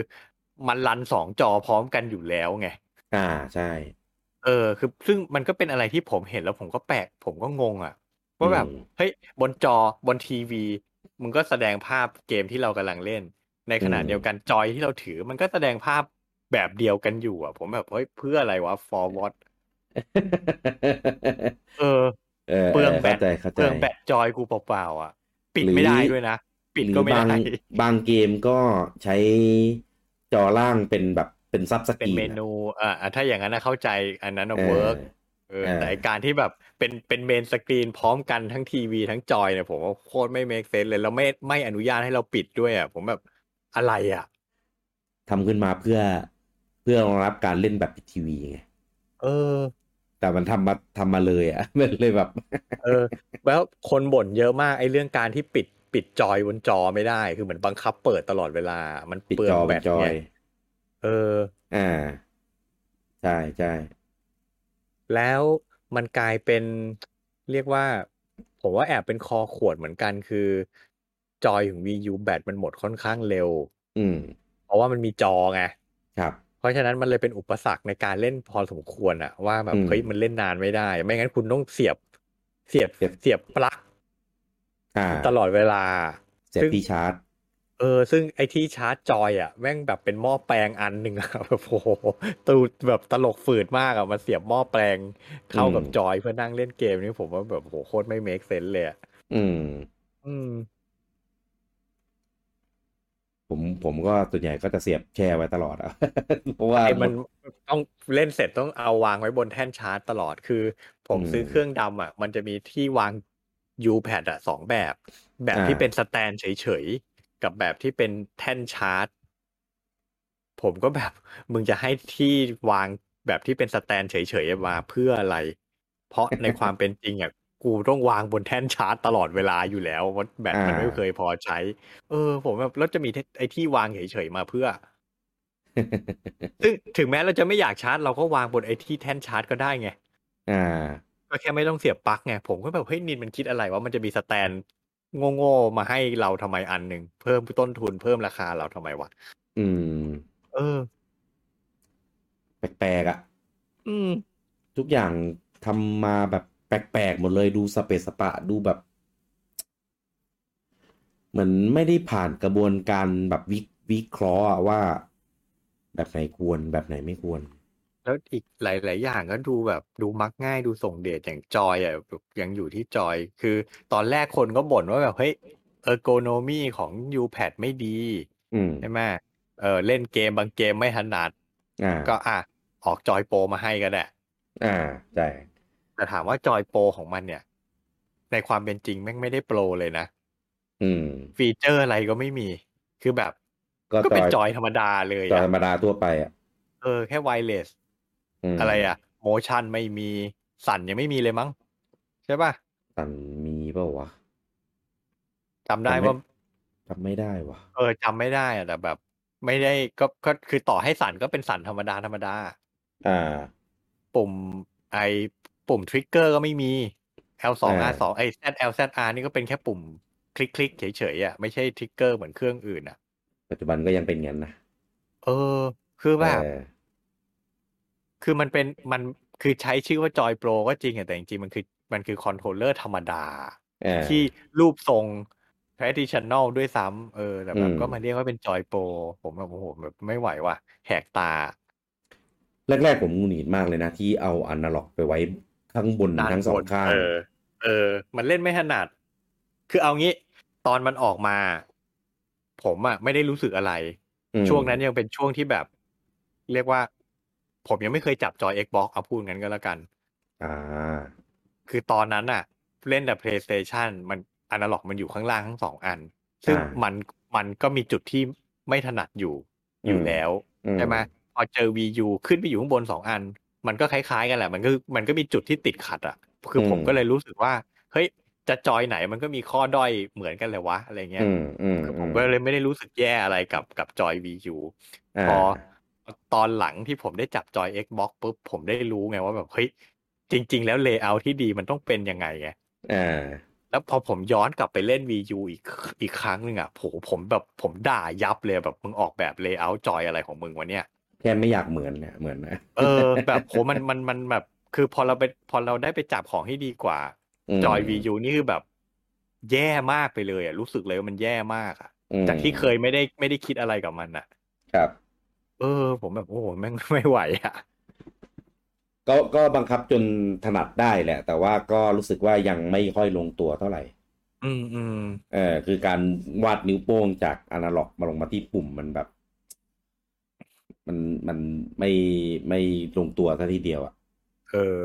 Speaker 2: มันรันสองจอพร้อมกันอยู่แล้วไง
Speaker 1: อ่าใช่ *laughs*
Speaker 2: เออคือซึ่งมันก็เป็นอะไรที่ผมเห็นแล้วผมก็แปลกผมก็งงอ่ะว่าแบบเฮ้ยบนจอบนทีวี มันก็แสดงภาพเกมที่เรากำลังเล่น ในขณะเดียวกันจอยที่เราถือ มันก็แสดงภาพแบบเดียวกันอยู่อ่ะ ผมแบบเฮ้ยเพื่ออะไรวะ for what เออ
Speaker 1: เออ
Speaker 2: เปลืองแบต
Speaker 1: เข้าใจเข้า
Speaker 2: เป
Speaker 1: ใจ
Speaker 2: ลืองแบตจอยกูเปล่าๆอ่ะ ปิด
Speaker 1: หรือ
Speaker 2: ไม่ได้ด้วยนะ ปิดก็ไม่
Speaker 1: หรือบา
Speaker 2: ได้
Speaker 1: งบางเกมก็ใช้จอล่างเป็นแบบเป็นซับสก
Speaker 2: เป็น
Speaker 1: รี
Speaker 2: เม
Speaker 1: น
Speaker 2: นูอ่าอ่ะถ้าอย่างนั้นนะเข้าใจอันนั้น
Speaker 1: เออ
Speaker 2: เวิร์กเออ
Speaker 1: เออ
Speaker 2: แต่ไอ้การที่แบบเป็นเป็นเมนสกรีนพร้อมกันทั้งทีวีทั้งจอยเนี่ยผมว่าโคตรไม่เมคเซนเลยแล้วไม่ไม่อนุญาตให้เราปิดด้วยอ่ะผมแบบอะไรอ่ะ
Speaker 1: ทำขึ้นมาเพื่อเพื่อรองรับการเล่นแบบปิดทีวีไง
Speaker 2: เออ
Speaker 1: แต่มันทำมาทำมาเลยอ่ะ *laughs* มันเลยแบบ
Speaker 2: เออ แล้วคนบ่นเยอะมากไอ้เรื่องการที่ปิดปิดจอยบนจอไม่ได้ คือเหมือนบังคับเปิดตลอดเวลา มัน
Speaker 1: ปิด
Speaker 2: เปลือ
Speaker 1: จ
Speaker 2: ง
Speaker 1: อ
Speaker 2: แบ
Speaker 1: เป็น
Speaker 2: ต
Speaker 1: จอ
Speaker 2: ไง
Speaker 1: ย
Speaker 2: เออ
Speaker 1: อ่า ใช่ใช่
Speaker 2: แล้วมันกลายเป็นเรียกว่า ผมว่าแอบเป็นคอขวดเหมือนกันคือ จอยของ Wii U แบตมันหมดค่อนข้างเร็ว
Speaker 1: อืม
Speaker 2: เพราะว่ามันมีจอไง
Speaker 1: ครับ
Speaker 2: เพราะฉะนั้นมันเลยเป็นอุปสรรคในการเล่นพอสมควรอะว่าแบ
Speaker 1: อื
Speaker 2: บ
Speaker 1: ม
Speaker 2: เฮ้ยมันเล่นนานไม่ได้ ไม่งั้นคุณต้องเสียบ เสียบ
Speaker 1: เสียบ
Speaker 2: เสียบปลั๊ก
Speaker 1: อ่า
Speaker 2: ตลอดเวลา
Speaker 1: เสียบที่ชาร์จ
Speaker 2: เออ ซึ่งไอ้ที่ชาร์จจอยอะแม่งแบบเป็นหม้อแปลงอันหนึ่งอะ *laughs* แบบโอ้โหตูดแบบตลกฝืดมากอะมาเสียบหม้อแปลงเข้ากับ
Speaker 1: อืม
Speaker 2: จอยเพื่อนั่งเล่นเกมนี่ผมว่าแบบโอ้โหโคตรไม่เมคเซนส์เลยอะ
Speaker 1: อืม
Speaker 2: อืม
Speaker 1: ผมผมก็ส่วนใหญ่ก็จะเสียบแช่ไว้ตลอด *laughs* อ่ะ เพราะว่า
Speaker 2: ไอ้มันต้องเล่นเสร็จต้องเอาวางไว้บนแท่นชาร์จตลอดคือ ผม
Speaker 1: อืม
Speaker 2: ซื้อเครื่องดำอ่ะ มันจะมีที่วาง U-Pad อ่ะสองแบบ แบบ
Speaker 1: อ่า
Speaker 2: ที่เป็นสแตนเฉยๆ กับแบบที่เป็นแท่นชาร์จ ผมก็แบบ มึงจะให้ที่
Speaker 1: *laughs*
Speaker 2: วางแบบที่เป็นสแตนเฉยๆมาเพื่ออะไร เพราะในความเป็นจริงอ่ะ กูต้องวางบนแท่นชาร์จตลอดเวลาอยู่แล้วว่าแบตมัน
Speaker 1: อ่า
Speaker 2: ไม่เคยพอใช้ เออ ผมแบบแล้วจะมีไอ้ที่วางเฉยๆมา
Speaker 1: *laughs*
Speaker 2: เพื่อ ซึ่งถึงแม้เราจะไม่อยากชาร์จเราก็วางบนไอ้ที่แท่นชาร์จก็ได้ไง
Speaker 1: อ่า
Speaker 2: ก็แค่ไม่ต้องเสียบปลั๊กไงผมก็แบบเฮ้ยนินมันคิดอะไรว่ามันจะมีสแตนโง่ๆมาให้เราทำไมอันหนึ่งเพิ่มต้นทุนเพิ่มราคาเราทำไมวะ
Speaker 1: อืม
Speaker 2: เออ
Speaker 1: แปลกๆอ่ะ
Speaker 2: อืม
Speaker 1: ทุกอย่างทำมาแบบแปลกๆหมดเลยดูสเปซสปะดูแบบ เหมือนไม่ได้ผ่านกระบวนการแบบวิวิเคราะห์อะว่า แบบไหนควรแบบไหนไม่ควร
Speaker 2: แล้วอีกหลาย ๆ อย่างก็ดูแบบดูมักง่ายดูส่งเดชอย่างจอยอ่ะยังอยู่ที่จอย คือตอนแรกคนก็บ่นว่าแบบเฮ้ยเออร์โกโนมีของ u p a d ไม่ดี
Speaker 1: อืม
Speaker 2: ใช่ไหมเออเล่นเกมบางเกมไม่ถนัด
Speaker 1: อ่า
Speaker 2: ก็อ่ะออกจอยโปรมาให้ก็ได้
Speaker 1: อ่าใช่
Speaker 2: แต่ถามว่าจอยโปรของมันเนี่ย ในความเป็นจริงแม่งไม่ได้โปรเลยนะ
Speaker 1: อืม
Speaker 2: ฟีเจอร์อะไรก็ไม่มี คือแบบ
Speaker 1: ก็
Speaker 2: ก็เป็นจอยธรรมดาเลย
Speaker 1: จอย
Speaker 2: อะ
Speaker 1: ธรรมดาทั่วไปอ่ะ
Speaker 2: เออแค่ไวเลส
Speaker 1: ม
Speaker 2: อะไรอะโมชันไม่มีสั่นยังไม่มีเลยมั้ง ใช่ป่ะ
Speaker 1: ตันมีเปล่าวะ
Speaker 2: จำได้ว่า
Speaker 1: ทำไม่ได้วะ
Speaker 2: เออจำไม่ได้อะแต่แบบ ไม่ได้ก็ก็คือต่อให้สั่นก็เป็นสั่นธรรมดาธรรมดา
Speaker 1: อ่า
Speaker 2: ปุ่มไอปุ่มทริกเกอร์ก็ไม่มี L2
Speaker 1: อ่า
Speaker 2: R2 ไอ ZLZR นี่ก็เป็นแค่ปุ่มคลิกคลิกๆเฉยๆอ่ะไม่ใช่ทริกเกอร์เหมือนเครื่องอื่นอ่ะ
Speaker 1: ปัจจุบันก็ยังเป็นงั้นนะ
Speaker 2: เออ คือแบบ
Speaker 1: เออ
Speaker 2: คือมันเป็นมันคือใช้ชื่อว่าจอยโปรก็จริงอะแต่จริงๆมันคือมันคือคอนโทรลเลอร์ธรรมดา
Speaker 1: เออ
Speaker 2: ที่รูปทรง traditional ด้วยซ้ำเออแต่แบบ
Speaker 1: อืม
Speaker 2: ก็มาเรียกว่าเป็นจอยโปรผมแบบโอ้โหแบบไม่ไหวว่ะแหกตา
Speaker 1: แรกๆผมหงุดหงิดมากเลยนะที่เอาอนาล็อกไปไว้ข้างบน
Speaker 2: ด้าน
Speaker 1: ทั้งสอง
Speaker 2: บน
Speaker 1: ข้าง
Speaker 2: เออ เออ มันเล่นไม่ถนัด คือเอางี้ ตอนมันออกมา ผมอะไม่ได้รู้สึกอะไร
Speaker 1: อืม
Speaker 2: ช่วงนั้นยังเป็นช่วงที่แบบ เรียกว่า ผมยังไม่เคยจับจอย Xbox เอาพูดงั้นก็แล้วกัน
Speaker 1: อ่า
Speaker 2: คือตอนนั้นอะเล่นแต่ PlayStation มันอนาล็อกมันอยู่ข้างล่างทั้งสองอัน ซึ่ง
Speaker 1: อ่ามั
Speaker 2: มันมันก็มีจุดที่ไม่ถนัดอยู่
Speaker 1: อืม
Speaker 2: อยู่แล้ว
Speaker 1: อื
Speaker 2: ใช่ไหมพอเจอ VU ขึ้นไปอยู่ข้างบนสองอัน มันก็คล้ายๆกันแหละ มันก็มันก็มีจุดที่ติดขัดอ่ะ คือผมก็เลยรู้สึกว่า เฮ้ย จะจอยไหนมันก็มีข้อด้อยเหมือนกันเลยวะ อะไรเงี้ย
Speaker 1: อืมอืม
Speaker 2: คือผมก็เลยไม่ได้รู้สึกแย่อะไรกับกับจอย VU
Speaker 1: า
Speaker 2: พอตอนหลังที่ผมได้จับจอย Xbox ปุ๊บผมได้รู้ไงว่าแบบเฮ้ยจริง ๆ แล้วเลเยอร์ที่ดีมันต้องเป็นยังไงไง
Speaker 1: อ่า
Speaker 2: แล้วพอผมย้อนกลับไปเล่น VU อีกอีกครั้งหนึ่งอ่ะโหผมแบบผมด่ายับเลยแบบมึงออกแบบเลเยอร์จอยอะไรของมึงวะเนี่ย
Speaker 1: แค่ไม่อยากเหมือนเนี่ยเหมือนนะ
Speaker 2: เออแบบโหมันมันมันแบบ คือพอเราไปพอเราได้ไปจับของที่ดีกว่า
Speaker 1: ม
Speaker 2: จอย VU นี่คือแบบ แย่มากไปเลยอ่ะรู้สึกเลยว่ามันแย่มากอ่ะ
Speaker 1: อืม
Speaker 2: จากที่เคยไม่ได้ไม่ได้คิดอะไรกับมันอ่ะ
Speaker 1: ครับ
Speaker 2: เออ ผมแบบโอ้โหแม่ง *laughs* ไม่ไหวอ่ะ
Speaker 1: ก็ก็บังคับจนถนัดได้แหละ แต่ว่าก็รู้สึกว่ายังไม่ค่อยลงตัวเท่าไหร่
Speaker 2: อืมอืม
Speaker 1: เออคือการวาดนิ้วโป้งจากอนาล็อกมาลงมาที่ปุ่มมันแบบ มันมันไม่ไม่ลงตัวซะทีเดียวอ่ะ
Speaker 2: เออ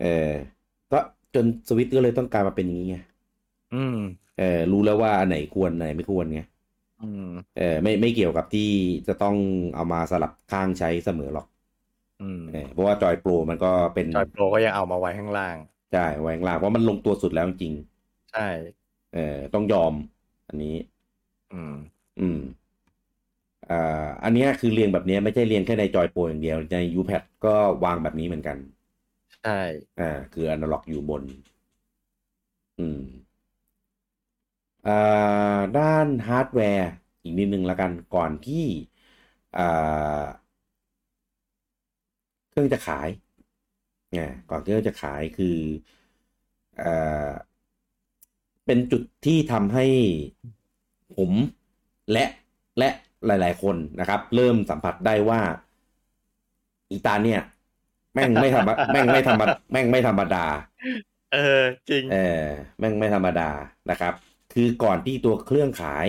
Speaker 1: เออก็จนสวิตช์ก็เลยต้องกลายมาเป็นอย่างนี้ไง
Speaker 2: อืม
Speaker 1: เออรู้แล้วว่าอันไหนควรอันไหนไม่ควรไง
Speaker 2: อืม
Speaker 1: เออไม่ไม่เกี่ยวกับที่จะต้องเอามาสลับข้างใช้เสมอหรอก
Speaker 2: อืม
Speaker 1: เออเพราะว่าจอยโปรมันก็เป็น
Speaker 2: จอยโปรก็ยังเอามาไว้ข้างล่าง
Speaker 1: ใช่แหวงลางเพราะมันลงตัวสุดแล้วจริง
Speaker 2: ใช่
Speaker 1: ๆเออต้องยอม อันนี้
Speaker 2: อืม
Speaker 1: อืมอ่าอันเนี้ยคือเรียงแบบเนี้ยไม่ใช่เรียงแค่ในจอยโปรอย่างเดียว ใน U-Pad ก็วางแบบนี้เหมือนกัน
Speaker 2: ใช่
Speaker 1: อ่า คืออนาล็อกอยู่บน อืมอ่าด้านฮาร์ดแวร์ อีกนิดนึงละกันก่อนที่อ่าเครื่องจะขายอ่าก่อนที่เครื่องจะขายคืออ่าเป็นจุดที่ทำให้ผมและและหลาย ๆ คนนะครับ เริ่มสัมผัสได้ว่าอีตาเนี่ย แม่งไม่ธรรมดาแม่งไม่ธรรมดาแม่งไม่ธรรมดา
Speaker 2: เออ จริง
Speaker 1: เออแม่งไม่ธรรมดานะครับ คือก่อนที่ตัวเครื่องขาย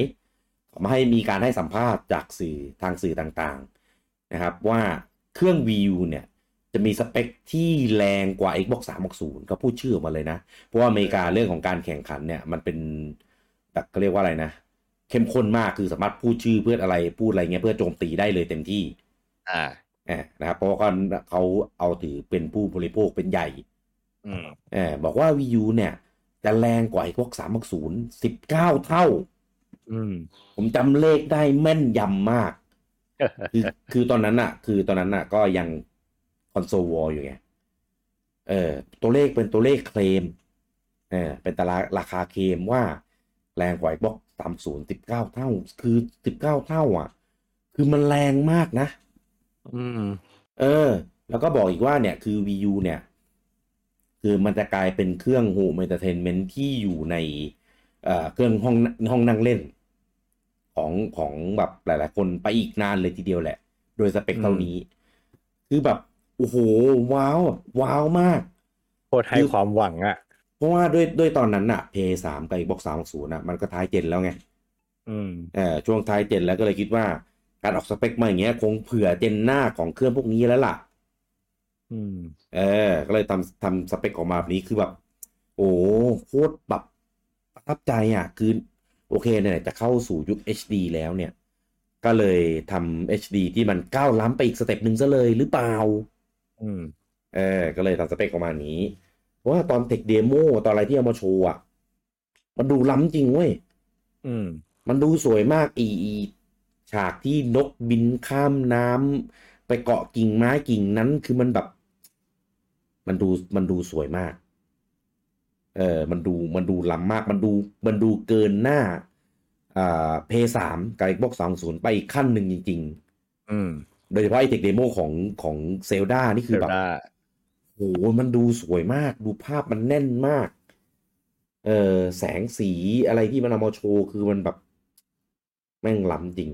Speaker 1: มาให้มีการให้สัมภาษณ์จากสื่อทางสื่อต่างๆนะครับ ว่าเครื่อง VU เนี่ย จะมีสเปคที่แรงกว่า Xbox 360เขาพูดชื่อออกมาเลยนะ เพราะว่าอเมริกาเรื่องของการแข่งขันเนี่ยมันเป็นแบบเขาเรียกว่าอะไรนะ เข้มข้นมากคือสามารถพูดชื่อเพื่ออะไรพูดอะไรเงี้ยเพื่อโจมตีได้เลยเต็มที่
Speaker 2: อ่า
Speaker 1: อ่านะครับเพราะว่าเขาเขาเอาถือเป็นผู้บริโภคเป็นใหญ่
Speaker 2: อืม
Speaker 1: เออบอกว่า VU เนี่ย จะแรงกว่าไอ้พวกสามศูนย์สิบเก้าเท่า
Speaker 2: อืม *laughs*
Speaker 1: ผมจำเลขได้แม่นยำมาก คือคือตอนนั้นอะคือตอนนั้นอะก็ยังคอนโซลวอลอยู่ไง เออตัวเลขเป็นตัวเลขเคลม เออเป็นตารางราคาเคลมว่าแรงกว่าไอ้บล็อกสามศูนย์สิบเก้าเท่า คือสิบเก้าเท่าอ่ะ คือมันแรงมากนะ
Speaker 2: อืม
Speaker 1: เออ แล้วก็บอกอีกว่าเนี่ยคือ VU เนี่ย คือมันจะกลายเป็นเครื่องโฮมเอนเตอร์เทนเมนต์ที่อยู่ในเอ่อเครื่องห้องห้องนั่งเล่น ของของแบบหลาย ๆ คนไปอีกนานเลยทีเดียวแหละ โดยสเปคเท่านี้ คือแบบ โอ้โห ว้าว ว้าวมาก
Speaker 2: โคตรให้ความหวังอ่ะ
Speaker 1: เพราะว่าด้วยด้วยตอนนั้นอะเพย์สามกับ Xbox สามศูนย์อะมันก็ท้ายเจนแล้วไง
Speaker 2: อืม
Speaker 1: เออช่วงท้ายเจนแล้วก็เลยคิดว่า การออกสเปคมาอย่างเงี้ยคงเผื่อเจนหน้าของเครื่องพวกนี้แล้วล่ะ
Speaker 2: อืม
Speaker 1: เออ ก็เลยทำทำสเปคออกมาแบบนี้คือแบบ โอ้โหโคตรแบบประทับใจอ่ะ คือ โอเคเนี่ยจะเข้าสู่ยุค HD แล้วเนี่ย ก็เลยทำ HD ที่มันก้าวล้ำไปอีกสเต็ปหนึ่งซะเลยหรือเปล่า
Speaker 2: อืม
Speaker 1: เออ ก็เลยทำสเปคออกมาอย่างนี้ เพราะว่าตอนเทคเดโมตอนอะไรที่เอามาโชว์อ่ะ มันดูล้ำจริงเว้ย
Speaker 2: อืม
Speaker 1: มันดูสวยมากอีอีฉากที่นกบินข้ามน้ำไปเกาะกิ่งไม้กิ่งนั้นคือมันแบบ มันดูมันดูสวยมาก เออ มันดูมันดูล้ำมาก มันดูมันดูเกินหน้า อ่าเพย์สามกับ Xbox 30 ไปอีกขั้นหนึ่งจริง
Speaker 2: อืม
Speaker 1: ๆ โดยเฉพาะไอเทคเดโมของของเซลดานี่คือแบบ
Speaker 2: เดี๋ยวได้
Speaker 1: โอ้โหมันดูสวยมาก ดูภาพมันแน่นมาก เออแสงสีอะไรที่มันเอามาโชว์คือมันแบบ แม่งล้ำจริง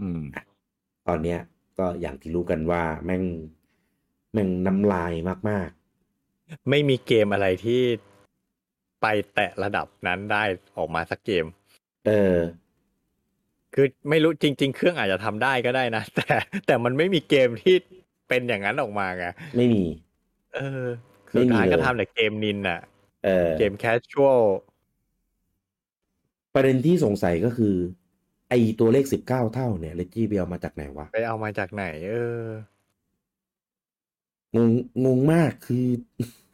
Speaker 2: อืม
Speaker 1: ตอนเนี้ย ก็อย่างที่รู้กันว่าแม่ง แม่งน้ำลายมาก
Speaker 2: ไม่มีเกมอะไรที่ไปแตะระดับนั้นได้ออกมาสักเกม
Speaker 1: ๆ เออ
Speaker 2: คือไม่รู้จริง ๆ เครื่องอาจจะทำได้ก็ได้นะ *laughs* แต่แต่มันไม่มีเกมที่เป็นอย่างนั้นออกมาไง
Speaker 1: ไม่มี
Speaker 2: เออคือ
Speaker 1: ไม่มี
Speaker 2: ทายก็
Speaker 1: เลย
Speaker 2: ทำแต่เกมนินน่ะ
Speaker 1: เออ
Speaker 2: เกมแคชชวล
Speaker 1: ประเด็นที่สงสัยก็คือ ไอตัวเลขสิบเก้าเท่าเนี่ยเลจี้เบลมาจากไหนวะ
Speaker 2: ไปเอามาจากไหน เออ
Speaker 1: งงงงมากคือ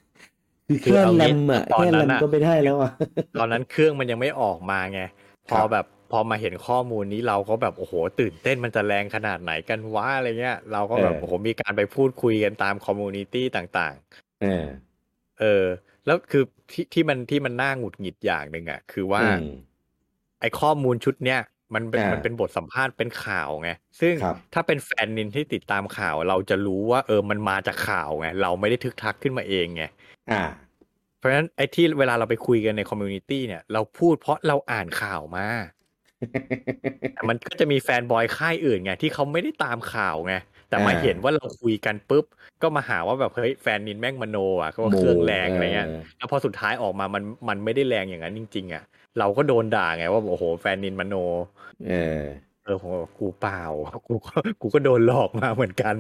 Speaker 1: *laughs* คือ
Speaker 2: คือ
Speaker 1: แค่
Speaker 2: เอางี้
Speaker 1: ลำอ่ะ
Speaker 2: ตอน
Speaker 1: แค่
Speaker 2: นั้นอะ
Speaker 1: ลำก็ไม่ได้แล้วอ่ะ
Speaker 2: ตอนนั้นเครื่องมันยังไม่ออกมาไง พอแบบพอมาเห็นข้อมูลนี้เราก็แบบ โอ้โห ตื่นเต้นมันจะแรงขนาดไหนกันวะอะไรเงี้ย เราก็แบบ
Speaker 1: เออ
Speaker 2: โอ้โหมีการไปพูดคุยกันตามคอมมูนิตี้ต่าง
Speaker 1: เออ
Speaker 2: ๆ เออ แล้วคือที่ที่มันที่มันน่าหงุดหงิดอย่างหนึ่งอ่ะ คือว่า
Speaker 1: อืม
Speaker 2: ไอข้อมูลชุดเนี้ยมันเป็น
Speaker 1: อ่ามั
Speaker 2: มันเป็นบทสัมภาษณ์เป็นข่าวไง ซึ่ง
Speaker 1: ครับ
Speaker 2: ถ้าเป็นแฟนนินที่ติดตามข่าว เราจะรู้ว่าเออมันมาจากข่าวไง เราไม่ได้ทึกทักขึ้นมาเองไง
Speaker 1: อ่า
Speaker 2: เพราะฉะนั้นไอ้ที่เวลาเราไปคุยกันในคอมมูนิตี้เนี่ยเราพูดเพราะเราอ่านข่าวมา แต่มันก็จะมีแฟนบอยค่ายอื่นไง ที่เขาไม่ได้ตามข่าวไง แต่มา
Speaker 1: อ่า
Speaker 2: เห็นว่าเราคุยกันปุ๊บ ก็มาหาว่าแบบเฮ้ยแฟนนินแม่งมโนอ่ะก็ว่าเครื่องแรงอะไรเงี้ย แล้วพอสุดท้ายออกมามันมันไม่ได้แรงอย่างนั้นจริงๆอ่ะเราก็โดนด่าไงว่าโอ้โหแฟนนินมโน
Speaker 1: เออ
Speaker 2: เออผมก็บอกกูเปล่า กูก็กูก็โดนหลอกมาเหมือนกัน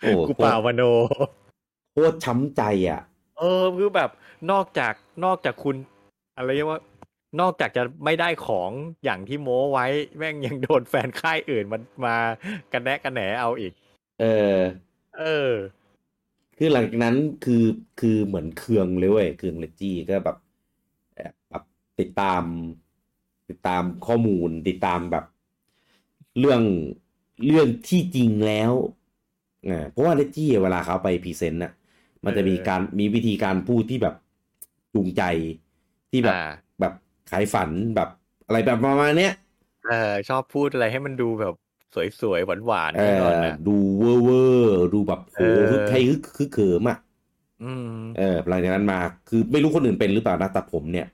Speaker 1: โอ้โห
Speaker 2: กูเปล่ามโน
Speaker 1: โคตรช้ำใจอ่ะ
Speaker 2: เออคือแบบนอกจากนอกจากคุณอะไรเรียกว่านอกจากจะไม่ได้ของอย่างที่โม้ไว้ แม่งยังโดนแฟนค่ายอื่นมันมากันแนะกันแหนเอาอีก
Speaker 1: เออ
Speaker 2: เออ
Speaker 1: คือหลังจากนั้นคือคือเหมือนเคืองเลยเว้ยเคืองเลจี้ก็แบบแอบแบบติดตาม ติดตามข้อมูล ติดตามแบบ เรื่องเรื่องที่จริงแล้วอ่าเพราะว่าเลจี้เวลาเขาไปพรีเซนต์น่ะ มันจะมีการมีวิธีการพูดที่แบบจูงใจที่แบบ
Speaker 2: อ่า
Speaker 1: แบบขายฝันแบบอะไรแบบประมาณเนี้ย
Speaker 2: เออ ชอบพูดอะไรให้มันดูแบบสวยๆหวานๆ
Speaker 1: เอ
Speaker 2: ไปก่อน
Speaker 1: อ
Speaker 2: นะ
Speaker 1: ดูเวอร์เวอร์ดูแบบโห
Speaker 2: เออ
Speaker 1: ฮึกไทยฮึกคือเขิมอ่ะ
Speaker 2: อืม
Speaker 1: เออหลังจากนั้นมาคือไม่รู้คนอื่นเป็นหรือเปล่านะแต่ผมเนี่ย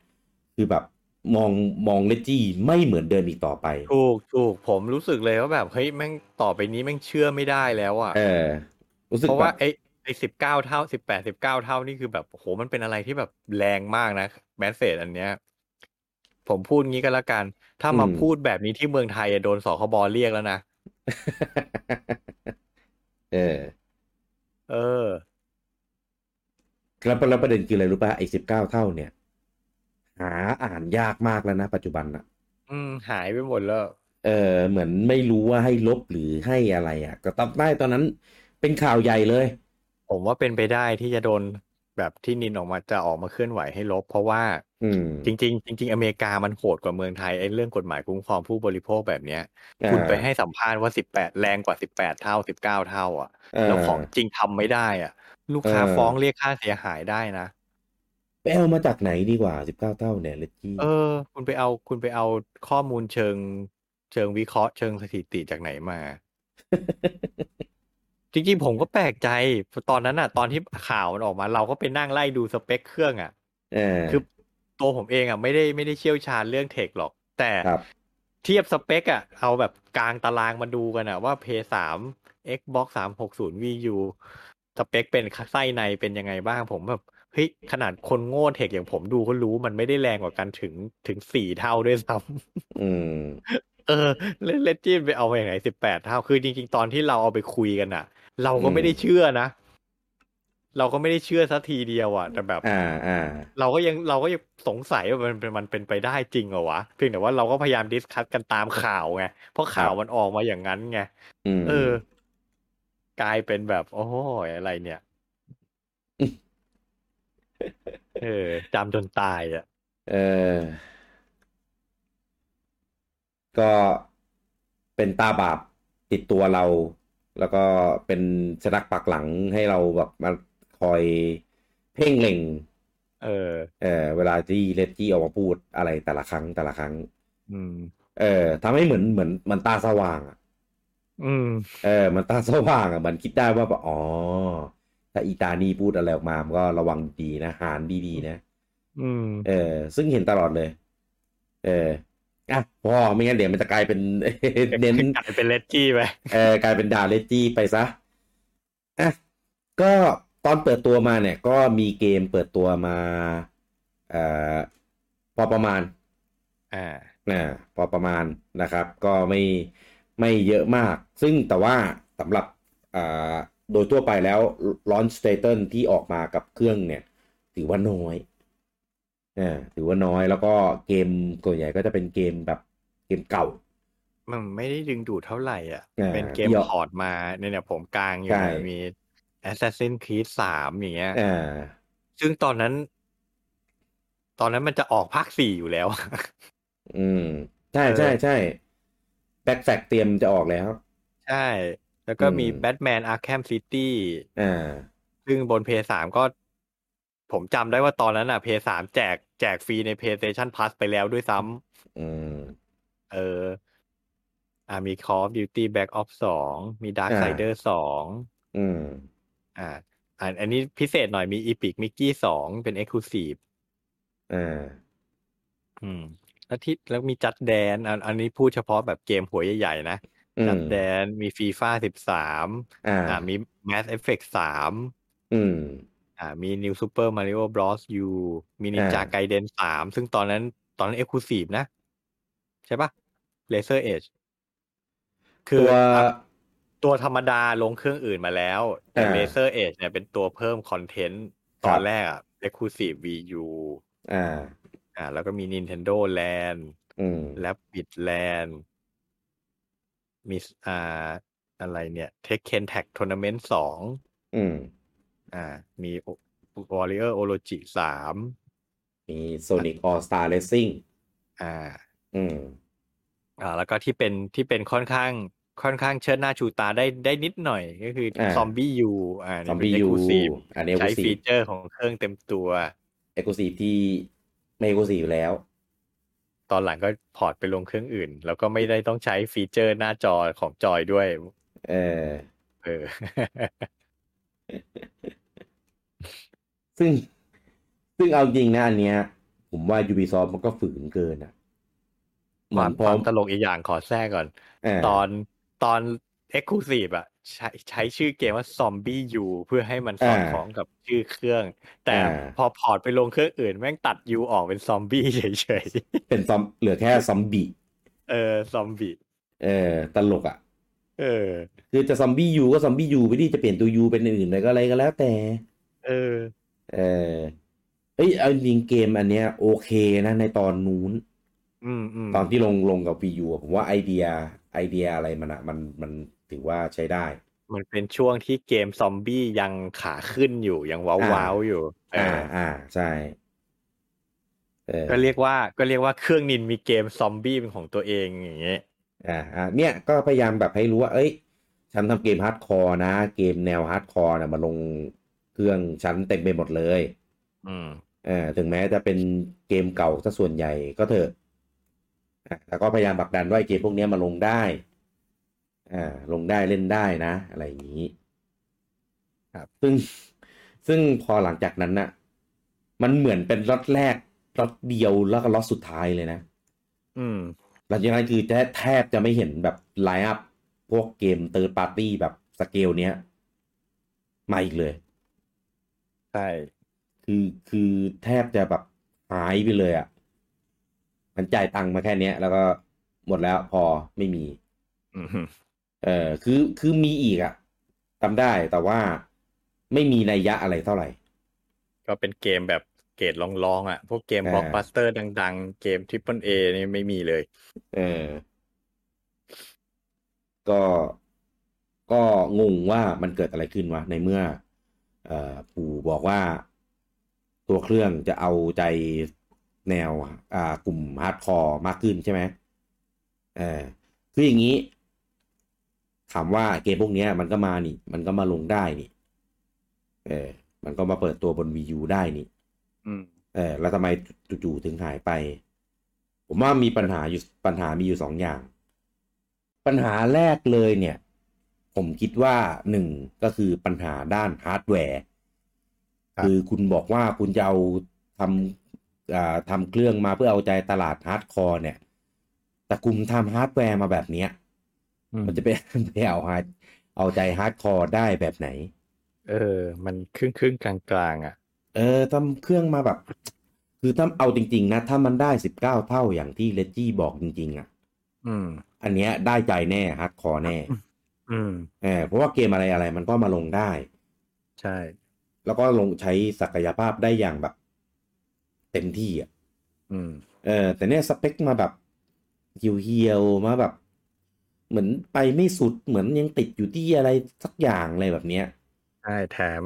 Speaker 1: คือแบบมองมองเลจี้ไม่เหมือนเดิมอีกต่อไป
Speaker 2: ถูกถูกผมรู้สึกเลยว่าแบบเฮ้ยแม่งต่อไปนี้แม่งเชื่อไม่ได้แล้วอ่ะ
Speaker 1: เออ รู้สึก
Speaker 2: เพราะ
Speaker 1: แบ
Speaker 2: ว่า
Speaker 1: บ
Speaker 2: ไอ้ไอ้สิบเก้าเท่าสิบแปดสิบเก้าเท่านี่คือแบบโอ้โหมันเป็นอะไรที่แบบแรงมากนะแมสเซจอันเนี้ย ผมพูดงี้ก็แล้วกัน ถ้ามาพูดแบบนี้ที่เมืองไทยอะโดนสคบเรียกแล้วนะ
Speaker 1: *laughs* เออ
Speaker 2: เออ
Speaker 1: แล้วแล้วประเด็นคืออะไรรู้ป่ะไอ้สิบเก้าเท่าเนี่ย หาอ่านยากมากแล้วนะ ปัจจุบันอ่ะ
Speaker 2: อืม หายไปหมดแล้ว
Speaker 1: เออเหมือนไม่รู้ว่าให้ลบหรือให้อะไรอ่ะ ก็ตับได้ตอนนั้นเป็นข่าวใหญ่เลย
Speaker 2: ผมว่าเป็นไปได้ที่จะโดนแบ แบบที่นินออกมาจะออกมาเคลื่อนไหวให้ลบ เพราะว่า
Speaker 1: อืม
Speaker 2: จริง ๆ จริง ๆ อเมริกามันโหดกว่าเมืองไทยไอ้เรื่องกฎหมายคุ้มครองผู้บริโภคแบบเนี้ย คุณไปให้สัมภาษณ์ว่าสิบแปดแรงกว่าสิบแปดเท่าสิบเก้าเท่า อ่ะ
Speaker 1: า
Speaker 2: แล้วของจริงทำไม่ได้อ่ะ ลูกค้า
Speaker 1: เออ
Speaker 2: ฟ้องเรียกค่าเสียหายได้นะ
Speaker 1: ไปเอามาจากไหนดีกว่าสิบเก้าเท่าเนี่ยเลจี้
Speaker 2: เออ คุณไปเอาคุณไปเอาข้อมูลเชิง เชิงวิเคราะห์เชิงสถิติจากไหนมา
Speaker 1: *laughs*
Speaker 2: จริงๆผมก็แปลกใจตอนนั้นอ่ะ ตอนที่ข่าวมันออกมา เราก็ไปนั่งไล่ดูสเปคเครื่องอ่ะ
Speaker 1: เออ
Speaker 2: คือตัวผมเองอ่ะไม่ได้ไม่ได้เชี่ยวชาญเรื่องเทคหรอก แต่
Speaker 1: ครับ
Speaker 2: เทียบสเปคอ่ะเอาแบบกลางตารางมาดูกันอ่ะว่า p 3 Xbox 360 VU สเปคเป็นไส้ในเป็นยังไงบ้างผมแบบเฮ้ยขนาดคนโง่เทคอย่างผมดูก็รู้มันไม่ได้แรงกว่ากันถึงถึงสี่เท่าด้วยซ้
Speaker 1: อืม
Speaker 2: ำ *laughs* เออเล่นเลจินไปเอามาอย่างไหนสิบแปดเท่า คือจริง ๆ ตอนที่เราเอาไปคุยกันอ่ะ เราก็ไม่ได้เชื่อนะ เราก็ไม่ได้เชื่อสักทีเดียวอ่ะแต่แบบ
Speaker 1: อ่าอ่า
Speaker 2: เราก็ยังเราก็ยังสงสัยว่ามันเป็นมันเป็นไปได้จริงเหรอวะเพียงแต่ว่าเราก็พยายามดิสคัตกันตามข่าวไงเพราะข่า
Speaker 1: ค
Speaker 2: ว
Speaker 1: รับ
Speaker 2: มันออกมาอย่างนั้นไง
Speaker 1: อืม
Speaker 2: เออ กลายเป็นแบบ โอ้โหอะไรเนี่ย เออจำจนตายอ่ะ
Speaker 1: เออ ก็เป็นตาบาปติดตัวเรา แล้วก็เป็นสนักปักหลังให้เราแบบมาคอยเพ่งเล็ง
Speaker 2: เออ
Speaker 1: เออเวลาที่เลดจี้ออกมาพูดอะไรแต่ละครั้งแต่ละครั้ง
Speaker 2: อืม
Speaker 1: เออทำให้เหมือนเหมือนมันตาสว่างอะ
Speaker 2: อืม
Speaker 1: เออ มันตาสว่างอ่ะ มันคิดได้ว่าแบบอ๋อ ถ้าอีตานี่พูดอะไรออกมา มันก็ระวังดีนะ หารดีๆนะ
Speaker 2: อืม
Speaker 1: เออ ซึ่งเห็นตลอดเลย เออ อ่ะพอไม่งั้นเดี๋ยวมันจะกลายเป็น *laughs* เน้น
Speaker 2: กลายเป็นเลตจี้ไป
Speaker 1: เออกลายเป็นดาเลจี้ไปซะ อ่ะ ก็ตอนเปิดตัวมาเนี่ย ก็มีเกมเปิดตัวมา เอ่อ พอประมาณ
Speaker 2: อ่า
Speaker 1: นะพอประมาณนะครับ ก็ไม่ไม่เยอะมาก ซึ่งแต่ว่าสำหรับอ่าโดยทั่วไปแล้วลอนสเตเต n ที่ออกมากับเครื่องเนี่ย ถือว่าน้อยอ่าถือว่าน้อยแล้วก็เกมส่วนใหญ่ก็จะเป็นเกมแบบเกมเก่า
Speaker 2: มันไม่ได้ดึงดูดเท่าไหร่อ่ะ
Speaker 1: อ่า
Speaker 2: เป็นเกม
Speaker 1: เดี๋ยว
Speaker 2: พอร์ตมาเนี่ยเนี่ยผมกลางอยู่
Speaker 1: ใช่
Speaker 2: เนี่ยมี Assassin's Creed สามอย่างเงี้ย
Speaker 1: อ่า
Speaker 2: ซึ่งตอนนั้น ตอนนั้นมันจะออกภาคสี่อยู่แล้ว *laughs*
Speaker 1: อืม ใช่ใช่ใช่แบ็กแฟกเตรียมจะออกแล้ว
Speaker 2: ใช่ แล้วก็มี
Speaker 1: อืม
Speaker 2: แบทแมนอาร์แคมซิตี้
Speaker 1: อ่า
Speaker 2: ซึ่งบนเพย์สามก็ ผมจำได้ว่าตอนนั้นอ่ะเพย์สามแจกแจกฟรีใน PlayStation Plus ไปแล้วด้วยซ้
Speaker 1: อืม
Speaker 2: ำเออ อ่ามี Call of Duty Black Ops สองมี Dark
Speaker 1: อ่า
Speaker 2: Sider สอง
Speaker 1: อืม
Speaker 2: อ่าอันอันนี้พิเศษหน่อยมี Epic Mickey สองเป็น Exclusive
Speaker 1: อ่า
Speaker 2: อืม แล้วที่แล้วมีจัดแดนอันอันนี้พูดเฉพาะแบบเกมหัวใหญ่ๆนะ
Speaker 1: อื
Speaker 2: จั
Speaker 1: ม
Speaker 2: ดแดนมีฟีฟ่าสิบสาม
Speaker 1: อ่า
Speaker 2: อ่ามี Mass Effect สาม
Speaker 1: อืม
Speaker 2: อ่ามี New Super Mario Bros. U มี
Speaker 1: อ่า
Speaker 2: Ninja Gaiden สามซึ่งตอนนั้นตอนนั้น Exclusive นะ ใช่ปะ Laser Edge คือ
Speaker 1: ตัว
Speaker 2: อ่ะตัวธรรมดาลงเครื่องอื่นมาแล้ว แต่
Speaker 1: อ่า
Speaker 2: Laser Edge เนี่ยเป็นตัวเพิ่มคอนเทนต์
Speaker 1: ค
Speaker 2: ต
Speaker 1: รั
Speaker 2: อบ นแรกอ่ะ Exclusive Wii U
Speaker 1: อ่า
Speaker 2: อ่า แล้วก็มี Nintendo Land
Speaker 1: อืม
Speaker 2: และปิดแลนด์มีอ่าอะไรเนี่ยเทคเคนแท็กทัวร์นาเมนต์สอง
Speaker 1: อืม
Speaker 2: อ่า มีวอริเออร์โอโลจิสาม
Speaker 1: มี Sonic All Star Racing
Speaker 2: อ่า
Speaker 1: อืม
Speaker 2: อ่า แล้วก็ที่เป็นที่เป็นค่อนข้างค่อนข้างเชิดหน้าชูตาได้ได้นิดหน่อย ก็คือ
Speaker 1: อ่า
Speaker 2: ซอมบี้ยูอ่า
Speaker 1: ซอม
Speaker 2: นี่
Speaker 1: บี้
Speaker 2: เป็นเอ็ก
Speaker 1: ยู
Speaker 2: ซ์คลูซีฟ
Speaker 1: อันนี้เอ็กซ์คลู
Speaker 2: ใช้
Speaker 1: ซี
Speaker 2: ฟี
Speaker 1: ฟ
Speaker 2: เจอร์ของเครื่องเต็มตัว
Speaker 1: เอ็กซ์คลูซีฟที่ไม่เอ็กซ์คลูซีฟแล้ว
Speaker 2: ตอนหลังก็พอร์ตไปลงเครื่องอื่น แล้วก็ไม่ได้ต้องใช้ฟีเจอร์หน้าจอของจอยด้วย
Speaker 1: เออ
Speaker 2: เออ
Speaker 1: ซึ่ง ซึ่งเอาจริงนะอันเนี้ย ผมว่า Ubisoft มันก็ฝืนเกินอ่ะเห
Speaker 2: ค
Speaker 1: มื
Speaker 2: วา
Speaker 1: อ
Speaker 2: ม
Speaker 1: นพ
Speaker 2: ค
Speaker 1: อ
Speaker 2: วามตลกอีกอย่างขอแทรกก่อน
Speaker 1: เอ่า
Speaker 2: ตอนตอนเอ็กซ์คลูซีฟอะใช้ใช้ชื่อเกมว่าซอมบี้ยูเพื่อให้มันสอดคล้องกับชื่อเครื่อง แต่พอพอร์ตไปลงเครื่องอื่น แม่งตัดยูออกเป็นซอมบี้เฉย
Speaker 1: เป็นซอมเหลือแค่ซอมบี้
Speaker 2: ๆ เออ ซอมบี้
Speaker 1: เออ ตลกอ่ะ
Speaker 2: เออ
Speaker 1: คือจะซอมบี้ยูก็ซอมบี้ยูไปดิจะเปลี่ยนตัวยูเป็นอื่นอะไรก็อะไรก็แล้วแต่
Speaker 2: เออ
Speaker 1: เออเอ้ยเอาจริงเกมอันเนี้ย โอเคนะในตอนนู้น
Speaker 2: อืมอืม
Speaker 1: ตอนที่ลงลงกับ Wii U อะผมว่าไอเดียไอเดียอะไรมันอะมันมันถือว่าใช้ได้
Speaker 2: มันเป็นช่วงที่เกมซอมบี้ยังขาขึ้นอยู่ ยังว้าวว้าวๆอยู่เออ
Speaker 1: อ่า
Speaker 2: อ
Speaker 1: อ่าใช่เออ
Speaker 2: ก็เรียกว่าก็เรียกว่าเครื่องนินมีเกมซอมบี้เป็นของตัวเองอย่างเงี้ย
Speaker 1: อ่าอ่าเนี่ยก็พยายามแบบให้รู้ว่า เอ้ย ฉันทำเกมฮาร์ดคอร์นะ เกมแนวฮาร์ดคอร์นะมาลงเครื่องฉันเต็มไปหมดเลย
Speaker 2: อืม
Speaker 1: เออถึงแม้จะเป็นเกมเก่าซะส่วนใหญ่ก็เถอะอ่ะแต่ก็พยายามผลักดันว่าไอ้เกมพวกเนี้ยมาลงได้อ่าลงได้เล่นได้นะ อะไรอย่างนี้
Speaker 2: ครับ
Speaker 1: ซึ่งซึ่งพอหลังจากนั้นน่ะ มันเหมือนเป็นล็อตแรกล็อตเดียวแล้วก็ล็อตสุดท้ายเลยนะ
Speaker 2: อืม
Speaker 1: หลังจากนั้นคือแทบแทบจะไม่เห็นแบบไลน์อัพพวกเกมเต i ร์ p ปาร์ตี้แบบสเกลเนี้ยมาอีกเลย
Speaker 2: ใช่
Speaker 1: คือคือแทบจะแบบหายไปเลยอ่ะ มันจ่ายตังค์มาแค่เนี้ย แล้วก็หมดแล้วพอไม่มี
Speaker 2: อืม
Speaker 1: เออคือคือมีอีกอ่ะทำได้แต่ว่าไม่มีนัยยะอะไรเท่าไหร่
Speaker 2: ก็เป็นเกมแบบเกรดลองๆอ่ะ พวกเกม
Speaker 1: อ่า
Speaker 2: บล็อกบัสเตอร์ดังๆ เกมทริปเปิลเอนี่ไม่มีเลย
Speaker 1: เออ ก็ก็งงว่ามันเกิดอะไรขึ้นวะในเมื่อ เอ่อปู่บอกว่าตัวเครื่องจะเอาใจแนว อ่ากลุ่มฮาร์ดคอร์มากขึ้นใช่ไหมเออคืออย่างนี้ถามว่าเกมพวกเนี้ย มันก็มานี่ มันก็มาลงได้นี่ เออ มันก็มาเปิดตัวบน Wii U ได้นี่
Speaker 2: อืม
Speaker 1: เออแล้วทำไมจู่ๆถึงหายไป ผมว่ามีปัญหาอยู่ปัญหามีอยู่สองอย่าง ปัญหาแรกเลยเนี่ย ผมคิดว่าหนึ่งก็คือปัญหาด้านฮาร์ดแวร์
Speaker 2: ครับ
Speaker 1: คือคุณบอกว่าคุณจะเอาทำอ่าทำเครื่องมาเพื่อเอาใจตลาดฮาร์ดคอร์เนี่ย แต่กลุ่มทำฮาร์ดแวร์มาแบบเนี้ย มันจะไป *laughs* ไปเอาฮาร์ดเอาใจฮาร์ดคอร์ได้แบบไหน
Speaker 2: เออ มันครึ่งครึ่งๆกลางกลางๆอ่ะ
Speaker 1: เออทำเครื่องมาแบบ คือถ้าเอาจริง ๆ นะ ถ้ามันได้สิบเก้าเท่าอย่างที่เลจี้บอกจริง ๆ อ่ะ
Speaker 2: อืม
Speaker 1: อันเนี้ยได้ใจแน่ฮาร์ดคอร์แน่
Speaker 2: อืม
Speaker 1: เออเพราะว่าเกมอะไรอะไรๆมันก็มาลงได้
Speaker 2: ใช่
Speaker 1: แล้วก็ลงใช้ศักยภาพได้อย่างแบบ เต็มที่อ่ะ
Speaker 2: อืม
Speaker 1: เออ แต่เนี่ยสเปคมาแบบเหี่ยวๆมาแบบ เหมือนไปไม่สุดเหมือนยังติดอยู่ที่อะไรสักอย่างอะไรแบบเนี้ย
Speaker 2: ใช่ แถม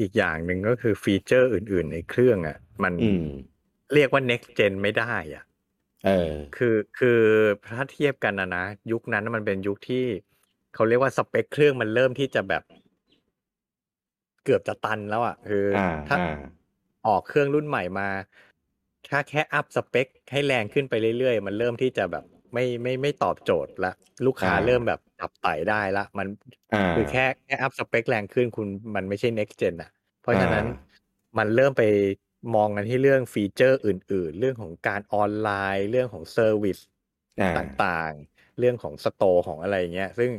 Speaker 2: อีกอย่างหนึ่งก็คือฟีเจอร์อื่น ๆ ในเครื่องอ่ะ มัน
Speaker 1: อืม
Speaker 2: เรียกว่า next gen ไม่ได้อ่ะ
Speaker 1: เออ
Speaker 2: คือคือถ้าเทียบกันนะนะ ยุคนั้นมันเป็นยุคที่เขาเรียกว่าสเปคเครื่องมันเริ่มที่จะแบบ เกือบจะตันแล้วอ่ะ คืออ
Speaker 1: อ่า
Speaker 2: ถ้า
Speaker 1: อ่า
Speaker 2: ออกเครื่องรุ่นใหม่มา ถ้าแค่อัพสเปคให้แรงขึ้นไปเรื่อยๆ มันเริ่มที่จะแบบไม่ไม่ไม่ตอบโจทย์ละ ลูกค้า
Speaker 1: อ่า
Speaker 2: เริ่มแบบจับไต่ได้ละ มัน
Speaker 1: อ่า
Speaker 2: คือแค่แค่อัพสเปคแรงขึ้นคุณมันไม่ใช่ next gen อ่ะ เพราะฉะนั้น
Speaker 1: อ่า
Speaker 2: มันเริ่มไปมองกันที่เรื่องฟีเจอร์อื่น ๆ เรื่องของการออนไลน์ เรื่องของเซอร์วิส
Speaker 1: อ่า
Speaker 2: ต่างๆ เรื่องของสโตร์ของอะไรอย่างเงี้ย ซึ่ง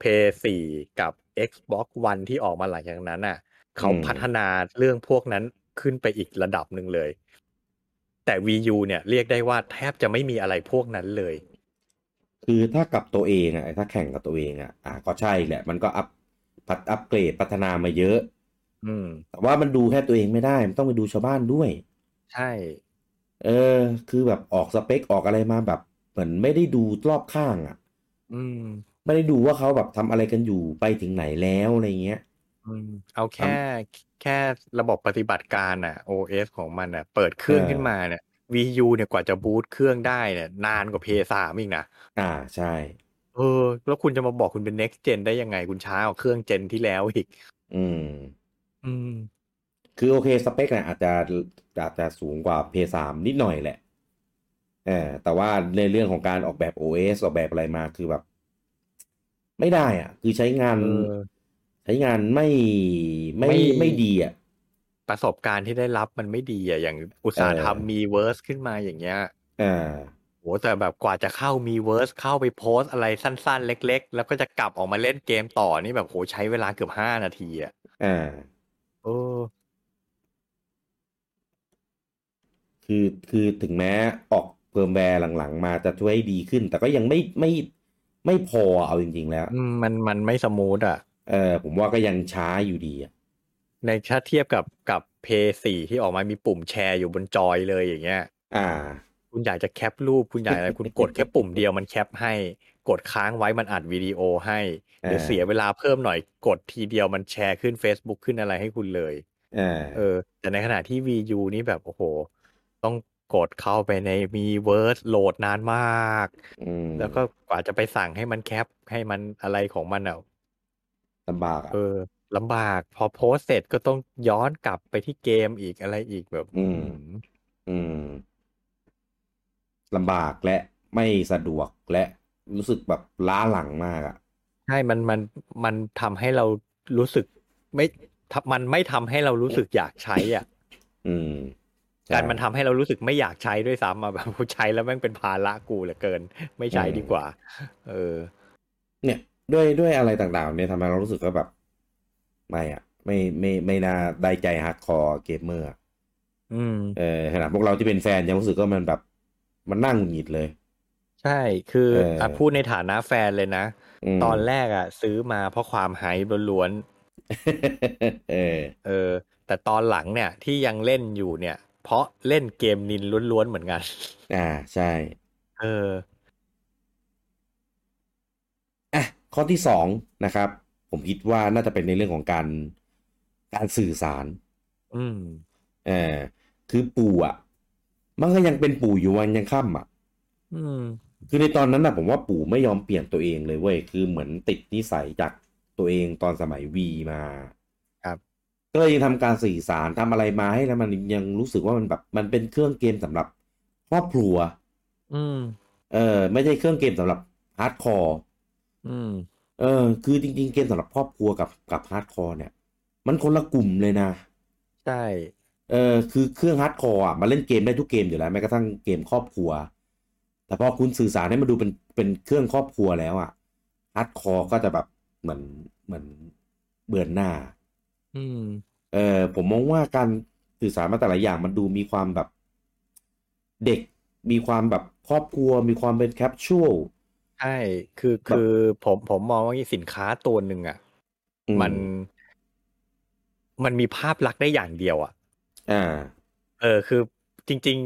Speaker 2: p l a y 4กับ Xbox One ที่ออกมาหลังจากนั้นน่ะ เขาพัฒนาเรื่องพวกนั้นขึ้นไปอีกระดับหนึ่งเลย แต่ Wii U เนี่ยเรียกได้ว่าแทบจะไม่มีอะไรพวกนั้นเลย
Speaker 1: คือถ้ากับตัวเองอะถ้าแข่งกับตัวเองอะอ่าก็ใช่แหละ มันก็อัพพัฒอัพเกรดพัฒนามาเยอะ
Speaker 2: อืม
Speaker 1: แต่ว่ามันดูแค่ตัวเองไม่ได้ มันต้องไปดูชาวบ้านด้วย
Speaker 2: ใช่
Speaker 1: เออ คือแบบออกสเปคออกอะไรมาแบบ เหมือนไม่ได้ดูรอบข้างอะ
Speaker 2: อืม
Speaker 1: ไม่ได้ดูว่าเขาแบบทำอะไรกันอยู่ไปถึงไหนแล้วอะไรเงี้ย
Speaker 2: อืมเอาแค่แค่ระบบปฏิบัติการน่ะ OS ของมันน่ะ เปิดเครื่อง
Speaker 1: เออ
Speaker 2: ขึ้นมาเนี่ย VU เนี่ยกว่าจะบูตเครื่องได้เนี่ย นานกว่า PS3 อีกนะ
Speaker 1: อ่าใช่
Speaker 2: เออ แล้วคุณจะมาบอกคุณเป็น next gen ได้ยังไงคุณช้ากว่าเครื่องเจนที่แล้วอีก
Speaker 1: อืม
Speaker 2: อืม
Speaker 1: คือโอเคสเปคเนี่ยอาจจะอาจจะสูงกว่า p 3นิดหน่อยแหละเออแต่ว่าในเรื่องของการออกแบบ OS ออกแบบอะไรมาคือแบบ ไม่ได้อ่ะ คือใช้งาน
Speaker 2: เออ
Speaker 1: ใช้งานไม่ไม่
Speaker 2: ไม่
Speaker 1: ไม่ดีอ่ะ
Speaker 2: ประสบการณ์ที่ได้รับมันไม่ดีอ่ะอย่างอุตสาหกรรม
Speaker 1: เออ
Speaker 2: มีเวิร์สขึ้นมาอย่างเงี้ย
Speaker 1: เออ
Speaker 2: โหแต่แบบกว่าจะเข้ามีเวิร์สเข้าไปโพสต์อะไรสั้นๆ เล็ก ๆ แล้วก็จะกลับออกมาเล่นเกมต่อนี่แบบโหใช้เวลาเกือบห้านาทีอ่ะ
Speaker 1: เออ
Speaker 2: เออ
Speaker 1: คือคือถึงแม้ออกเฟิร์มแวร์หลังๆ มาจะช่วยให้ดีขึ้น แต่ก็ยังไม่ไม่ไม่พอเอาจริง ๆ แล้ว
Speaker 2: อืมมันมันไม่สมูทอ่ะ
Speaker 1: เออผมว่าก็ยังช้าอยู่ดีอ่ะ
Speaker 2: ในถ้าเทียบกับกับ p 4ที่ออกมามีปุ่มแชร์อยู่บนจอยเลยอย่างเงี้ย
Speaker 1: อ่า
Speaker 2: คุณอยากจะแคปรูป คุณอยากอะไร คุณกดแค่ปุ่มเดียวมันแคปให้ กดค้างไว้มันอัดวิดีโอให้หรือ
Speaker 1: เออ
Speaker 2: เสียเวลาเพิ่มหน่อยกดทีเดียวมันแชร์ขึ้น Facebook ขึ้นอะไรให้คุณเลย
Speaker 1: อ่า
Speaker 2: เออ แต่ในขณะที่ VU นี่แบบ โอ้โห ต้องกดเข้าไปในมีเวิร์ดโหลดนานมาก
Speaker 1: ม
Speaker 2: แล้วก็กว่าจะไปสั่งให้มันแคปให้มันอะไรของมันอ่ะ
Speaker 1: ลำบากอ่ะ
Speaker 2: เออลำบากพอโพสต์เสร็จก็ต้องย้อนกลับไปที่เกมอีกอะไรอีกแบบ
Speaker 1: อืม อืมลำบากและไม่สะดวกและรู้สึกแบบล้าหลังมากอ่ะ
Speaker 2: ใช่มันมันมันทำให้เรารู้สึกไม่ทำมันไม่ทำให้เรารู้สึกอยากใช้อ่ะ
Speaker 1: อืมใช่
Speaker 2: การมันทำให้เรารู้สึกไม่อยากใช้ด้วยซ้ำอ่ะแบบ *laughs* กูใช้แล้วแม่งเป็นภาระกูเหลือเกิน ไม่ใช้ดีกว่า เออ
Speaker 1: เนี่ย ด้วยด้วยอะไรต่างๆ เนี่ยทำให้เรารู้สึกว่าแบบ ไม่อ่ะ ไม่ไม่ไม่น่าได้ใจฮาร์ดคอร์เกมเมอร์อะ
Speaker 2: อืม
Speaker 1: เออขนาดพวกเราที่เป็นแฟนยังรู้สึกว่ามันแบบ มันน่าหงุดหงิดเลย
Speaker 2: ใช่ คือ
Speaker 1: เอออ่
Speaker 2: ะพูดในฐานะแฟนเลยนะ
Speaker 1: ม
Speaker 2: ตอนแรกอ่ะ ซื้อมาเพราะความไฮป์ล้วน
Speaker 1: *laughs* เออ
Speaker 2: ๆเออ แต่ตอนหลังเนี่ยที่ยังเล่นอยู่เนี่ย เพราะเล่นเกมนินล้วนๆเหมือนกัน
Speaker 1: อ่าใช่
Speaker 2: เออ
Speaker 1: อ่ะข้อที่สองนะครับ ผมคิดว่าน่าจะเป็นในเรื่องของการการสื่อสาร
Speaker 2: อืม
Speaker 1: เออคือปู่อ่ะ มันก็ยังเป็นปู่อยู่วันยังค่ำอ่ะ
Speaker 2: อืม
Speaker 1: คือในตอนนั้นนะผมว่าปู่ไม่ยอมเปลี่ยนตัวเองเลยเว้ยคือเหมือนติดนิสัยจากตัวเองตอนสมัยวีมา
Speaker 2: ครับ
Speaker 1: ก็เลยยังทำการสื่อสารทำอะไรมาให้แล้วมันยังรู้สึกว่ามันแบบมันเป็นเครื่องเกมสำหรับครอบครัว
Speaker 2: อืม
Speaker 1: เออไม่ใช่เครื่องเกมสำหรับฮาร์ดคอร์
Speaker 2: อืม
Speaker 1: เออคือจริงๆ เกมสำหรับครอบครัวกับกับฮาร์ดคอร์เนี่ย มันคนละกลุ่มเลยนะ
Speaker 2: ใช่
Speaker 1: เออคือเครื่องฮาร์ดคอร์อ่ะมันเล่นเกมได้ทุกเกมอยู่แล้วแม้กระทั่งเกมครอบครัว แต่พอคุณสื่อสารให้มันดูเป็นเป็นเครื่องครอบครัวแล้วอ่ะฮาร์ดคอร์ก็จะแบบเหมือนเหมือนเบือนหน้า
Speaker 2: อืม
Speaker 1: เออผมมองว่าการสื่อสารมาแต่ละอย่างมันดูมีความแบบเด็กมีความแบบครอบครัว มีความเป็นแคปชวล
Speaker 2: ใช่ คือ
Speaker 1: แบบ
Speaker 2: คือผมผมมองว่าสินค้าตัวหนึ่งอ่ะ
Speaker 1: อื
Speaker 2: มัน มันมีภาพลักษณ์ได้อย่างเดียวอ่ะ
Speaker 1: อ่า
Speaker 2: เออ คือจริง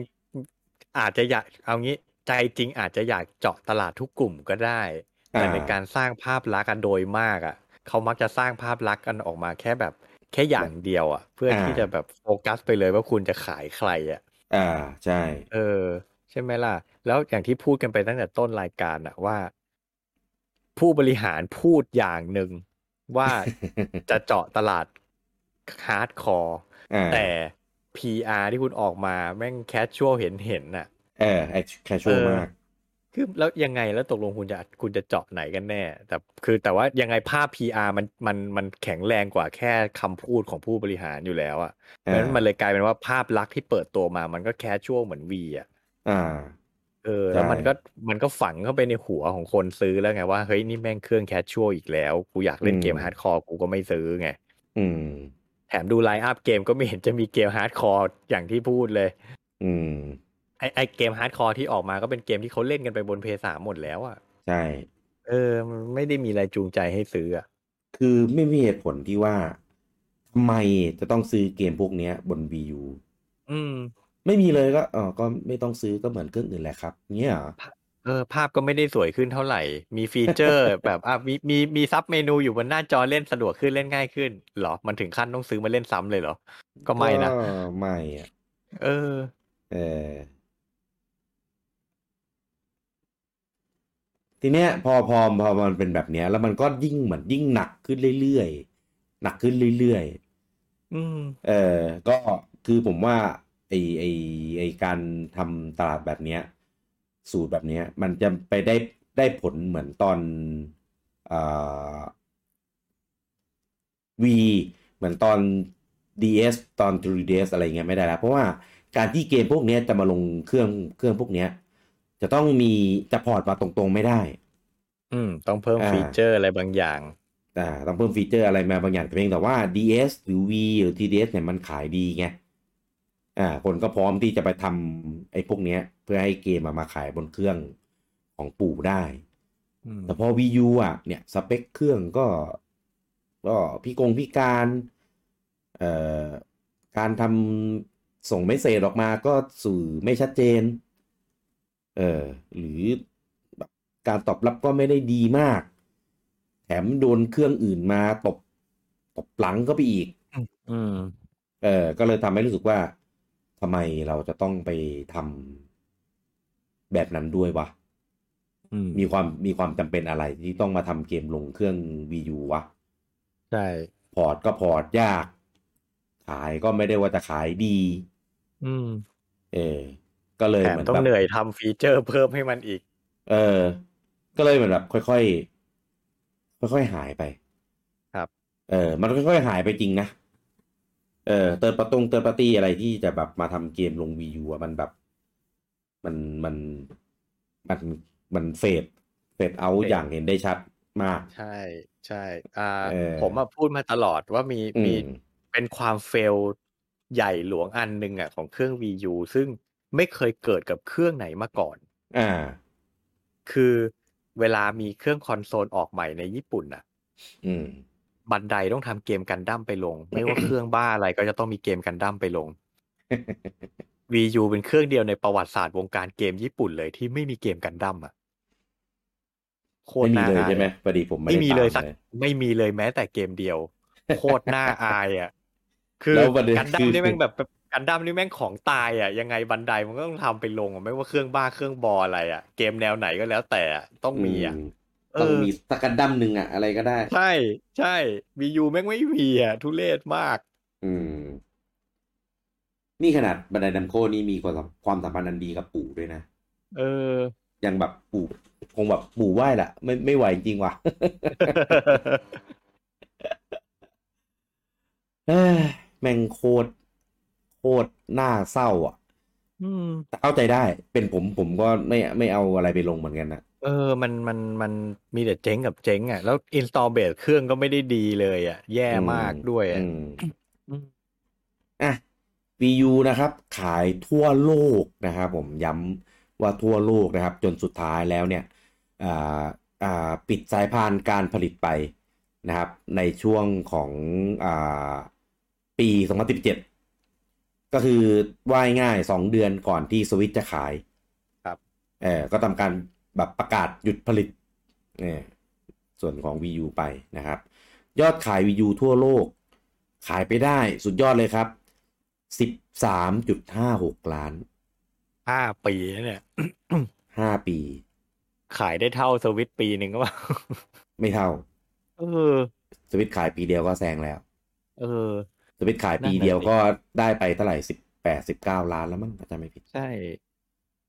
Speaker 2: ๆ อาจจะอยาก เอางี้ ใจจริงอาจจะอยากเจาะตลาดทุกกลุ่มก็ได้ แต่
Speaker 1: อ่า
Speaker 2: ในการสร้างภาพลักษณ์กันโดยมากอ่ะ เขามักจะสร้างภาพลักษณ์กันออกมาแค่แบบ แค่อย่างเดียวอ่ะ เพื่อที่จะแบบโฟกัสไปเลยว่าคุณจะขายใครอ่ะ
Speaker 1: อ่าใช่
Speaker 2: เออ ใช่ไหมล่ะ แล้วอย่างที่พูดกันไปตั้งแต่ต้นรายการอะว่า ผู้บริหารพูดอย่างหนึ่งว่า จะเจาะตลาดฮาร์ดคอร์
Speaker 1: อ่า
Speaker 2: แต่ PR ที่คุณออกมาแม่งแคชชวลเห็นเห็นๆน่ะ
Speaker 1: เออแคชชวล
Speaker 2: เออ
Speaker 1: มาก
Speaker 2: คือแล้วยังไงแล้วตกลงคุณจะคุณจะเจาะไหนกันแน่ แต่คือแต่ว่ายังไงภาพ PR มันมันมันแข็งแรงกว่าแค่คำพูดของผู้บริหารอยู่แล้วอะเพราะฉะนั้นมันเลยกลายเป็นว่าภาพลักษณ์ที่เปิดตัวมามันก็แคชชวลเหมือนวีอะ
Speaker 1: อ่า
Speaker 2: เออ
Speaker 1: ใช่
Speaker 2: แล้วมันก็มันก็ฝังเข้าไปในหัวของคนซื้อแล้วไงว่าเฮ้ยนี่แม่งเครื่องแคชชวลอีกแล้ว กูอยากเล่นเกมฮาร์ดคอร์กูก็ไม่ซื้อไง
Speaker 1: อืม
Speaker 2: แถมดูไลน์อัพเกมก็ไม่เห็นจะมีเกมฮาร์ดคอร์อย่างที่พูดเลย
Speaker 1: อืม
Speaker 2: ไอไอเกมฮาร์ดคอร์ที่ออกมาก็เป็นเกมที่เขาเล่นกันไปบนเพย์สามหมดแล้วอ่ะ
Speaker 1: ใช่
Speaker 2: เออมันไม่ได้มีอะไรจูงใจให้ซื้ออ่ะ
Speaker 1: คือไม่มีเหตุผลที่ว่าทำไมจะต้องซื้อเกมพวกเนี้ย บน Wii U
Speaker 2: อืม
Speaker 1: ไม่มีเลยก็เออก็ไม่ต้องซื้อก็เหมือนเครื่องอื่นแหละครับ เงี้ยเหรอ
Speaker 2: เออ ภาพก็ไม่ได้สวยขึ้นเท่าไหร่ มีฟีเจ *laughs* อร์ แบบอ่ะมีมีมีซับเมนูอยู่บนหน้าจอเล่นสะดวกขึ้นเล่นง่ายขึ้นเหรอมันถึงขั้นต้องซื้อมาเล่นซ้ำเลยเหรอก็ไม่นะ
Speaker 1: ก็ไม่อะ
Speaker 2: เออ
Speaker 1: เออ ทีเนี้ยพอพอพอมันเป็นแบบเนี้ย แล้วมันก็ยิ่งเหมือนยิ่งหนักขึ้นเรื่อยๆ หนักขึ้นเรื่อยๆ
Speaker 2: อืม
Speaker 1: เออก็คือผมว่าไอไอไอการทำตลาดแบบเนี้ย สูตรแบบเนี้ย มันจะไปได้ได้ผลเหมือนตอนเอ่อวีเหมือนตอน DS ตอน 3DS อะไรเงี้ยไม่ได้แล้ว เพราะว่าการที่เกมพวกเนี้ยจะมาลงเครื่องเครื่องพวกเนี้ย จะต้องมีจะพอร์ตมาตรงๆไม่ได้
Speaker 2: อืม ต้องเพิ่ม
Speaker 1: อ่า
Speaker 2: ฟีเจอร์อะไรบางอย่าง
Speaker 1: อ่าต้องเพิ่มฟีเจอร์อะไรมาบางอย่างแต่เพียงแต่ว่า DS หรือ V หรือ 3DS เนี่ยมันขายดีไงอ่าคนก็พร้อมที่จะไปทำไอ้พวกเนี้ย เพื่อให้เกมอะมาขายบนเครื่องของปู่ได้
Speaker 2: อืม
Speaker 1: แต่พอ Wii U อ่ะเนี่ยสเปคเครื่องก็ ก็พี่กงพี่การเอ่อการทำส่งเมสเซจออกมาก็สื่อไม่ชัดเจน เออหรือแบบ การตอบรับก็ไม่ได้ดีมาก แถมโดนเครื่องอื่นมาตบตบหลังก็ไปอีก
Speaker 2: อืม
Speaker 1: เออ ก็เลยทำให้รู้สึกว่าทำไมเราจะต้องไปทำแบบนั้นด้วยวะ
Speaker 2: อืม
Speaker 1: มีความมีความจำเป็นอะไรที่ต้องมาทำเกมลงเครื่อง Wii U วะ
Speaker 2: ใช่
Speaker 1: พอร์ตก็พอร์ตยาก ขายก็ไม่ได้ว่าจะขายดี
Speaker 2: อืม
Speaker 1: เออ ก็เลย
Speaker 2: แถม
Speaker 1: เหมือน
Speaker 2: ต้อง
Speaker 1: แบบ
Speaker 2: เหนื่อยทำฟีเจอร์เพิ่มให้มันอีก
Speaker 1: เออ ก็เลยเหมือนแบบค่อยๆ ค่อยๆ หายไป
Speaker 2: ครับ
Speaker 1: เออ มันค่อยๆ หายไปจริงนะ เออ เติร์ประตงเติร์ปาร์ตี้อะไรที่จะแบบมาทำเกมลงวียูอะมันแบบ มัน มัน มัน มันเฟด เฟดเอาอย่างเห็นได้ชัดมาก
Speaker 2: ใช่ ใช่ อ่า
Speaker 1: เออ
Speaker 2: ผมมาพูดมาตลอดว่ามี
Speaker 1: อื
Speaker 2: มี
Speaker 1: ม
Speaker 2: เป็นความเฟลใหญ่หลวงอันหนึ่งอ่ะของเครื่อง Wii U ซึ่งไม่เคยเกิดกับเครื่องไหนมาก่อน
Speaker 1: อ่า
Speaker 2: คือเวลามีเครื่องคอนโซลออกใหม่ในญี่ปุ่นน่ะ
Speaker 1: อืม
Speaker 2: บันไดต้องทำเกมกันดั้มไป
Speaker 1: *coughs*
Speaker 2: ลง ไม่ว่า เครื่องบ้าอะไรก็จะต้องมีเกมกันดั้มไปลง Wii U เป็นเครื่องเดียวในประวัติศาสตร์วงการเกมญี่ปุ่นเลยที่ไม่มีเกมกันดั้มอ่ะโคต
Speaker 1: ไม่มี
Speaker 2: รน่า
Speaker 1: เลย
Speaker 2: อาย
Speaker 1: ใช่ไหมพอดีผมไม่
Speaker 2: ไม่
Speaker 1: ได้
Speaker 2: มี
Speaker 1: ตาม
Speaker 2: เลยสัก
Speaker 1: เลย
Speaker 2: ไม่มีเลยแม้แต่เกมเดียว โคตรน่าอายอ่ะ คือ
Speaker 1: แล้วประเด็น
Speaker 2: กันดั้
Speaker 1: คื
Speaker 2: ม
Speaker 1: อ
Speaker 2: นี่แม่งแบบกันดั้มนี่แม่งของตายอ่ะยังไงบันไดมันก็ต้องทำไปลงอะไม่ว่าเครื่องบ้าเครื่องบออะไรอ่ะเกมแนวไหนก็แล้วแต่อะต้องมีอ่ะ
Speaker 1: อืม
Speaker 2: เอ
Speaker 1: ต้อง
Speaker 2: อ
Speaker 1: มีสักกันดั้มหนึ่งอะอะไรก็ได้
Speaker 2: ใช่ใช่วียูแม่งไม่มีอ่ะทุเรศมาก
Speaker 1: อืม นี่ขนาดบันไดนัมโก้นี่มีความสัมความสัมพันธ์อันดีกับปู่ด้วยนะ
Speaker 2: เออ
Speaker 1: ยังแบบปู่คงแบบปู่ไหว้ละไม่ไม่ไหวจริงว่ะ *laughs* เอ้ยแม่งโคตรโคตรหน้าเศร้าอ่ะ
Speaker 2: อืม
Speaker 1: แต่เข้าใจได้ เป็นผมผมก็ไม่ไม่เอาอะไรไปลงเหมือนกันนะ
Speaker 2: เออมันมันมันมีแต่เจ๊งกับเจ๊งอ่ะแล้วอินสตอลเบสเครื่องก็ไม่ได้ดีเลยอ่ะ แย่มากด้วยอ่ะ
Speaker 1: อืม
Speaker 2: อืม
Speaker 1: อ่ะ VU นะครับ ขายทั่วโลกนะครับผมย้ำว่าทั่วโลกนะครับ จนสุดท้ายแล้วเนี่ยอ่าอ่าปิดสายพานการผลิตไปนะครับ ในช่วงของอ่าปี 2017 ก็คือว่ายง่ายๆ 2 เดือนก่อนที่สวิตจะขาย เออก็ทำการแบบประกาศหยุดผลิตเนี่ยส่วนของ Wii U ไปนะครับ ยอดขาย Wii U ทั่วโลก ขายไปได้สุดยอดเลยครับ 13.56 ล้าน
Speaker 2: ห้าปีแล้วเนี่ย *coughs*
Speaker 1: 5 ปี
Speaker 2: ขายได้เท่าสวิตช์ปีหนึ่งก็ว่า
Speaker 1: ไม่เท่า
Speaker 2: เออ
Speaker 1: สวิตช์ขายปีเดียวก็แซงแล้ว
Speaker 2: เออ
Speaker 1: สวิตช์ขายปี
Speaker 2: นั่นน่ะสิ
Speaker 1: เดียวก็ได้ไปเท่าไหร่ 18 19 ล้านแล้วมั้งถ้าจำไม่ผิด
Speaker 2: ใช่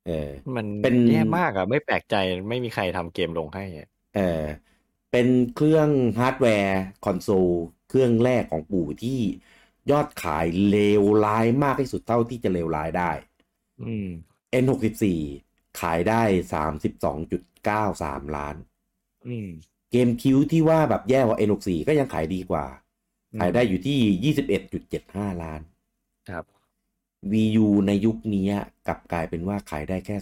Speaker 1: เออ
Speaker 2: มัน
Speaker 1: เป็น
Speaker 2: แย่มากอ่ะ ไม่แปลกใจไม่มีใครทำเกมลงให้อ่ะ
Speaker 1: เออเป็นเครื่องฮาร์ดแวร์คอนโซลเครื่องแรกของปู่ที่ยอดขายเลวร้ายมากที่สุดเท่าที่จะเลวร้ายได้
Speaker 2: อืม
Speaker 1: N64 ขายได้ 32.93 ล้าน
Speaker 2: อืม
Speaker 1: เกมคิวที่ว่าแบบแย่กว่า N64 ก็ยังขายดีกว่า
Speaker 2: อืม
Speaker 1: ขายได้อยู่ที่ 21.75 ล้าน
Speaker 2: ครับ
Speaker 1: VU ในยุคนี้กลับกลายเป็นว่าขายได้แค่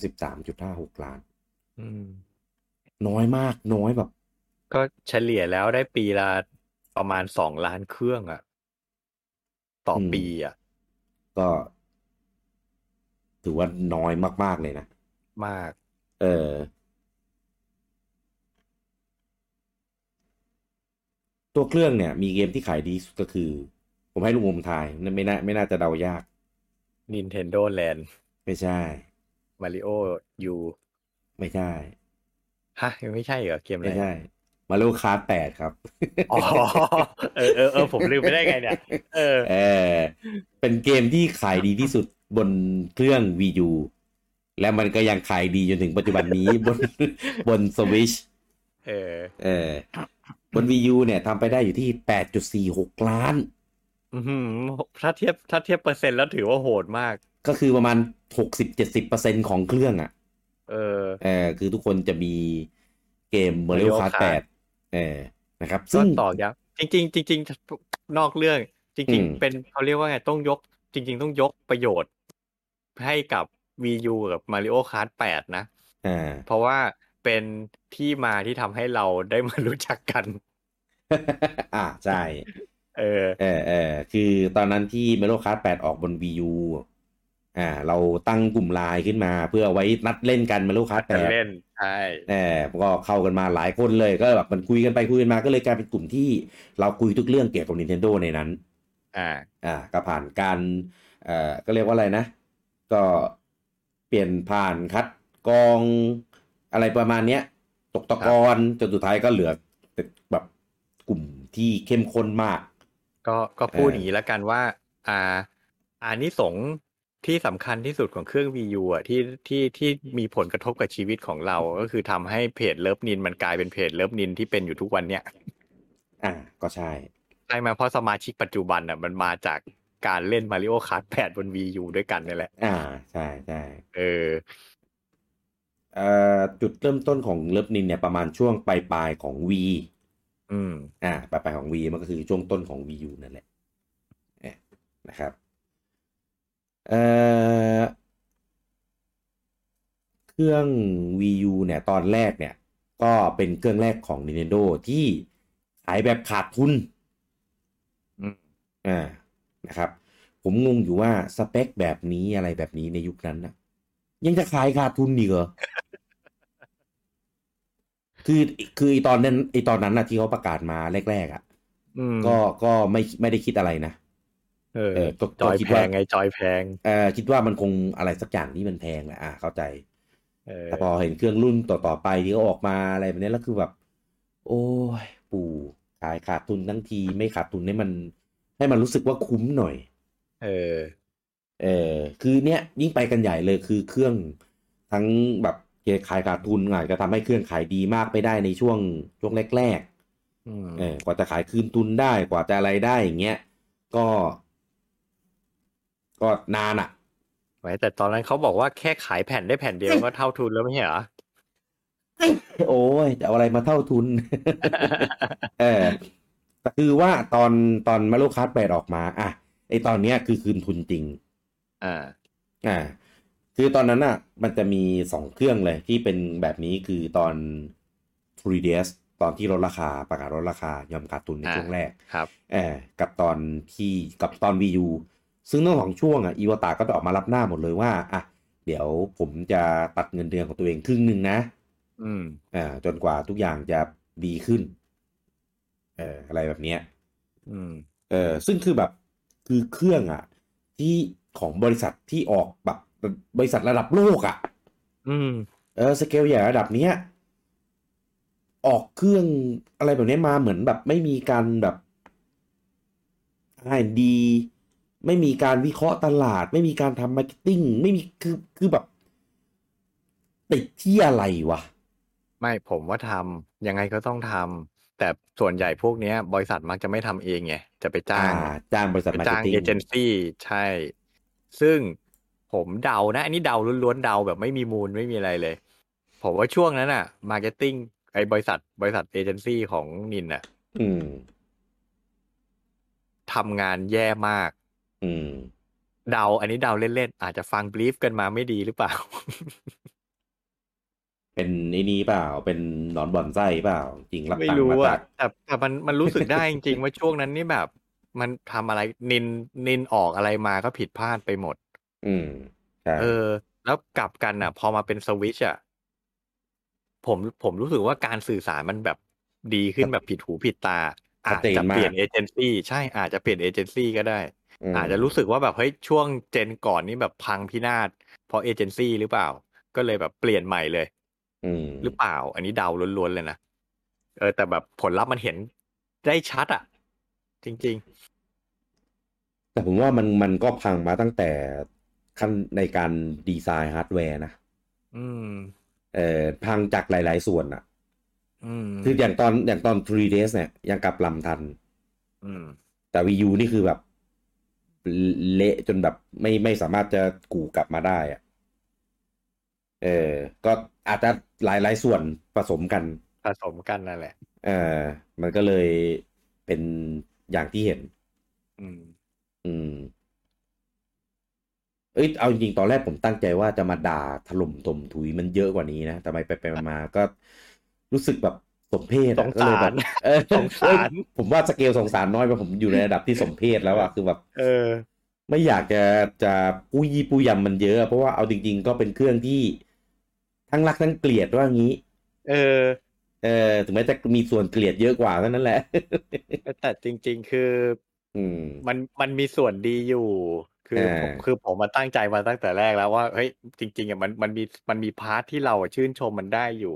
Speaker 1: 13.56 ล้าน
Speaker 2: อืม
Speaker 1: น้อยมากน้อยแบบ
Speaker 2: ก็เฉลี่ยแล้วได้ปีละประมาณสองล้านเครื่องอะต่ออ
Speaker 1: ม
Speaker 2: ปีอะ
Speaker 1: ก็ถือว่าน้อยมากๆเลยนะ
Speaker 2: มาก
Speaker 1: เออ ตัวเครื่องเนี่ย มีเกมที่ขายดีสุดก็คือ ผมให้ลุงอมทายไม่น่าไม่น่าจะเดายาก
Speaker 2: นินเทนโดแลนด์
Speaker 1: ไม่ใช่
Speaker 2: มาริโอยู
Speaker 1: ไม่ใช่
Speaker 2: ฮะยังไม่ใช่เหรอเกมอะไร
Speaker 1: ไม่ใช่มาริโอคาร์แปดครับ
Speaker 2: อ๋อเออเออเออผมลืมไปได้ไงเนี่ย เออ
Speaker 1: เออเป็นเกมที่ขายดีที่สุดบนเครื่อง Wii U และมันก็ยังขายดีจนถึงปัจจุบันนี้ บน *laughs* บน Switch
Speaker 2: เออ
Speaker 1: เออบน Wii U เนี่ยทำไปได้อยู่ที่ 8.46 ล้าน
Speaker 2: อื้อหือถ้าเทียบถ้าเทียบเปอร์เซ็นต์แล้วถือว่าโหดมาก
Speaker 1: ก็คือประมาณ 60-70%ของเครื่องอ่ะ
Speaker 2: เออ
Speaker 1: เออคือทุกคนจะมีเกม Mario
Speaker 2: Mario
Speaker 1: Kart
Speaker 2: Kart
Speaker 1: 8เออนะครับ
Speaker 2: ก็
Speaker 1: ซึ่ง
Speaker 2: ต่อยับจริงๆจริงๆนอกเรื่อง จ
Speaker 1: อื
Speaker 2: ริง
Speaker 1: ม
Speaker 2: ๆ เป็นเขาเรียกว่าไงต้องยก จริง ๆ ต้องยกประโยชน์ ให้กับ Wii U กับ Mario Kart 8 นะ
Speaker 1: อ่ *laughs* า
Speaker 2: เพราะว่าเป็นที่มาที่ทำให้เราได้มารู้จักกัน *laughs*
Speaker 1: อ่าใช่
Speaker 2: เออ
Speaker 1: เออเออคือตอนนั้นที่ Mario Kart 8 ออกบน Wii U อ่าเราตั้งกลุ่มไลน์ขึ้นมา เพื่อไว้นัดเล่นกันมาลูกค้าแต่
Speaker 2: จะเล่นใช่
Speaker 1: แหมก็เข้ากันมาหลายคนเลยก็แบบมันคุยกันไปคุยกันมาก็เลยกลายเป็นกลุ่มที่เราคุยทุกเรื่องเกี่ยวกับ Nintendo ในนั้น
Speaker 2: อ่า
Speaker 1: อ่าก็ผ่านการเอ่อก็เรียกว่าอะไรนะ ก็เปลี่ยนผ่านคัดกรองอะไรประมาณเนี้ย ตกตะกอนจนสุดท้ายก็เหลือแต่แบบกลุ่มที่เข้มข้นมาก
Speaker 2: ก็ก็พูด
Speaker 1: เอออ
Speaker 2: อย่างนี้แล้วกันว่า อ่าอานิสงส์ที่สำคัญที่สุดของเครื่อง VU อ่ะที่ที่ที่มีผลกระทบกับชีวิตของเรา ก็คือทำให้เพจเลิฟนินมันกลายเป็นเพจเลิฟนินที่เป็นอยู่ทุกวันเนี่ย
Speaker 1: อ่าก็ใช่
Speaker 2: ใช่ไหมเพราะสมาชิกปัจจุบันอ่ะมันมาจากการเล่นมาริโอคาร์ดแปดบน VU ด้วยกันนี่แหละ
Speaker 1: อ่าใช่ใช่
Speaker 2: เออ
Speaker 1: เอ่อจุดเริ่มต้นของเลิฟนินเนี่ยประมาณช่วงปลายปลายๆของ V
Speaker 2: อืม
Speaker 1: อ่าปลายปลายๆของ V มันก็คือช่วงต้นของ VU นั่นแหละอ่ะนะครับเอ่อ เครื่อง Wii U เนี่ยตอนแรกเนี่ย ก็เป็นเครื่องแรกของ Nintendo ที่ขายแบบขาดทุน
Speaker 2: อืม
Speaker 1: อ่านะครับ ผมงงอยู่ว่าสเปคแบบนี้อะไรแบบนี้ในยุคนั้นนะยังจะขายขาดทุนอีกเหรอ คือคือไอตอนนั้นไอตอนนั้นนะที่เขาประกาศมาแรก ๆอะ่ะ
Speaker 2: อืม
Speaker 1: ก็ก็ไม่ไม่ได้คิดอะไรนะ
Speaker 2: เออ
Speaker 1: เออก็
Speaker 2: จอย
Speaker 1: ก็คิด
Speaker 2: แพ
Speaker 1: ว่า
Speaker 2: งไงจอยแพง
Speaker 1: เอ่อคิดว่ามันคงอะไรสักอย่างที่มันแพงแหละอ่าเข้าใจ
Speaker 2: เออ
Speaker 1: แต่พอเห็นเครื่องรุ่นต่อ ๆ ไปที่เขาออกมาอะไรแบบนี้แล้วคือแบบ โอ้ย ปู่ขายขาดทุนทั้งทีไม่ขาดทุนให้มัน ให้มันรู้สึกว่าคุ้มหน่อย
Speaker 2: เออ
Speaker 1: เออคือเนี้ยยิ่งไปกันใหญ่เลยคือเครื่องทั้งแบบขายขาดทุนอาจจะทำให้เครื่องขายดีมากไปได้ในช่วงช่วงแรก ๆ
Speaker 2: อืม
Speaker 1: เออกว่าจะขายคืนทุนได้กว่าจะอะไรได้อย่างเงี้ย ก็ ก็นานอ่ะ
Speaker 2: ไว้แต่ตอนนั้นเขาบอกว่าแค่ขายแผ่นได้แผ่นเดียวก็เท่าทุนแล้วไม่ใช่เหรอ *laughs*
Speaker 1: โอ้ยจะเอาอะไรมาเท่าทุน *laughs* เออแต่คือว่าตอนตอนมาลูกคัสแปดออกมา อ่ะไอตอนเนี้ยคือคืนทุนจริง
Speaker 2: อ่า
Speaker 1: อ่า คือตอนนั้นอ่ะ มันจะมีสองเครื่องเลยที่เป็นแบบนี้คือตอน 3ds ตอนที่ลดราคาประกาศลดราคายอมขาดทุนใน
Speaker 2: อ่า
Speaker 1: ช่วงแรก
Speaker 2: ครับ
Speaker 1: เออกับตอนที่กับตอน VU ซึ่งทั้งสองช่วงอ่ะอีวาตาก็จะออกมารับหน้าหมดเลยว่าอ่ะเดี๋ยวผมจะตัดเงินเดือนของตัวเองครึ่งหนึ่งนะ
Speaker 2: อืม
Speaker 1: อ่าจนกว่าทุกอย่างจะดีขึ้นเอออะไรแบบเนี้ย
Speaker 2: อืม
Speaker 1: เออซึ่งคือแบบคือเครื่องอ่ะ ที่ของบริษัทที่ออกแบบบริษัทระดับโลกอ่ะ
Speaker 2: อืม
Speaker 1: เออสเกลใหญ่ระดับเนี้ยออกเครื่องอะไรแบบนี้มาเหมือนแบบไม่มีการแบบอ่านดี ไม่มีการวิเคราะห์ตลาด ไม่มีการทำมาร์เก็ตติ้งไม่มีคือคือแบบ ติดที่อะไรวะ
Speaker 2: ไม่ผมว่าทำยังไงก็ต้องทำแต่ส่วนใหญ่พวกเนี้ย บริษัทมักจะไม่ทำเองไง จะไปจ้าง
Speaker 1: อ่จ้างบริษัท
Speaker 2: ไป
Speaker 1: มาร์
Speaker 2: จ้า
Speaker 1: เก็ต
Speaker 2: ง
Speaker 1: ติ้ง
Speaker 2: เอเจนซี่ใช่ ซึ่งผมเดานะ อันนี้เดาล้วนๆเดาแบบไม่มีมูลไม่มีอะไรเลย ผมว่าช่วงนั้นอะมาร์เก็ตติ้งไอ้บริษัท บริษัทเอเจนซี่ของนินอะ
Speaker 1: อืม
Speaker 2: ทำงานแย่มาก
Speaker 1: อืม
Speaker 2: เดา อันนี้เดาเล่นๆอาจจะฟังบลีฟกันมาไม่ดีหรือเปล่า *laughs*
Speaker 1: เป็นไอ้นี้เปล่า เป็นหนอนบ่อนไส้เปล่า จริงรับ
Speaker 2: ไม่
Speaker 1: ตังค์
Speaker 2: รู้
Speaker 1: มาจา
Speaker 2: อะ
Speaker 1: ก
Speaker 2: แต่แต่มันมันรู้สึกได้จริง ๆ ว่าช่วงนั้นนี่แบบ มันทำอะไรนินนินออกอะไรมาก็ผิดพลาดไปหมด
Speaker 1: อืมใช่
Speaker 2: เออ แล้วกลับกันอ่ะ พอมาเป็นสวิชอ่ะผมผมรู้สึกว่าการสื่อสารมันแบบดีขึ้นแบบผิดหูผิดตา อาจจะเปลี่ยนเอเจนซี่ใช่อาจจะเปลี่ยนเอเจนซี่ก็ได้
Speaker 1: ม
Speaker 2: อาจจะรู้สึกว่าแบบเฮ้ยช่วงเจนก่อนนี่แบบพังพินาศเพราะเอเจนซี่หรือเปล่า ก็เลยแบบเปลี่ยนใหม่เลย
Speaker 1: อืม
Speaker 2: หรือเปล่า อันนี้เดาล้วนๆเลยนะ เออ แต่แบบผลลัพธ์มันเห็นได้ชัดอ่ะ จริง
Speaker 1: แต่ผมว่ามันมันก็พังมาตั้งแต่ขั้นในการดีไซน์ฮาร์ดแวร์นะ
Speaker 2: ๆ อืม
Speaker 1: เอ่อพังจากหลาย ๆ ส่วนอะ
Speaker 2: อืม
Speaker 1: คืออย่างตอนอย่างตอน 3 days เนี่ยยังกลับลำทัน
Speaker 2: อืม
Speaker 1: แต่ Wii U นี่คือแบบ เละจนแบบไม่ไม่สามารถจะกูกลับมาได้อะเออ ก็อาจจะหลาย ๆ ส่วนผสมกัน
Speaker 2: ผสมกันนั่นแหละ
Speaker 1: เออมันก็เลยเป็นอย่างที่เห็น
Speaker 2: อืม
Speaker 1: อืม เอ้ยเอาจริงๆตอนแรกผมตั้งใจว่าจะมาด่าถล่มตมถุยมันเยอะกว่านี้นะแต่ไปไปๆมาๆก็รู้สึกแบบสมเพช
Speaker 2: ส
Speaker 1: อะ
Speaker 2: ง
Speaker 1: ก็เลย
Speaker 2: สา
Speaker 1: แบ
Speaker 2: ร
Speaker 1: บเออ
Speaker 2: *laughs* สงสาร
Speaker 1: เอ้ยผมว่าสเกลสงสารน้อยไปผมอยู่ในระดับที่สมเพชแล้วอะคือแบบ
Speaker 2: เออ
Speaker 1: ไม่อยากจะจะปู้ยี่ปู้ยำมันเยอะ เพราะว่าเอาจริง ๆ ก็เป็นเครื่องที่ทั้งรักทั้งเกลียดว่างี้
Speaker 2: เออ
Speaker 1: เออถึงแม้จะมีส่วนเกลียดเยอะกว่าเท่านั้นแหละ *laughs*
Speaker 2: แต่จริง ๆ คือ
Speaker 1: อืม
Speaker 2: มันมันมีส่วนดีอยู่ คือ
Speaker 1: เออ
Speaker 2: ผมคือผมมาตั้งใจมาตั้งแต่แรกแล้วว่าเฮ้ยจริงๆอ่ะมันมันมีมันมีพาร์ทที่เราอะชื่นชมมันได้อยู่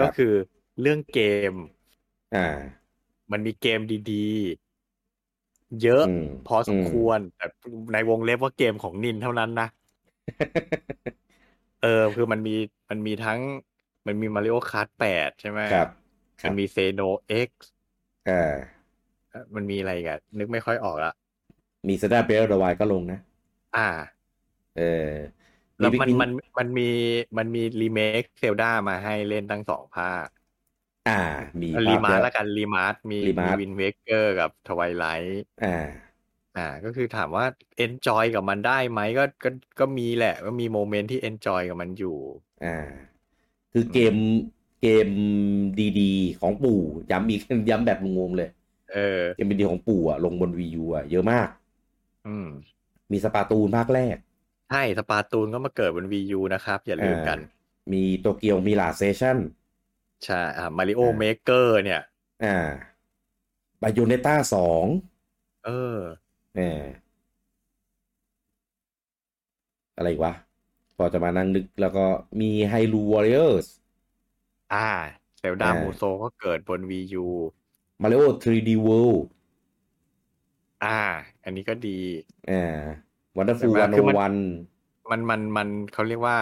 Speaker 2: ก็คือเรื่องเกม
Speaker 1: อ่า
Speaker 2: มันมีเกมดีๆ เยอะ
Speaker 1: อืม
Speaker 2: พอสม
Speaker 1: อืม
Speaker 2: ควรแต่ในวงเล็บว่าเกมของนินเท่านั้นนะ เออ คือมันมีมันมีทั้งมันมีมาริโอคาร์ดแปดใช่ไหม
Speaker 1: *laughs* ครับครั
Speaker 2: มั
Speaker 1: บ
Speaker 2: นมีเซโนเอ็กซ์
Speaker 1: อ่า
Speaker 2: มันมีอะไรอีกันนึกไม่ค่อยออกละ
Speaker 1: มีสตาร์เบลระวายก็ลงนะ
Speaker 2: อ่า
Speaker 1: เออ
Speaker 2: แล้วมันมันมันมีมันมีรีเมคเซลดามาให้เล่นตั้งสองภาค
Speaker 1: อ่า มี
Speaker 2: รีมา
Speaker 1: ภ
Speaker 2: ร์
Speaker 1: พ
Speaker 2: ละกันรีมาร์มี
Speaker 1: รีมาร์
Speaker 2: วินเวเกอร์กับทวายไลท์
Speaker 1: อ่า
Speaker 2: อ่า ก็คือถามว่าเอนจอยกับมันได้ไหมก็ก็ก็มีแหละ ก็มีโมเมนต์ที่เอนจอยกับมันอยู่
Speaker 1: อ่า คือเกมเกมดีๆ ของปู่ย้ำอีก ย้ำแบบงงๆเลย
Speaker 2: เออ
Speaker 1: เกมดีๆของปู่อ่ะ ลงบนวียูอ่ะ เยอะมาก
Speaker 2: อืม
Speaker 1: มีสปาตูนภาคแรก
Speaker 2: ใช่สปาตูนก็มาเกิดบน VU นะครับ อย่าลืมกัน
Speaker 1: อ่ มีโตเกียวมีลาเซชั่น
Speaker 2: ใช่อ่ามาริโอ
Speaker 1: อ่า
Speaker 2: เมเกอร์เนี่ย
Speaker 1: อ่าบายโอเนต้าสอง
Speaker 2: เออ
Speaker 1: อ่าอะไรอีกวะ พอจะมานั่งนึกแล้วก็มีไฮรูวอริเออร์ส
Speaker 2: อ่าเซลดา
Speaker 1: อ่า
Speaker 2: มูโซก็เกิดบน VU
Speaker 1: มาริโอ 3D World
Speaker 2: อ่า อันนี้ก็ดี
Speaker 1: อ่าวันเดอร์ฟูล
Speaker 2: ใช่
Speaker 1: วัน
Speaker 2: ไหม
Speaker 1: โอ
Speaker 2: คือมัน
Speaker 1: วัน
Speaker 2: มันมันมันเขาเรียกว่า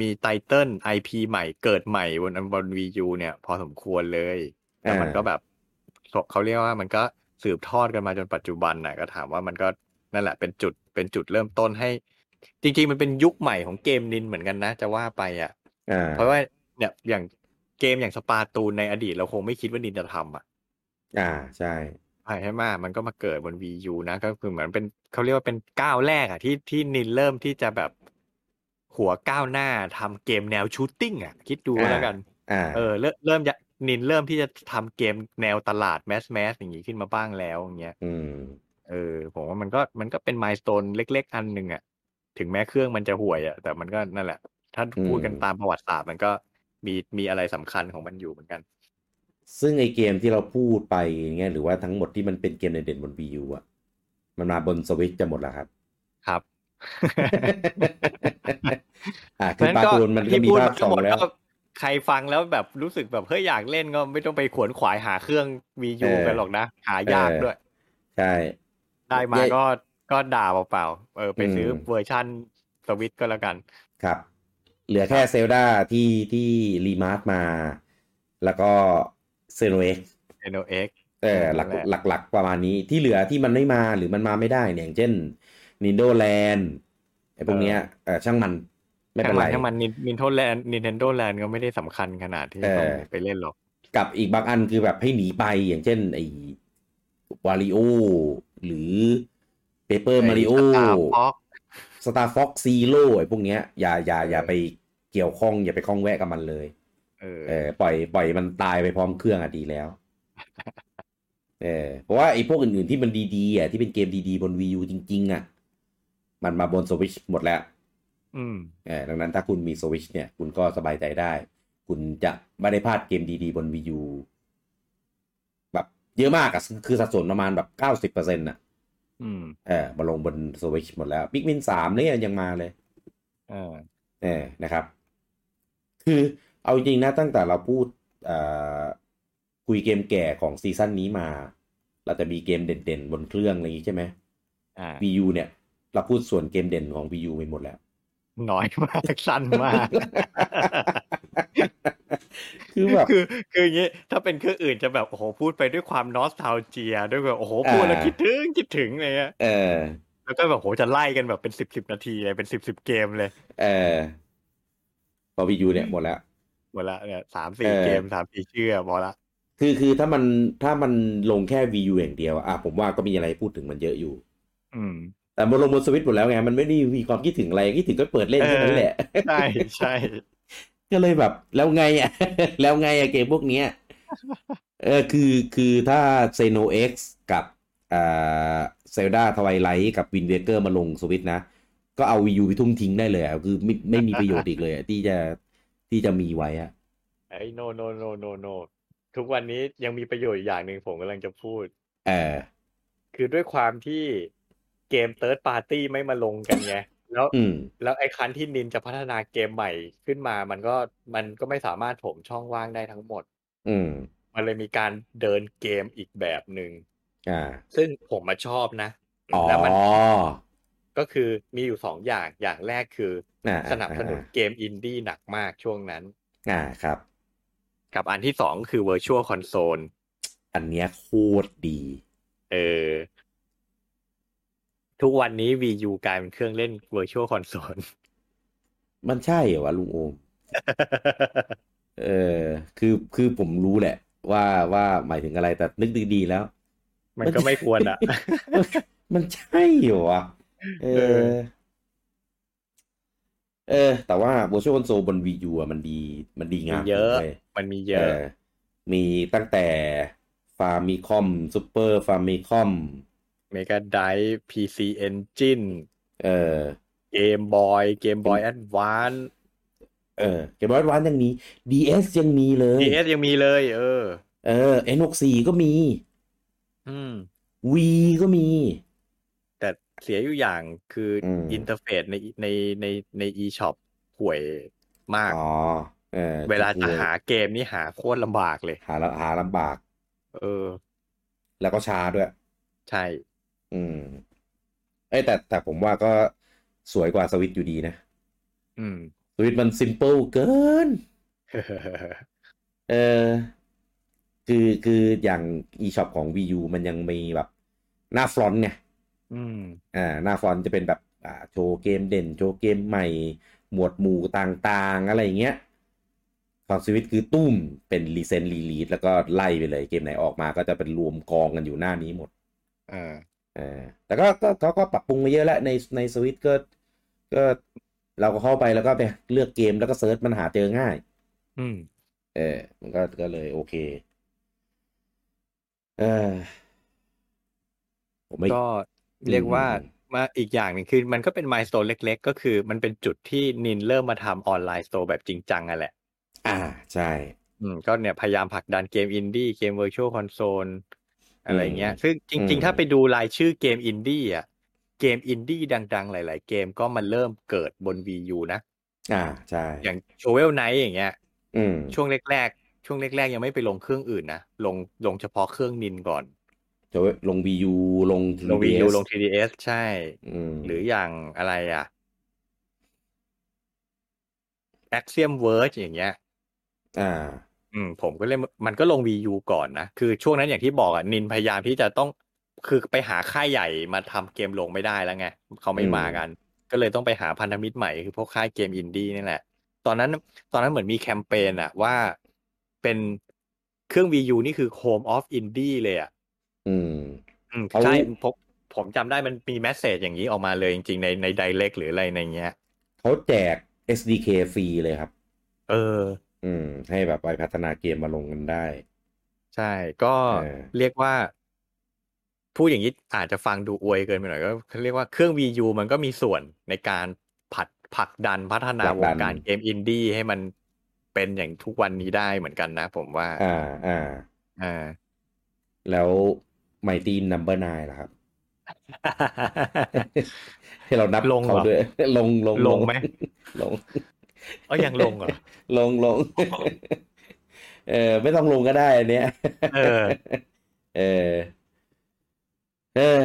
Speaker 2: มีไตเติล IP ใหม่เกิดใหม่บนบน VU เนี่ย พอสมควรเลย แต่มัน
Speaker 1: อ่า
Speaker 2: ก็แบบเขาเรียกว่ามันก็สืบทอดกันมาจนปัจจุบันนะก็ถามว่ามันก็นั่นแหละเป็นจุดเป็นจุดเริ่มต้นให้ จริง ๆ มันเป็นยุคใหม่ของเกมนินเหมือนกันนะ จะว่าไปอ่ะ
Speaker 1: อ่า
Speaker 2: เพราะว่าเนี่ยอย่างเกมอย่างสปาตูนในอดีตเราคงไม่คิดว่านินจะทำอ่ะ
Speaker 1: อ่าใช่
Speaker 2: ใช่ไหมมันก็มาเกิดบน VU นะ ก็คือเหมือนเป็นเขาเรียกว่าเป็นก้าวแรกอ่ะที่ที่นินเริ่มที่จะแบบหัวก้าวหน้าทำเกมแนวชูตติ้งอ่ะ คิดดูแล้วกัน
Speaker 1: อ่า
Speaker 2: เออเริ่มเริ่มจะนินเริ่มที่จะทำเกมแนวตลาดแมสแมสอย่างนี้ขึ้นมาบ้างแล้วอย่างเงี้ย
Speaker 1: อืม
Speaker 2: เออผมว่ามันก็มันก็เป็นมายสเตนเล็ก ๆ อันหนึ่งอ่ะถึงแม้เครื่องมันจะห่วยอ่ะแต่มันก็นั่นแหละ ถ้าพูดกัน
Speaker 1: อืม
Speaker 2: ตามประวัติศาสตร์มันก็มีมีอะไรสำคัญของมันอยู่เหมือนกัน
Speaker 1: ซึ่งไอเกมที่เราพูดไปอย่างเงี้ยหรือว่าทั้งหมดที่มันเป็นเกมเด่นๆบน Wii U อ่ะ มันมาบนสวิตจะหมด
Speaker 2: *laughs*
Speaker 1: แล้วครับ
Speaker 2: ครับ
Speaker 1: อ่าคือปาตูนมันก็มีภาคสองแล้ว
Speaker 2: ใครฟังแล้วแบบรู้สึกแบบเฮ้ยอยากเล่นก็ไม่ต้องไปขวนขวายหาเครื่องวี
Speaker 1: เอ
Speaker 2: ยู
Speaker 1: อ
Speaker 2: กันหรอกนะ หายากด้วย
Speaker 1: ใช่
Speaker 2: ได้มา
Speaker 1: เย้
Speaker 2: ก็ก็ด่าเปล่าๆเออไปซื้ออ
Speaker 1: ม
Speaker 2: เวอร์ชั่นสวิตช์ก็แล้วกัน
Speaker 1: ครับ เหลือแค่เซลดาที่ที่รีมาร์ทมา แล้วก็เซโนเอ็ก
Speaker 2: n o x
Speaker 1: เออหลัก
Speaker 2: นั่นแหละ
Speaker 1: หลักหลักประมาณนี้ที่เหลือที่มันไม่มาหรือมันมาไม่ได้เนี่ยอย่างเช่น Nintendo Land ไอ้พวกเนี้ยเออช่างมันไม่เป็นไร
Speaker 2: ทั้งมันนินเทนแลนด์นินเทนโดแลนด์ก็ไม่ได้สำคัญขนาดที่
Speaker 1: เออ
Speaker 2: ต้องไปเล่นหรอก
Speaker 1: กับอีกบางอันคือแบบให้หนีไปอย่างเช่นไอ้วาริโอหรือเปเปอร์
Speaker 2: ไอ้
Speaker 1: มาริโอ
Speaker 2: Star Fox
Speaker 1: สตาร์ฟ็อกซีโร่ไอ้พวกเนี้ยอย่าอย่าอย่าไปเกี่ยวข้อง อย่าไปข้องแวะกับมันเลย
Speaker 2: เออ
Speaker 1: เออปล่อยปล่อยมันตายไปพร้อมเครื่องอ่ะดีแล้ว เออเพราะว่าไอ้พวกอื่นๆที่มันดีๆอ่ะที่เป็นเกมดีๆบน Wii U จริง ๆ อ่ะ มันมาบน Switch หมดแล้ว
Speaker 2: อืม
Speaker 1: เออดังนั้นถ้าคุณมี Switch เนี่ย คุณก็สบายใจได้ คุณจะไม่ได้พลาดเกมดีๆบน Wii U แบบเยอะมากอ่ะ คือสัดส่วนประมาณแบบเก้าสิบเปอร์เซ็นต์อ่ะ
Speaker 2: อืม
Speaker 1: เออมาลงบน Switch หมดแล้วบิ๊กมินสามเนี่ยยังมาเลย
Speaker 2: เออ
Speaker 1: เออนะครับ คือเอาจริงๆนะตั้งแต่เราพูดเอ่อคุยเกมแก่ของซีซั่นนี้มา เราจะมีเกมเด่นๆ บนเครื่องอะไรอย่างงี้ใช่ไหม
Speaker 2: อ่า
Speaker 1: Wii U เนี่ย เราพูดส่วนเกมเด่นของ Wii U ไปหมดแล้ว
Speaker 2: น้อยมากสั้นมาก
Speaker 1: คือแบบ
Speaker 2: คือคืออย่างนี้ถ้าเป็นเครื่องอื่นจะแบบโอ้โหพูดไปด้วยความนอสทาเจีย ด้วยแบบโอ้โหพูดแล้ว
Speaker 1: อ่า
Speaker 2: คิดถึงคิดถึงอะไรเงี้ย
Speaker 1: เออ
Speaker 2: แล้วก็แบบโหจะไล่กันแบบเป็นสิบสิบนาทีเลยเป็นสิบสิบเกมเลย
Speaker 1: เออพอ Wii U เนี่ยหมดแล้ว
Speaker 2: หมดละเนี่ยสาม
Speaker 1: เอ
Speaker 2: สี่
Speaker 1: อ
Speaker 2: เกมสามสี่เชื่อพอละ
Speaker 1: คือคือถ้ามันถ้ามันลงแค่ Wii U อย่างเดียวอะอ่ะผมว่าก็มีอะไรพูดถึงมันเยอะอยู่
Speaker 2: อืม
Speaker 1: แต่มันลงบนสวิตช์หมดแล้วไงมันไม่ได้มีความคิดถึงอะไรคิดถึงก็เปิดเล่นแค่นั้นแหละ
Speaker 2: ใช่ใช่
Speaker 1: ก็เลยแบบแล้วไงอ่ะ *laughs* แล้วไงอะเกมพวกเนี้ยเออคือคือถ้าเซโนเอ็กซ์กับ เซลดาทวายไลท์กับวินเวเกอร์มาลงสวิตนะ ก็เอาวียูไปทุ่มทิ้งได้เลยอะคือไม่ไม่มีประโยชน์อีกเลยอะที่จะที่จะมีไว้อะ
Speaker 2: ไอ้โนโนโนโนโนทุกวันนี้ยังมีประโยชน์อย่างหนึ่งผมกำลังจะพูด
Speaker 1: เออ
Speaker 2: คือด้วยความที่เกมเติร์ดปาร์ตี้ไม่มาลงกันไงแล้ว
Speaker 1: อืม
Speaker 2: แล้วไอ้คันที่นินจะพัฒนาเกมใหม่ขึ้นมา มันก็มันก็ไม่สามารถถมช่องว่างได้ทั้งหมด
Speaker 1: อืม
Speaker 2: มันเลยมีการเดินเกมอีกแบบหนึ่ง
Speaker 1: อ่า
Speaker 2: ซึ่งผมมาชอบนะ
Speaker 1: อ๋อ
Speaker 2: แล้วมันก็คือมีอยู่สองอย่างอย่างแรกคืออา สนับสนุนเกมอินดี้หนักมากช่วงนั้น
Speaker 1: อ่าครับ
Speaker 2: กับอันที่สองคือ Virtual Console
Speaker 1: อันเนี้ยโคตรดี
Speaker 2: เออ ทุกวันนี้ VU กลายเป็นเครื่องเล่น Virtual Console *laughs*
Speaker 1: มันใช่เหรอวะลุงโอม เออคือคือผมรู้แหละ ว่าว่าหมายถึงอะไรแต่นึกดีๆแล้ว
Speaker 2: มันก็ไม่ควร *laughs* อ่ะ
Speaker 1: มันใช่เหรอวะเอ
Speaker 2: เอ
Speaker 1: อ
Speaker 2: อ
Speaker 1: เออ แต่ว่า Virtual Console บน Wii U อะมันดี มันดีงาม
Speaker 2: เยอะ
Speaker 1: ว้
Speaker 2: มันมีเยอะ
Speaker 1: มีตั้งแต่ฟาร์มีคอมซูเปอร์ฟาร์มีคอม
Speaker 2: m e g a Drive PC Engine
Speaker 1: เออ
Speaker 2: Game Boy Game Boy Advance
Speaker 1: เออเกมบอยวันยังมี DS ยังมีเลย
Speaker 2: DS ยังมีเลย เออ
Speaker 1: เออ N64 ก็มี
Speaker 2: อืม
Speaker 1: V ก็มี
Speaker 2: แต่เสียอยู่อย่างคืออ
Speaker 1: ม
Speaker 2: อินเทอร์เฟซในในในใน eShop ห่วยมาก
Speaker 1: อ๋อเออ
Speaker 2: เวลาจะหา
Speaker 1: คือ
Speaker 2: เกมนี่หาโคตรลำบากเลย
Speaker 1: หาหาลำบาก
Speaker 2: เออ
Speaker 1: แล้วก็ช้าด้วย
Speaker 2: ใช่
Speaker 1: อืม เอ้ยแต่แต่ผมว่าก็สวยกว่าสวิตช์อยู่ดีนะ
Speaker 2: อืม *laughs*
Speaker 1: สวิตช์มัน ซิมเ l ิลเกิน เออ คือคืออย่าง eShop ของ Wii U มันยังมีแบบ หน้าฟรอนต์ไง
Speaker 2: อืม
Speaker 1: อ่าหน้าฟอนต์จะเป็นแบบอ่าโชว์เกมเด่น โชว์เกมใหม่ หมวดหมู่ต่างๆ อะไรอย่างเงี้ยของสวิตคือตุ้มเป็นรีเซนรีลีดแล้วก็ไล่ไปเลยเกมไหนออกมาก็จะเป็นรวมกองกันอยู่หน้านี้หมด
Speaker 2: เออ
Speaker 1: เออแต่ก็ก็เขาก็ปรับปรุงมาเยอะแล้วในในสวิตก็ก็เราก็เข้าไปแล้วก็ไปเลือกเกมแล้วก็เซิร์ชมันหาเจอง่าย
Speaker 2: อืม
Speaker 1: เออ มันก็ก็เลยโอเค เออผมไม่
Speaker 2: ก็เรียกว่ามาอีกอย่างหนึ่งคือ มันก็เป็นมายสโตนเล็กๆ ก็คือมันเป็นจุดที่นินเริ่มมาทำออนไลน์สโตร์แบบจริงจังอ่ะแหละ
Speaker 1: อ่าใช่
Speaker 2: อืมก็เนี่ยพยายามผลักดันเกมอินดี้เกมเวอร์ชวลคอนโซลอะไรเงี้ย ซึ่งจ
Speaker 1: อื
Speaker 2: ริง
Speaker 1: ม
Speaker 2: ๆ ถ้าไปดูรายชื่อเกมอินดี้อ่ะ เกมอินดี้ดังๆ หลาย ๆ เกมก็มันเริ่มเกิดบน VU นะ
Speaker 1: อ่าใช่
Speaker 2: อย่างโชเวลไนท์อย่างเงี้ย
Speaker 1: อืม
Speaker 2: ช่วงแรกๆ ช่วงแรกๆ ยังไม่ไปลงเครื่องอื่นนะ ลงลงเฉพาะเครื่องนินก่อน
Speaker 1: จะลง VU ลง
Speaker 2: ลง VU
Speaker 1: TBS
Speaker 2: ลง TDS ใช่
Speaker 1: อืม
Speaker 2: หรืออย่างอะไรอ่ะ Axiom Verge อย่างเงี้ย
Speaker 1: อ่า
Speaker 2: อืมผมก็เลยมันก็ลง VU ก่อนนะ คือช่วงนั้นอย่างที่บอกอ่ะนินพยายามที่จะต้องคือไปหาค่ายใหญ่มาทำเกมลงไม่ได้แล้วไงเขาไม่
Speaker 1: อืม
Speaker 2: มากัน ก็เลยต้องไปหาพันธมิตรใหม่คือพวกค่ายเกมอินดี้นี่แหละ ตอนนั้นตอนนั้นเหมือนมีแคมเปญอ่ะว่าเป็นเครื่อง VU นี่คือ Home of Indie เลยอ่ะ
Speaker 1: อืม
Speaker 2: อืม
Speaker 1: เอา
Speaker 2: ใช่ผมผมจำได้มันมีแมสเซจอย่างนี้ออกมาเลยจริงๆ ในในไดเรกหรืออะไรในเงี้ย
Speaker 1: เขาแจก SDK ฟรีเลยครับ
Speaker 2: เออ
Speaker 1: อืม ให้แบบไปพัฒนาเกมมาลงกันได้
Speaker 2: ใช่ก็
Speaker 1: เออ
Speaker 2: เรียกว่าพูดอย่างนี้อาจจะฟังดูอวยเกินไปหน่อยก็เรียกว่าเครื่อง VU มันก็มีส่วนในการผลัดผลักดันพัฒนาวงการเกมอินดี้ให้มันเป็นอย่างทุกวันนี้ได้เหมือนกันนะผมว่า
Speaker 1: อ่าอ่า
Speaker 2: อ่า
Speaker 1: แล้ว Mighty Number 9ล่ะครับ ที่เรานับ
Speaker 2: ลงเหรอ
Speaker 1: เขาด้วย *laughs* ลงลง
Speaker 2: ลงไหม
Speaker 1: ลง
Speaker 2: เอ้ยยังลงเหรอ
Speaker 1: ลงลง เออ ไม่ต้องลงก็ได้อันเนี้ย
Speaker 2: เออ
Speaker 1: เออ เออ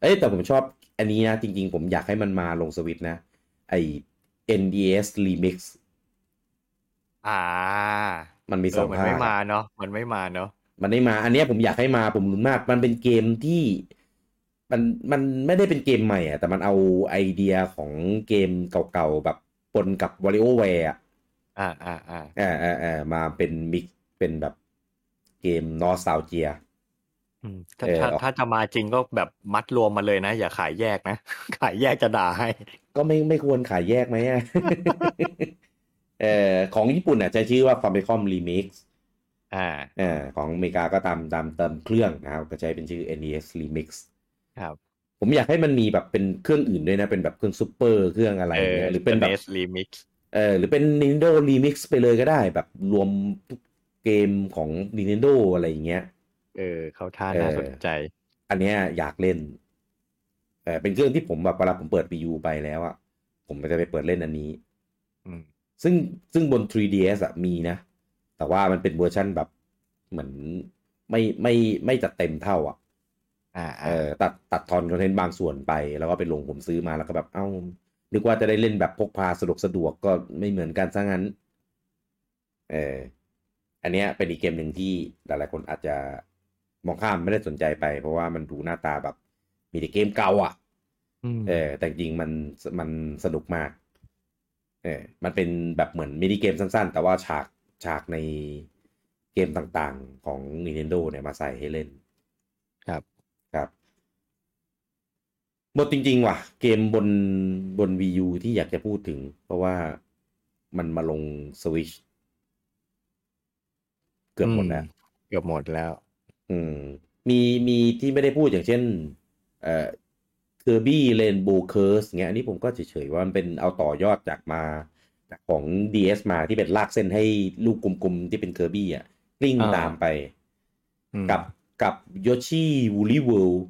Speaker 1: เอ้ยแต่ผมชอบอันนี้นะ จริง ๆ ผมอยากให้มันมาลงสวิตช์นะ ไอ NDS Remix
Speaker 2: อ่า
Speaker 1: มันมี
Speaker 2: เอ
Speaker 1: สอ
Speaker 2: อง มัน
Speaker 1: ภา
Speaker 2: ไม่
Speaker 1: ค
Speaker 2: มาเนาะมันไม่มาเนาะ
Speaker 1: มันได้มา อันเนี้ยผมอยากให้มาผมลุ้นมาก มันเป็นเกมที่มันมันไม่ได้เป็นเกมใหม่อะแต่มันเอาไอเดียของเกมเก่าๆ แบบปนกับ w a r i o w a r e อะ
Speaker 2: อ่าอ่าอ่า
Speaker 1: เออเออเออมาเป็นมิกเป็นแบบเกมนอสซาวเจีย
Speaker 2: อืมถ้า
Speaker 1: เออ
Speaker 2: ถ้าถ้าจะมาจริงก็แบบมัดรวมมาเลยนะ อย่าขายแยกนะ *laughs* ขายแยกจะด่าให้
Speaker 1: ก็ไม่ไม่ควรขายแยกไหม *laughs* อะ เอ่อของญี่ปุ่นอ่ะจะชื่อว่า Famicom Remix
Speaker 2: อ่า
Speaker 1: เออของอเมริกาก็ตามตามเติมเครื่องนะครับก็ใช้เป็นชื่อ NES Remix
Speaker 2: ครับ
Speaker 1: ผมอยากให้มันมีแบบเป็นเครื่องอื่นด้วยนะ เป็นแบบเครื่องซูเปอร์เครื่องอะไรอย่างเงี้ยหรือเป็นแบบ
Speaker 2: เนสรีมิกซ์
Speaker 1: เออหรือเป็น Nintendo Remix ไปเลยก็ได้แบบรวมทุกเกมของ Nintendo อะไรอย่างเงี้ย
Speaker 2: เออ เขาท่า
Speaker 1: เออ
Speaker 2: น่าสนใจ
Speaker 1: อันเนี้ยอยากเล่นเออเป็นเครื่องที่ผมแบบเวลาผมเปิด Wii U ไปแล้วอะผมจะไปเปิดเล่นอันนี้
Speaker 2: อืม
Speaker 1: ซึ่งซึ่งบน 3DS อะมีนะ แต่ว่ามันเป็นเวอร์ชั่นแบบเหมือนไม่ไม่ไม่จัดเต็มเท่าอะ
Speaker 2: อ่า
Speaker 1: เออตัดตัดทอนคอนเทนต์บางส่วนไป แล้วก็ไปลงผมซื้อมาแล้วก็แบบเอ้า นึกว่าจะได้เล่นแบบพกพาสะดวกสะดวกก็ไม่เหมือนกันซะงั้น เอออันเนี้ยเป็นอีกเกมหนึ่งที่หลายๆคนอาจจะมองข้ามไม่ได้สนใจไป เพราะว่ามันดูหน้าตาแบบมีแต่เกมเก่าอ่ะ
Speaker 2: ม
Speaker 1: เออแต่จริงๆมันมันสนุกมาก เออมันเป็นแบบเหมือนมินิเกมสั้นๆ แต่ว่าฉากฉากในเกมต่างๆของ Nintendo เนี่ยมาใส่ให้เล่น
Speaker 2: ครับ
Speaker 1: ครับหมดจริง ๆ ว่ะ เกมบนบน Wii U ที่อยากจะพูดถึง เพราะว่ามันมาลง Switch เกือบหมดแล้ว
Speaker 2: อืเกือบหมดแล้ว
Speaker 1: อืม มีมีที่ไม่ได้พูดอย่างเช่น เอ่อ Kirby Rainbow Curse เงี้ยอันนี้ผมก็เฉยๆว่ามันเป็นเอาต่อยอดจากมา จากของ DS มาที่เป็นลากเส้นให้ลูกกลมๆ ที่เป็น Kirby อ่ะกลิ้ง
Speaker 2: อ่า
Speaker 1: ตามไป
Speaker 2: อืม
Speaker 1: กับกับ Yoshi Woolly World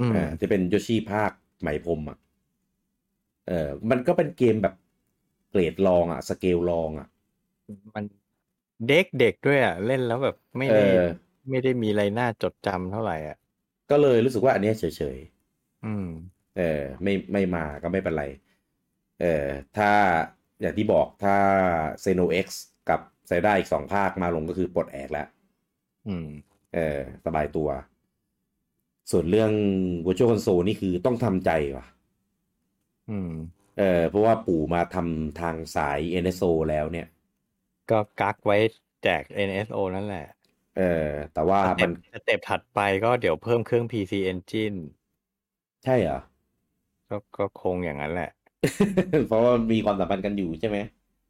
Speaker 2: อืม
Speaker 1: อ่าจะเป็นโยชิภาคไหมพรมอ่ะ เออมันก็เป็นเกมแบบเกรดลองอ่ะ สเกลลองอ่ะ
Speaker 2: มันเด็กเด็กๆด้วยอ่ะ เล่นแล้วแบบไม่
Speaker 1: เอ
Speaker 2: ได้
Speaker 1: อ
Speaker 2: ไม่ได้มีอะไรน่าจดจำเท่าไหร่อ่ะ
Speaker 1: ก็เลยรู้สึกว่าอันเนี้ยเฉย
Speaker 2: อืม
Speaker 1: ๆ เออ ไม่ไม่มาก็ไม่เป็นไร เออถ้าอย่างที่บอกถ้าเซโนเอ็กซ์กับไซด้าอีกสองภาคมาลงก็คือปลดแอกแล้ว
Speaker 2: อืม
Speaker 1: เออสบายตัว ส่วนเรื่อง Virtual Console นี่คือต้องทำใจว่ะ
Speaker 2: อืม
Speaker 1: เออเพราะว่าปู่มาทำทางสาย NSO แล้วเนี่ย
Speaker 2: ก็กักไว้แจก NSO นั่นแหละ
Speaker 1: เออแต่ว่า
Speaker 2: สเต็
Speaker 1: มั
Speaker 2: ป
Speaker 1: น
Speaker 2: สเต็ปถัดไปก็เดี๋ยวเพิ่มเครื่อง PC Engine
Speaker 1: ใช่เหรอ *laughs*
Speaker 2: ก็ก็คงอย่างนั้นแหละ
Speaker 1: เพราะว่ามีความสัมพันธ์กันอยู่ใช่ไหม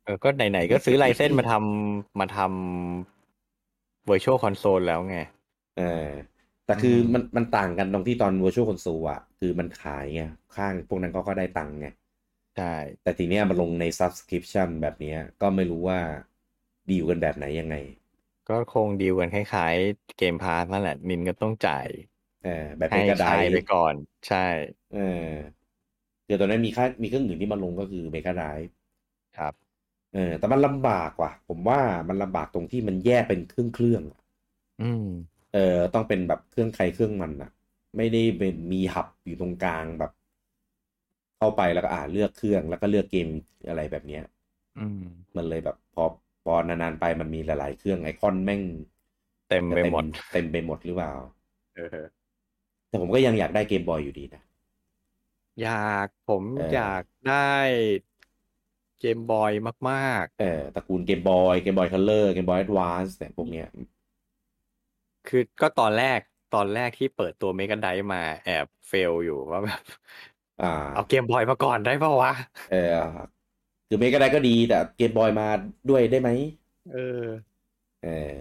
Speaker 2: เออก็ไหนๆก็ซื้อไลเส้นส์มาทำมาทำ Virtual Console แล้วไง
Speaker 1: เออ แต่คืออ
Speaker 2: ม
Speaker 1: มันมันต่างกันตรงที่ตอน Virtual Console อ่ะ คือมันขายไง ข้างพวกนั้นก็ก็ได้ตังค์ไง
Speaker 2: ใช่
Speaker 1: แต่ทีเนี้ยมันลงใน Subscription แบบเนี้ย ก็ไม่รู้ว่าดีลกันแบบไหนยังไง
Speaker 2: ก็คงดีลกันคล้ายๆเกมพาสนั่นแหละ นินก็ต้องจ่าย
Speaker 1: เออ แบบ
Speaker 2: ให้
Speaker 1: เป็นกระได
Speaker 2: ค่ายไปก่อน ใช่
Speaker 1: เออเดี๋ยวตอนนั้นมีค่ามีเครื่องอื่นที่มาลงก็คือเมกาได
Speaker 2: ครับ
Speaker 1: เออ แต่มันลำบากว่ะ ผมว่ามันลำบากตรงที่มันแยกเป็นเครื่องเครื่องๆ
Speaker 2: อืม
Speaker 1: เออต้องเป็นแบบเครื่องใครเครื่องมันอะไม่ได้เป็นมีหับอยู่ตรงกลางแบบ เข้าไปแล้วก็อ่าเลือกเครื่องแล้วก็เลือกเกมอะไรแบบเนี้ย
Speaker 2: อืม
Speaker 1: มันเลยแบบพอพอนานๆไปมันมีหลายๆเครื่องไอคอนแม่ง
Speaker 2: เต็มไปหมด
Speaker 1: เต็มไปหมดหรือเปล่า
Speaker 2: เออ
Speaker 1: แต่ผมก็ยังอยากได้เกมบอยอยู่ดีนะ
Speaker 2: อยากผม
Speaker 1: เอออ
Speaker 2: อยากได้เกมบอยมาก
Speaker 1: เออตระกูลเกมบอยเกมบอยคัลเลอร์เกมบอยแอดวานซ์เนี่ยพวกเนี้ย
Speaker 2: ๆ คือก็ตอนแรกตอนแรกที่เปิดตัวเมก d ไดมาแอบเฟลอยู่ว่าแบบ
Speaker 1: อ่า
Speaker 2: เอาเกมบอยมาก่อนได้ปะวะ
Speaker 1: เออคือเมกาไดก็ดีแต่เกมบอยมาด้วยได้ไหม
Speaker 2: เออ
Speaker 1: เออ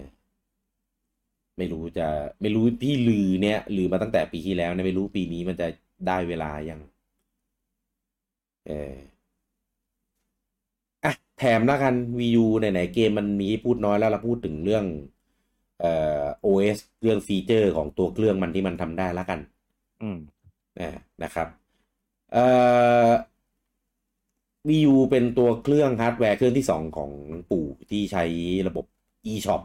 Speaker 1: ไม่รู้จะ ไม่รู้พี่ลือเนี่ยลือมาตั้งแต่ปีที่แล้วเนี่ยไม่รู้ปีนี้มันจะได้เวลายังเอออ่ะแถมแล้วกันวีูไหนๆเกมมันมีให้พูดน้อยแล้วเราพูดถึงเรื่อง เอ่อ OS เรื่องฟีเจอร์ของตัวเครื่องมันที่มันทำได้แล้วกัน
Speaker 2: อืม
Speaker 1: อ่านะครับเอ่อ VU เป็นตัวเครื่องฮาร์ดแวร์เครื่องที่สองของปู่ที่ใช้ระบบ eShop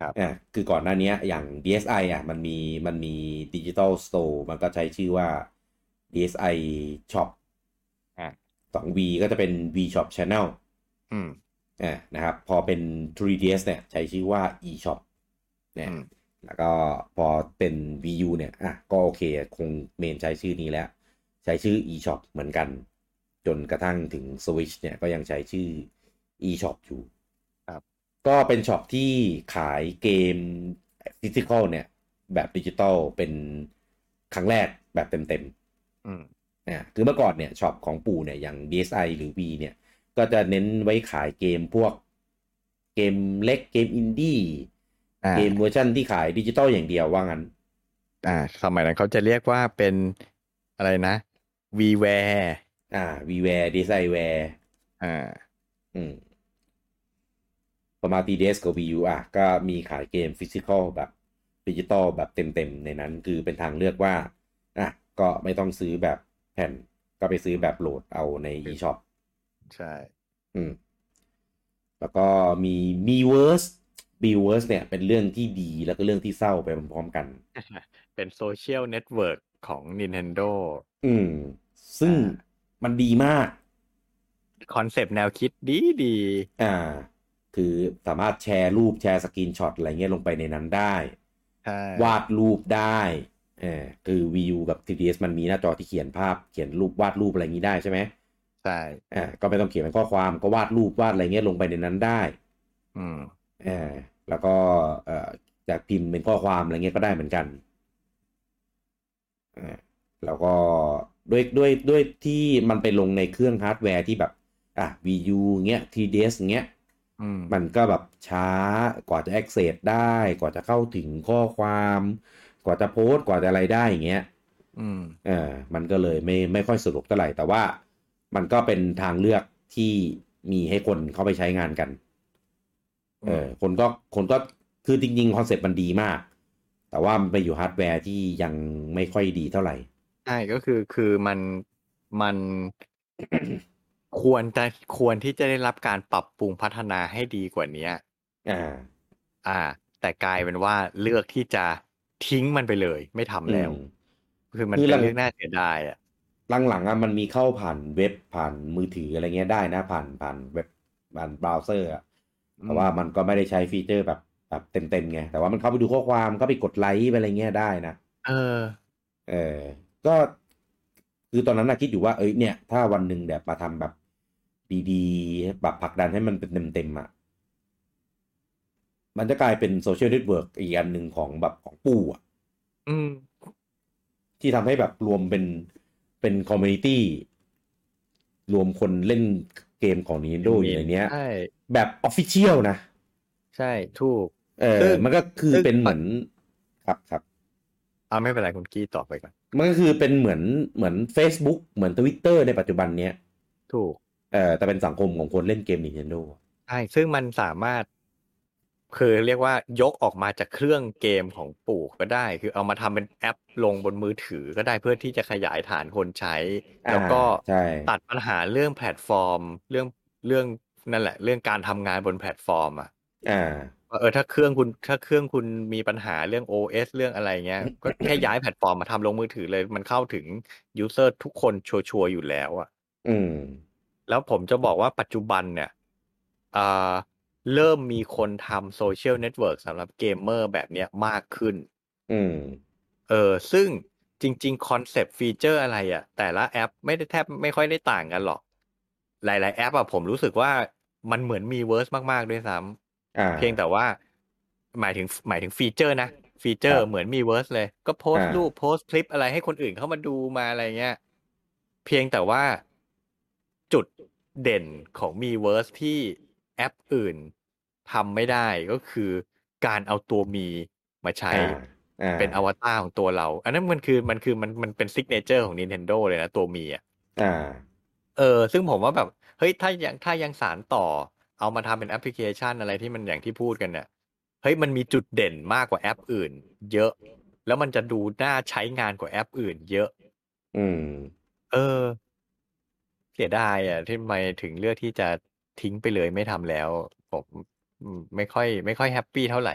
Speaker 2: ครับ
Speaker 1: อ่าคือก่อนหน้าเนี้ยอย่าง DSi อ่ะมันมีมันมี Digital Store มันก็ใช้ชื่อว่า DSi Shop
Speaker 2: อ่ะ
Speaker 1: สอง V ก็จะเป็น V Shop Channel
Speaker 2: อืม
Speaker 1: อ่านะครับพอเป็น 3DS เนี่ยใช้ชื่อว่า eShop เนี่ย
Speaker 2: อืม
Speaker 1: แล้วก็พอเป็น VU เนี่ยอ่ะก็โอเคคงเมนใช้ชื่อนี้แล้ว ใช้ชื่อ eShop เหมือนกัน จนกระทั่งถึง Switch เนี่ยก็ยังใช้ชื่อ eShop อยู่
Speaker 2: ครับ
Speaker 1: ก็เป็นช็อปที่ขายเกมฟิสิกอลเนี่ย แบบดิจิตอลเป็นครั้งแรกแบบเต็มๆ
Speaker 2: อืม
Speaker 1: อ่ะคือเมื่อก่อนเนี่ยช็อปของปู่เนี่ยอย่าง DSi หรือ V เนี่ย ก็จะเน้นไว้ขายเกมพวกเก มเล็กเกมอินดี้
Speaker 2: อ่า
Speaker 1: เกมเวอร์ชันที่ขายดิจิตอลอย่างเดียวว่างั้น
Speaker 2: อ่าสมัยนั้นเขาจะเรียกว่าเป็นอะไรนะ VWare
Speaker 1: อ่าวีแวร์ดีไซน์แวร์
Speaker 2: อ่า
Speaker 1: อืมประมาณ TDS กับ VU อ่ะก็มีขายเกมฟิสิกอลแบบดิจิตอลแบบเต็มๆ ในนั้นคือเป็นทางเลือกว่า อ่ะ ก็ไม่ต้องซื้อแบบแผ่น ก็ไปซื้อแบบโหลดเอาใน eShop
Speaker 2: ใช่
Speaker 1: อืมแล้วก็มีมีเวิร์สบีเวิร์สเนี่ยเป็นเรื่องที่ดีแล้วก็เรื่องที่เศร้าไปพร้อมๆกัน
Speaker 2: เป็นโซเชียลเน็ตเวิร์กของ Nintendo
Speaker 1: อืม ซึ่ง
Speaker 2: อ่า
Speaker 1: มันดีมาก
Speaker 2: คอนเซปต์แนวคิดดีดี
Speaker 1: อ่า คือสามารถแชร์รูปแชร์สกรีนช็อตอะไรเงี้ยลงไปในนั้นได้
Speaker 2: ใช่
Speaker 1: วาดรูปได้เออคือ VU กับ 3DS มันมีหน้าจอที่เขียนภาพเขียนรูปวาดรูปอะไรอย่างนี้ได้ใช่ไหม
Speaker 2: ใช่
Speaker 1: อ่าก็ไม่ต้องเขียนเป็นข้อความก็วาดรูปวาดอะไรเงี้ยลงไปในนั้นได้
Speaker 2: อืม
Speaker 1: อ่าแล้วก็เอ่อจะพิมพ์เป็นข้อความอะไรเงี้ยก็ได้เหมือนกันอ่าแล้วก็ด้วยด้วยด้วยที่มันไปลงในเครื่องฮาร์ดแวร์ที่แบบอ่ะ VU เงี้ย 3DS เงี้ย
Speaker 2: อืม
Speaker 1: มันก็แบบช้ากว่าจะ access ได้ กว่าจะเข้าถึงข้อความ กว่าจะโพสต์กว่าจะอะไรได้อย่างเงี้ย
Speaker 2: อืม
Speaker 1: เออมันก็เลยไม่ไม่ค่อยสะดวกเท่าไหร่ แต่ว่ามันก็เป็นทางเลือกที่มีให้คนเข้าไปใช้งานกันเออคนก็คนก็คือจริงๆคอนเซ็ปต์มันดีมาก แต่ว่ามันไปอยู่ฮาร์ดแวร์ที่ยังไม่ค่อยดีเท่าไหร่
Speaker 2: ใช่ก็คือคือมันมัน *coughs* ควรจะควรที่จะได้รับการปรับปรุงพัฒนาให้ดีกว่าเนี้ย
Speaker 1: อ่า
Speaker 2: อ่า แต่กลายเป็นว่าเลือกที่จะทิ้งมันไปเลย ไม่ทำแล้ว
Speaker 1: อืม
Speaker 2: คือมัน
Speaker 1: คือ
Speaker 2: เป็น
Speaker 1: เรา
Speaker 2: เรื่องน่าเสียดายอ่ะ
Speaker 1: หลังๆอ่ะมันมีเข้าผ่านเว็บผ่านมือถืออะไรเงี้ยได้นะ ผ่านผ่านเว็บผ่านเบราว์เซอร์อ่ะ
Speaker 2: อืม
Speaker 1: แต่ว่ามันก็ไม่ได้ใช้ฟีเจอร์แบบแบบเต็มๆไงแต่ว่ามันเข้าไปดูข้อความเข้าไปกดไลค์ไปอะไรเงี้ยได้นะ
Speaker 2: เออ
Speaker 1: เออก็คือตอนนั้นนะคิดอยู่ว่าเอ้ยเนี่ย ถ้าวันหนึ่งแบบมาทำแบบดีๆ แบบผลักดันให้มันเป็นเต็มๆอ่ะมันจะกลายเป็นโซเชียลเน็ตเวิร์กอีกอันหนึ่งของแบบของปู่อ่ะ
Speaker 2: อืม
Speaker 1: ที่ทำให้แบบรวมเป็นเป็นคอมมูนิตี้รวมคนเล่นเกมของ Nintendo อยู่ในเนี้ย
Speaker 2: ใช่
Speaker 1: แบบออฟฟิเชียลนะ
Speaker 2: ใช่ถูก
Speaker 1: เอ
Speaker 2: ซึ่
Speaker 1: อง มันก็คือ
Speaker 2: ซึ่ง
Speaker 1: เป็นเหมือนครับครับ
Speaker 2: เอาไม่เป็นไรคุณกี้ตอบไปก่อน
Speaker 1: มันก็คือเป็นเหมือนเหมือน Facebook เหมือน Twitter ในปัจจุบันเนี้ย
Speaker 2: ถูก
Speaker 1: เออแต่เป็นสังคมของคนเล่นเกม Nintendo
Speaker 2: ใช่ ซึ่งมันสามารถ คือเรียกว่ายกออกมาจากเครื่องเกมของปู่ก็ได้ คือเอามาทำเป็นแอปลงบนมือถือก็ได้เพื่อที่จะขยายฐานคนใช้ แล้วก็
Speaker 1: อ่าใช่
Speaker 2: ตัดปัญหาเรื่องแพลตฟอร์ม เรื่องเรื่องนั่นแหละ เรื่องการทำงานบนแพลตฟอร์มอะ
Speaker 1: อ่า
Speaker 2: ว่าเออถ้าเครื่องคุณถ้าเครื่องคุณมีปัญหาเรื่อง OS เรื่องอะไรเงี้ย ก็แค่ย้ายแพลตฟอร์มมาทำลงมือถือเลย มันเข้าถึงยูเซอร์ทุกคนชัวร์ๆอยู่แล้วอะ
Speaker 1: อืม
Speaker 2: แล้วผมจะบอกว่าปัจจุบันเนี่ยเอ่อเริ่มมีคนทำโซเชียลเน็ตเวิร์กสำหรับเกมเมอร์แบบเนี้ยมากขึ้น
Speaker 1: อืม
Speaker 2: เออซึ่งจริง ๆ คอนเซปต์ฟีเจอร์อะไรอะ่ะ แต่ละแอปไม่ได้แทบไม่ค่อยได้ต่างกันหรอก หลาย ๆ แอปอะผมรู้สึกว่ามันเหมือนมีเวิร์สมาก ๆ ด้วยซ้
Speaker 1: อ่า
Speaker 2: ำเพียงแต่ว่า หมายถึงหมายถึงฟีเจอร์นะ ฟีเจอ
Speaker 1: ค
Speaker 2: ร์
Speaker 1: รับ
Speaker 2: เหมือนมีเวิร์สเลย ก็โพสต์
Speaker 1: อ่ารู
Speaker 2: รูปโพสต์คลิปอะไรให้คนอื่นเข้ามาดูมาอะไรเงี้ย เพียงแต่ว่าจุดเด่นของมีเวิร์สที่แอปอื่นทำไม่ได้ก็คือการเอาตัวมีมาใช้
Speaker 1: อ่าอ่า
Speaker 2: เป็นอวตารของตัวเรา อันนั้นมันคือมันคือมันมันเป็นซิกเนเจอร์ของ Nintendo เลยนะ ตัวมีอ่ะ
Speaker 1: อ่า
Speaker 2: เออ ซึ่งผมว่าแบบ เฮ้ย ถ้ายังถ้ายังสารต่อ เอามาทำเป็นแอปพลิเคชันอะไรที่มันอย่างที่พูดกันเนี่ย เฮ้ย มันมีจุดเด่นมากกว่าแอปอื่น เยอะ แล้วมันจะดูน่าใช้งานกว่าแอปอื่น เยอะ
Speaker 1: อืม
Speaker 2: เออ เสียดายอ่ะที่ทำไมถึงเลือกที่จะทิ้งไปเลยไม่ทำแล้ว ผมอืมไม่ค่อย ไม่ค่อยแฮปปี้เท่าไหร่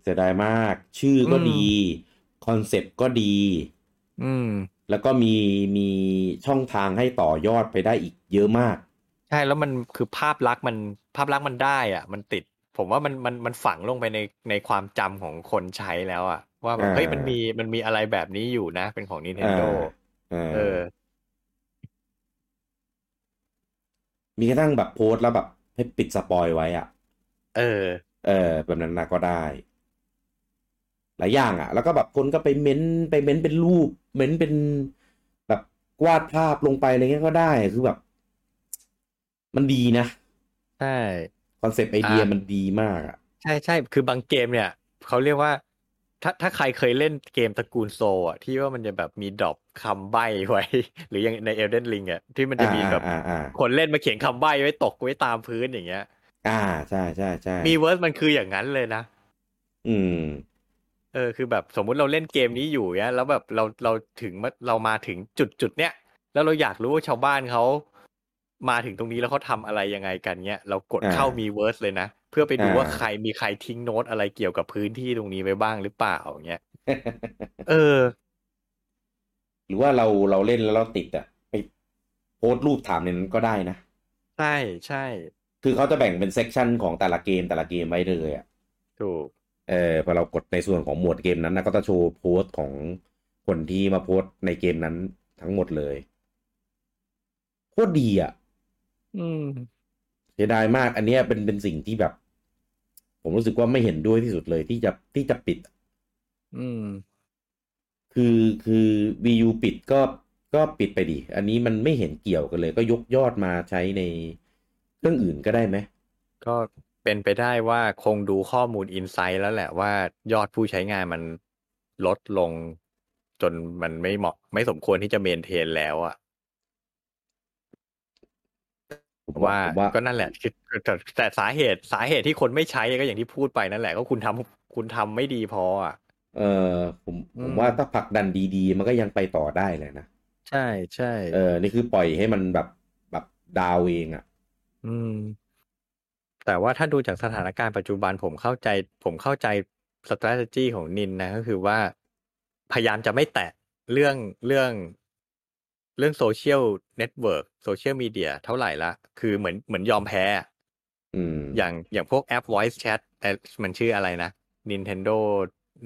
Speaker 1: เสียดายมาก ชื่อก็
Speaker 2: อืม
Speaker 1: ดี คอนเซปต์ก็ดี
Speaker 2: อืม
Speaker 1: แล้วก็มีมีช่องทางให้ต่อยอดไปได้อีกเยอะมาก
Speaker 2: ใช่แล้วมันคือภาพลักษณ์มันภาพลักษณ์มันได้อะมันติด ผมว่ามันมันมันฝังลงไปในในความจำของคนใช้แล้วอะว่าแบบ
Speaker 1: อ่า
Speaker 2: เฮ้ยมันมีมันมีอะไรแบบนี้อยู่นะ เป็นของ Nintendo
Speaker 1: เออ
Speaker 2: เออ
Speaker 1: มีกระทั่งแบบโพสต์แล้วแบบให้ปิดสปอยไว้อะ
Speaker 2: เออ
Speaker 1: เออแบบนั้นนะก็ได้ หลายอย่างอะแล้วก็แบบคนก็ไปเม้นต์ไปเม้นต์เป็นรูป เม้นต์เป็นแบบวาดภาพลงไปอะไรเงี้ยก็ได้คือแบบ มันดีนะ
Speaker 2: ใช่
Speaker 1: คอนเซปต์ไอเดีย
Speaker 2: อ่ะ
Speaker 1: มันดีมากอ่ะ
Speaker 2: ใช่ใช่คือบางเกมเนี่ย เขาเรียกว่า ถ้าถ้าใครเคยเล่นเกมตระกูลโซลอ่ะ ที่ว่ามันจะแบบมีดรอปคำใบ้ไว้ *laughs* หรืออย่างในเอ d เดนลิงอ่ะ ที่มันจะมีแบบ
Speaker 1: อ่าอ่าอ่า
Speaker 2: คนเล่นมาเขียนคำใบ้ไว้ตกไว้ตามพื้นอย่างเงี้ย
Speaker 1: อ่าใช่ใช่ใช่
Speaker 2: มีเวิร์สมันคืออย่างนั้นเลยนะ
Speaker 1: อืม
Speaker 2: เออคือแบบสมมุติเราเล่นเกมนี้อยู่เนี้ยแล้วแบบเราเราถึงมาเรามาถึงจุดจุดเนี้ยแล้วเราอยากรู้ว่าชาวบ้านเขามาถึงตรงนี้แล้วเขาทำอะไรยังไงกันเนี้ยเรากด
Speaker 1: อ่า
Speaker 2: เข้ามีเวิร์สเลยนะ เพื่อไปดู
Speaker 1: อ่า
Speaker 2: ว่าใครมีใครทิ้งโน้ตอะไรเกี่ยวกับพื้นที่ตรงนี้ไปบ้างหรือเปล่าอย่างเงี้ยเออ
Speaker 1: หรือว่าเราเราเล่นแล้วเราติดอ่ะไปโพสต์รูปถามในนั้นก็ได้นะ
Speaker 2: ใช่ใช่
Speaker 1: คือเขาจะแบ่งเป็นเซกชันของแต่ละเกมแต่ละเกมไว้เลยอ่ะ
Speaker 2: ถูก
Speaker 1: เออพอเรากดในส่วนของหมวดเกมนั้นนะก็จะโชว์โพสต์ของคนที่มาโพสต์ในเกมนั้นทั้งหมดเลยโคตรดีอ่ะ
Speaker 2: อืม
Speaker 1: เสียดายมาก อันเนี้ยเป็นเป็นสิ่งที่แบบ ผมรู้สึกว่าไม่เห็นด้วยที่สุดเลยที่จะที่จะปิด
Speaker 2: อืม
Speaker 1: คือคือ VU ปิดก็ก็ปิดไปดิ อันนี้มันไม่เห็นเกี่ยวกันเลย ก็ยกยอดมาใช้ในเครื่องอื่นก็ได้ไหม
Speaker 2: ก็เป็นไปได้ว่าคงดูข้อมูลอินไซต์แล้วแหละว่ายอดผู้ใช้งานมันลดลง จนมันไม่เหมาะ ไม่สมควรที่จะเมนเทนแล้วอะ
Speaker 1: ผม
Speaker 2: ว่า
Speaker 1: ผมว่า
Speaker 2: ก็นั่นแหละคือแต่แต่สาเหตุสาเหตุที่คนไม่ใช้ก็อย่างที่พูดไปนั่นแหละก็คุณทำคุณทำไม่ดีพออ่ะ
Speaker 1: เออผมผ
Speaker 2: อื
Speaker 1: ม
Speaker 2: ม
Speaker 1: ว่าถ้าผลักดันดีๆ มันก็ยังไปต่อได้เลยนะ
Speaker 2: ใช่ใช่
Speaker 1: เออ นี่คือปล่อยให้มันแบบแบบดาวเองอะ่ะ
Speaker 2: อืม แต่ว่าถ้าดูจากสถานการณ์ปัจจุบันผมเข้าใจ ผมเข้าใจ strategy ของนินนะ ก็คือว่า พยายามจะไม่แตะเรื่องเรื่อง เรื่องโซเชียลเน็ตเวิร์กโซเชียลมีเดียเท่าไหร่ละ คือเหมือนเหมือนยอมแพ้อะ
Speaker 1: อืม
Speaker 2: อย่างอย่างพวกแอป voice chat แต่มันชื่ออะไรนะ Nintendo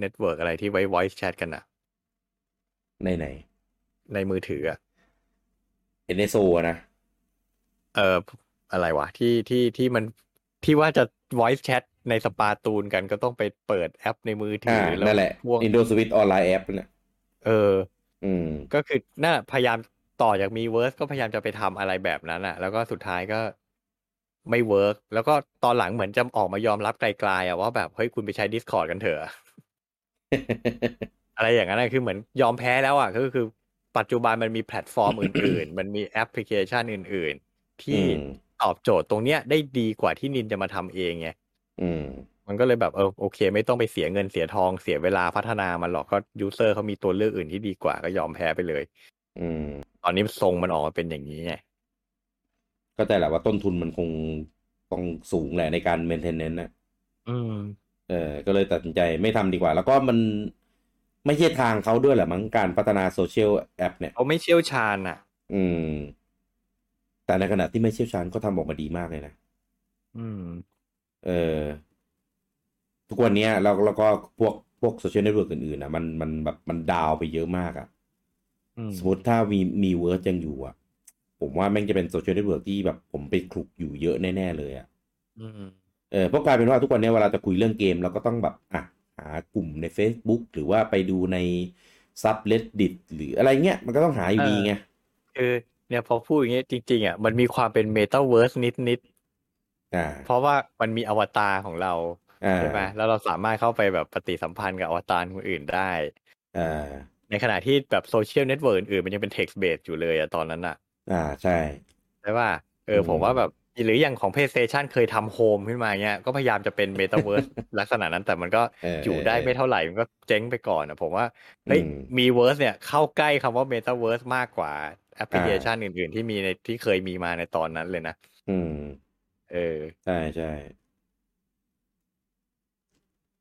Speaker 2: Network อะไรที่ไว้ voice chat กันอะ
Speaker 1: ในไหน
Speaker 2: ในมือถืออะ
Speaker 1: เอเนโซนะ
Speaker 2: เอ่ออะไรวะที่ที่ที่มันที่ว่าจะ voice chat ในสปาตูนกันก็ต้องไปเปิดแอปในมือถื
Speaker 1: อ่า
Speaker 2: อแล้ว
Speaker 1: นั่นแหละ
Speaker 2: พ่วง
Speaker 1: Indo Switch Online App เนี่ย
Speaker 2: เออ
Speaker 1: อืม
Speaker 2: ก็คือน่าพยายามต่อจากมีเวิร์สก็พยายามจะไปทำอะไรแบบนั้นอะแล้วก็สุดท้ายก็ไม่เวิร์กแล้วก็ตอนหลังเหมือนจะออกมายอมรับไกลๆอะว่าแบบ เฮ้ยคุณไปใช้ Discord กันเถอะ อะไรอย่างนั้นนะคือเหมือนยอมแพ้แล้วอ่ะก็คือ ปัจจุบันมันมีแพลตฟ
Speaker 1: *coughs*
Speaker 2: อร์มอื่น ๆ มันมีแอปพลิเคชันอื่น ๆ ที่
Speaker 1: อืม
Speaker 2: ตอบโจทย์ตรงเนี้ยได้ดีกว่าที่นินจะมาทำเองไง
Speaker 1: อืม
Speaker 2: มันก็เลยแบบเออโอเค ไม่ต้องไปเสียเงินเสียทองเสียเวลาพัฒนามันหรอกก็ยูเซอร์เขามีตัวเลือกอื่นที่ดีกว่าก็ยอมแพ้ไปเลย
Speaker 1: อืม
Speaker 2: ตอนนี้ทรงมันออกมาเป็นอย่างนี้ไง
Speaker 1: ก็ใจแหละว่าต้นทุนมันคงต้องสูงแหละในการ maintenance นะ
Speaker 2: อืม
Speaker 1: เออ ก็เลยตัดสินใจไม่ทำดีกว่า แล้วก็มันไม่ใช่ทางเขาด้วยแหละมั้งการพัฒนาโซเชียลแอปเนี่ย
Speaker 2: เขาไม่เชี่ยวชาญอ่ะ
Speaker 1: อืม แต่ในขณะที่ไม่เชี่ยวชาญก็ทำออกมาดีมากเลยนะ
Speaker 2: อืม
Speaker 1: เออทุกวันเนี้ยแล้วแล้วก็พวกพวกโซเชียลเน็ตเวิร์กอื่นๆนะมันมันแบบมันดาวไปเยอะมากอะ่ะ
Speaker 2: อืม
Speaker 1: สมมติถ้ามีมีเวิร์ดยังอยู่อะ่ะ ผมว่าแม่งจะเป็นโซเชียลเน็ตเวิร์กที่แบบผมไปคลุกอยู่เยอะแน่ๆเลยอะ่ะ
Speaker 2: อืม
Speaker 1: เออเพราะกลายเป็นว่าทุกวันเนี้ยเวลาจะคุยเรื่องเกมเราก็ต้องแบบอ่ะหากลุ่มใน Facebook หรือว่าไปดูในซับเลดดิตหรืออะไรเงี้ย มันก็ต้องหาอยู่ดีไง
Speaker 2: คือเนี่ยพอพูดอย่างเงี้ยจริง ๆอ่ะมันมีความเป็นเมตาเวิร์สนิด
Speaker 1: อ่า
Speaker 2: ๆเพราะว่ามันมีอวตารของเรา
Speaker 1: อ่า
Speaker 2: ใช่ไหมแล้วเราสามารถเข้าไปแบบปฏิสัมพันธ์กับอวตารคนอื่นได้
Speaker 1: อ่า
Speaker 2: ในขณะที่แบบโซเชียลเน็ตเวิร์กอื่นๆมันยังเป็น text based อยู่เลยอะตอนนั้นอะ
Speaker 1: อ่าใช่
Speaker 2: ใช่ป่ะเอออ
Speaker 1: ม
Speaker 2: ผมว่าแบบหรืออย่างของ PlayStation เคยทำโฮมขึ้นมาเนี้ยก็พยายามจะเป็นเมตาเวิร์ส ลักษณะนั้นแต่มันก็
Speaker 1: เ
Speaker 2: อยู่ได้ไม่เท่าไหร่ มันก็เจ๊งไปก่อนอะผมว่าเฮ้ย
Speaker 1: อืม
Speaker 2: มีเวิร์สเนี่ยเข้าใกล้คำว่าเมตาเวิร์สมากกว่าแอปพลิเคชันอื่นๆ ที่มีในที่เคยมีมาในตอนนั้นเลยนะ
Speaker 1: อืม
Speaker 2: เออ
Speaker 1: ใช่ใช่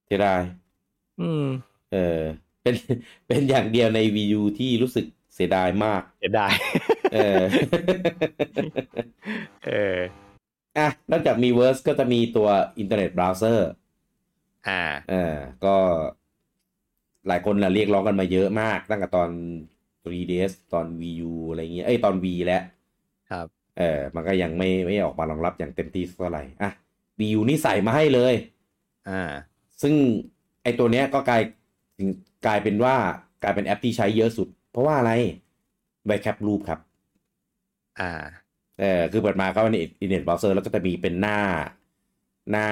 Speaker 1: เสียดาย
Speaker 2: อืม
Speaker 1: เออ เป็น *laughs* เป็นอย่างเดียวใน Wii U ที่รู้สึกเสียดายมาก
Speaker 2: เสียดาย *laughs*
Speaker 1: เออ *laughs*
Speaker 2: เออ
Speaker 1: อ่ะ นอกจากมีเวิร์สก็จะมีตัวอินเทอร์เน็ตเบราว์เซอร์
Speaker 2: อ่า
Speaker 1: เออ ก็หลายคนนะเรียกร้องกันมาเยอะมาก ตั้งแต่ตอน 3DS ตอน Wii U อะไรเงี้ย เอ้ย ตอน V แล้ว
Speaker 2: ครับ
Speaker 1: เออ มันก็ยังไม่ไม่ออกมารองรับอย่างเต็มที่เท่าไหร่ อ่ะ Wii U นี่ใส่มาให้เลย
Speaker 2: อ่า
Speaker 1: ซึ่งไอตัวเนี้ยก็กลายกลายเป็นว่ากลายเป็นแอปที่ใช้เยอะสุด เพราะว่าอะไรไวแคปรูปครับ
Speaker 2: อ่า
Speaker 1: เออคือเปิดมาเข้าไปในอินเทอร์เน็ตเบราว์เซอร์แล้วก็จะมีเป็นหน้า หน้า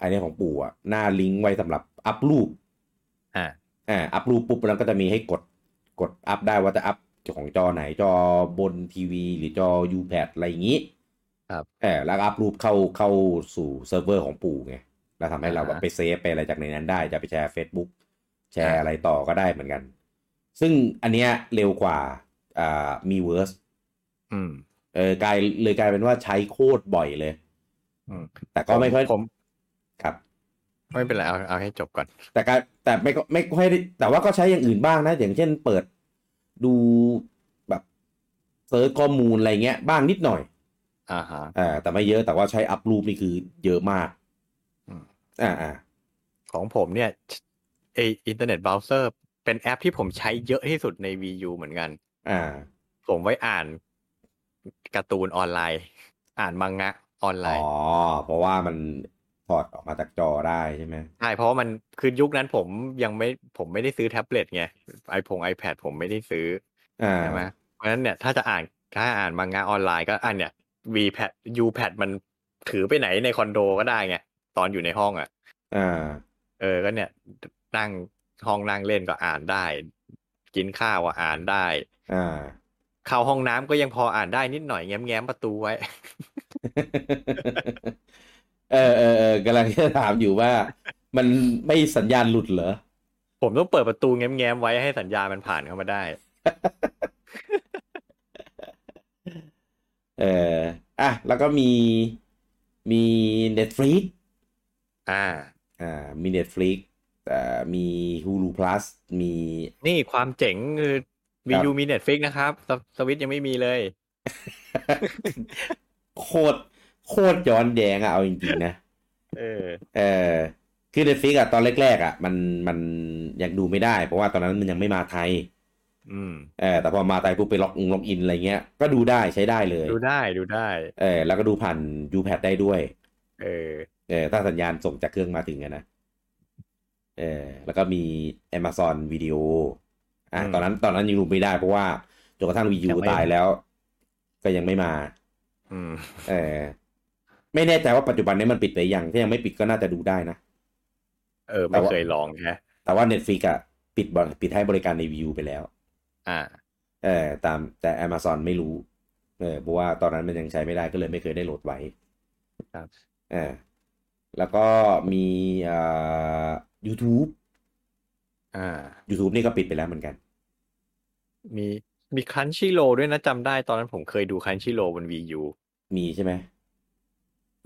Speaker 1: อันนี้ของปู่อะหน้าลิงก์ไว้สำหรับอัพรูป
Speaker 2: อ่า
Speaker 1: อ่าอัพรูปปุ๊บแล้วก็จะมีให้กดกดอัพได้ว่าจะอัพของจอไหนจอบนทีวี หรือจอ u p a d อะไรอย่างนี้
Speaker 2: ครับ
Speaker 1: เออแล้วก็อัพรูปเข้าเข้าสู่เซิร์ฟเวอร์ของปู่ไงแล้วทำให้เรา
Speaker 2: อ่าฮะ
Speaker 1: แบบไปเซฟไปอะไรจากในนั้นได้จะไปแชร์ Facebook แช
Speaker 2: ครั
Speaker 1: ร์
Speaker 2: บ
Speaker 1: อะไรต่อก็ได้เหมือนกัน ซึ่งอันเนี้ยเร็วกว่าอ่ามีเวิร์ส
Speaker 2: อืม
Speaker 1: เออกลายเลยกลายเป็นว่าใช้โคตรบ่อยเลย
Speaker 2: อืม
Speaker 1: แต่ก็ไม่ค่อย
Speaker 2: ผม
Speaker 1: ครับ
Speaker 2: ไม่เป็นไรเอาเอาให้จบก่อน
Speaker 1: แต่การแต่ไม่ก็ไม่ค่อยได้แต่ว่าก็ใช้อย่างอื่นบ้างนะ อย่างเช่นเปิดดูแบบเซิร์ชข้อมูลอะไรเงี้ยบ้างนิดหน่อย
Speaker 2: อ่าฮะ
Speaker 1: อ่าแต่ไม่เยอะแต่ว่าใช้อัพรูปนี่คือเยอะมาก
Speaker 2: อืม
Speaker 1: อ่าอ่า
Speaker 2: ของผมเนี่ยไออินเทอร์เน็ตเบราว์เซอร์เป็นแอปที่ผมใช้เยอะที่สุดใน VU เหมือนกัน
Speaker 1: อ่า
Speaker 2: ผมไว้อ่านการ์ตูนออนไลน์ อ่านมังงะออนไล
Speaker 1: อ๋อ
Speaker 2: น์
Speaker 1: เพราะว่ามันถอดออกมาจากจอได้ใช่ไหม
Speaker 2: ใช่เพราะว่ามันคือยุคนั้นผมยังไม่ผมไม่ได้ซื้อแท็บเล็ตไงไอพงไอแพดผมไม่ได้ซื้อ
Speaker 1: อ่า
Speaker 2: ใช่ไหมเพราะฉะนั้นเนี่ยถ้าจะอ่านถ้าอ่านมังงะออนไลน์ก็อ่านเนี่ย V แพด U แพดมันถือไปไหนในคอนโดก็ได้ไงตอนอยู่ในห้องอ่ะ
Speaker 1: อ่า
Speaker 2: เออ ก็เนี่ยนั่งห้องนั่งเล่นก็อ่านได้ กินข้าวก็อ่านได้
Speaker 1: อ่า
Speaker 2: เข้าห้องน้ำก็ยังพออ่านได้นิดหน่อยแง้มแง้มๆประตูไว้
Speaker 1: เออเออเออกำลังจะถามอยู่ว่า มันไม่สัญญาณหลุดเหรอ
Speaker 2: ผมต้องเปิดประตูแง้มแง้มๆไว้ให้สัญญาณมันผ่านเข้ามาได้
Speaker 1: เอออ่ะแล้วก็มีมี Netflix
Speaker 2: อ่า
Speaker 1: อ่ามี Netflix อ่ามี Hulu Plus มี *laughs*
Speaker 2: นี่ความเจ๋งคือวียูมีเน็ตฟิกนะครับสวสวิตช์ยังไม่มีเลย
Speaker 1: โคตรโคตรย้อนแย้งอะเอาจริงๆนะ
Speaker 2: เออ
Speaker 1: เออคือ Netflix อะตอนแรกๆอะมันมันยังดูไม่ได้ เพราะว่าตอนนั้นมันยังไม่มาไทย
Speaker 2: อืม
Speaker 1: เออแต่พอมาไทยปุ๊บไปล็อกอินล็อกอินอะไรเงี้ยก็ดูได้ใช้ได้เลย
Speaker 2: ดูได้ดูได้
Speaker 1: เออแล้วก็ดูผ่าน YouPad ได้ด้วย
Speaker 2: เออ
Speaker 1: เออถ้าสัญญาณส่งจากเครื่องมาถึงอะนะเออแล้วก็มี Amazon Video อ่ะ
Speaker 2: อืม
Speaker 1: ตอนนั้นตอนนั้นยังดูไม่ได้เพราะว่าจนกระทั่งวี
Speaker 2: ยั
Speaker 1: ยู
Speaker 2: งไม่
Speaker 1: ตายแล้ว ก็ยังไม่มา
Speaker 2: อืม
Speaker 1: เออไม่แน่ใจว่าปัจจุบันนี้มันปิดหรือยัง ถ้ายังไม่ปิดก็น่าจะดูได้นะ
Speaker 2: เออ
Speaker 1: แต่
Speaker 2: ไม่
Speaker 1: ว่า
Speaker 2: เคยลองแค่
Speaker 1: แต่ว่า Netflix อะปิดบริปิดให้บริการในวิวไปแล้ว
Speaker 2: อ่า
Speaker 1: เออตามแต่ Amazon ไม่รู้ เออเพราะว่าตอนนั้นมันยังใช้ไม่ได้ก็เลยไม่เคยได้โหลดไว้
Speaker 2: ครับ
Speaker 1: เออแล้วก็มีเอ่อ YouTube
Speaker 2: อ่า
Speaker 1: YouTube นี่ก็ปิดไปแล้วเหมือนกัน
Speaker 2: มีมีคันชิโรด้วยนะจำได้ตอนนั้นผมเคยดูคันชิโรบนวียู
Speaker 1: มีใช่ไหม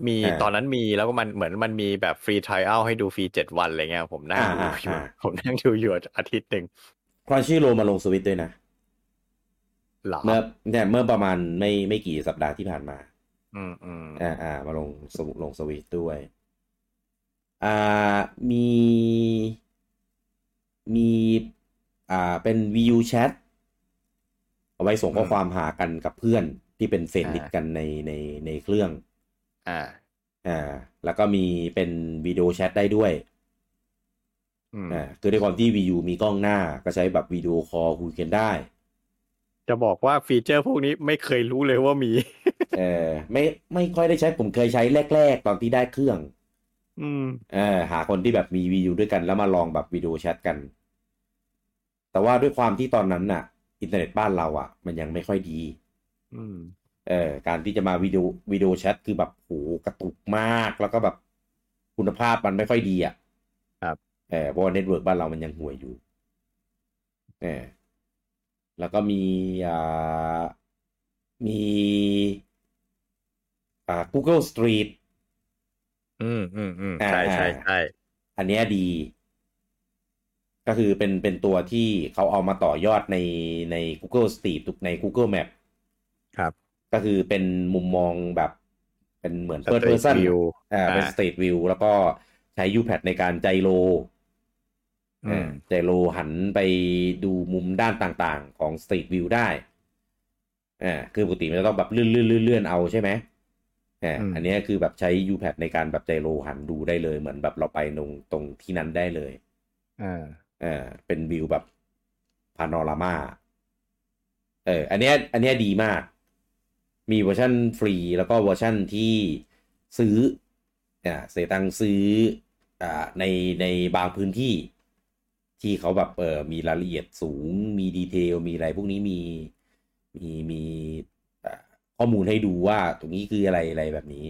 Speaker 2: มี
Speaker 1: อ่า
Speaker 2: ตอนนั้นมีแล้วก็มันเหมือนมันมีแบบฟรีทริอัลให้ดูฟรีเจ็ดวันอะไรเงี้ยผมนั่งดู
Speaker 1: อ่า
Speaker 2: อยู่
Speaker 1: อ่า
Speaker 2: ผมนั่งดูอยู่อาทิตย์หนึ่ง
Speaker 1: ครอนชื่อโรมาลงสวิตด้วยนะ
Speaker 2: เหรอ
Speaker 1: เมื่อเนี่ยเมื่อประมาณไม่ไม่กี่สัปดาห์ที่ผ่านมา
Speaker 2: อืมอืม
Speaker 1: อ่าอ่ามาลงสวลงสวีทด้วย อ่ามีมีอ่าเป็น VU Chat เอาไว้ส่งข้อความหากันกับเพื่อนที่เป็นเฟรนด์ลิสต์กันในในในเครื่อง
Speaker 2: อ่า
Speaker 1: อ่าแล้วก็มีเป็นวิดีโอแชทได้ด้วย
Speaker 2: อืม
Speaker 1: อ่าคือด้วยความที่ VU มีกล้องหน้าก็ใช้แบบวิดีโอคอลคุยกันได้
Speaker 2: จะบอกว่าฟีเจอร์พวกนี้ไม่เคยรู้เลยว่ามี
Speaker 1: เออไม่ไม่ค่อยได้ใช้ผมเคยใช้แรก ๆ ตอนที่ได้เครื่อง
Speaker 2: อืม
Speaker 1: เออหาคนที่แบบมีวีอยู่ด้วยกันแล้วมาลองแบบวิดีโอแชทกัน แต่ว่าด้วยความที่ตอนนั้นน่ะ อินเทอร์เน็ตบ้านเราอ่ะ มันยังไม่ค่อยดี
Speaker 2: อืม
Speaker 1: เออการที่จะมาวิดีโอวิดีโอแชทคือแบบโหกระตุกมากแล้วก็แบบคุณภาพมันไม่ค่อยดีอ่ะ
Speaker 2: ครับ
Speaker 1: เออเพราะว่าเน็ตเวิร์กบ้านเรามันยังห่วยอยู่เออแล้วก็มีอ่ามีอ่า Google Street
Speaker 2: อืมอืมอืม
Speaker 1: อ่า
Speaker 2: ใช่ใช่
Speaker 1: อ่า
Speaker 2: ใช่
Speaker 1: อันเนี้ยดี ก็คือเป็นเป็นตัวที่เขาเอามาต่อยอดในใน Google Street ทุกใน Google Map
Speaker 2: ครับ
Speaker 1: ก็คือเป็นมุมมองแบบเป็นเหมือน Third
Speaker 2: Street
Speaker 1: Person
Speaker 2: View
Speaker 1: อ่าเป็น
Speaker 2: อ่า
Speaker 1: Street View แล้วก็ใช้ UPad ในการไจโร
Speaker 2: อืม
Speaker 1: อ่าไจโรหันไปดูมุมด้านต่างๆของ Street View ได้อ่าคือปกติมันจะต้องแบบเลื่อนเลื่อนเลื่อนเลื่อนเอาใช่ไหมอ่า
Speaker 2: อืม
Speaker 1: อันเนี้ยคือแบบใช้ UPad ในการแบบไจโรหันดูได้เลย เหมือนแบบเราไปตรงตรงที่นั้นได้เลย
Speaker 2: อ่า
Speaker 1: เออเป็นวิวแบบพาโนรามา เออ อันเนี้ย อันเนี้ยดีมาก มีเวอร์ชั่นฟรีแล้วก็เวอร์ชั่นที่ซื้อ อ่าเสตังซื้ออ่าในในบางพื้นที่ ที่เขาแบบเออมีรายละเอียดสูงมีดีเทลมีอะไรพวกนี้มีมีมีอ่าข้อมูลให้ดูว่าตรงนี้คืออะไรอะไรแบบนี้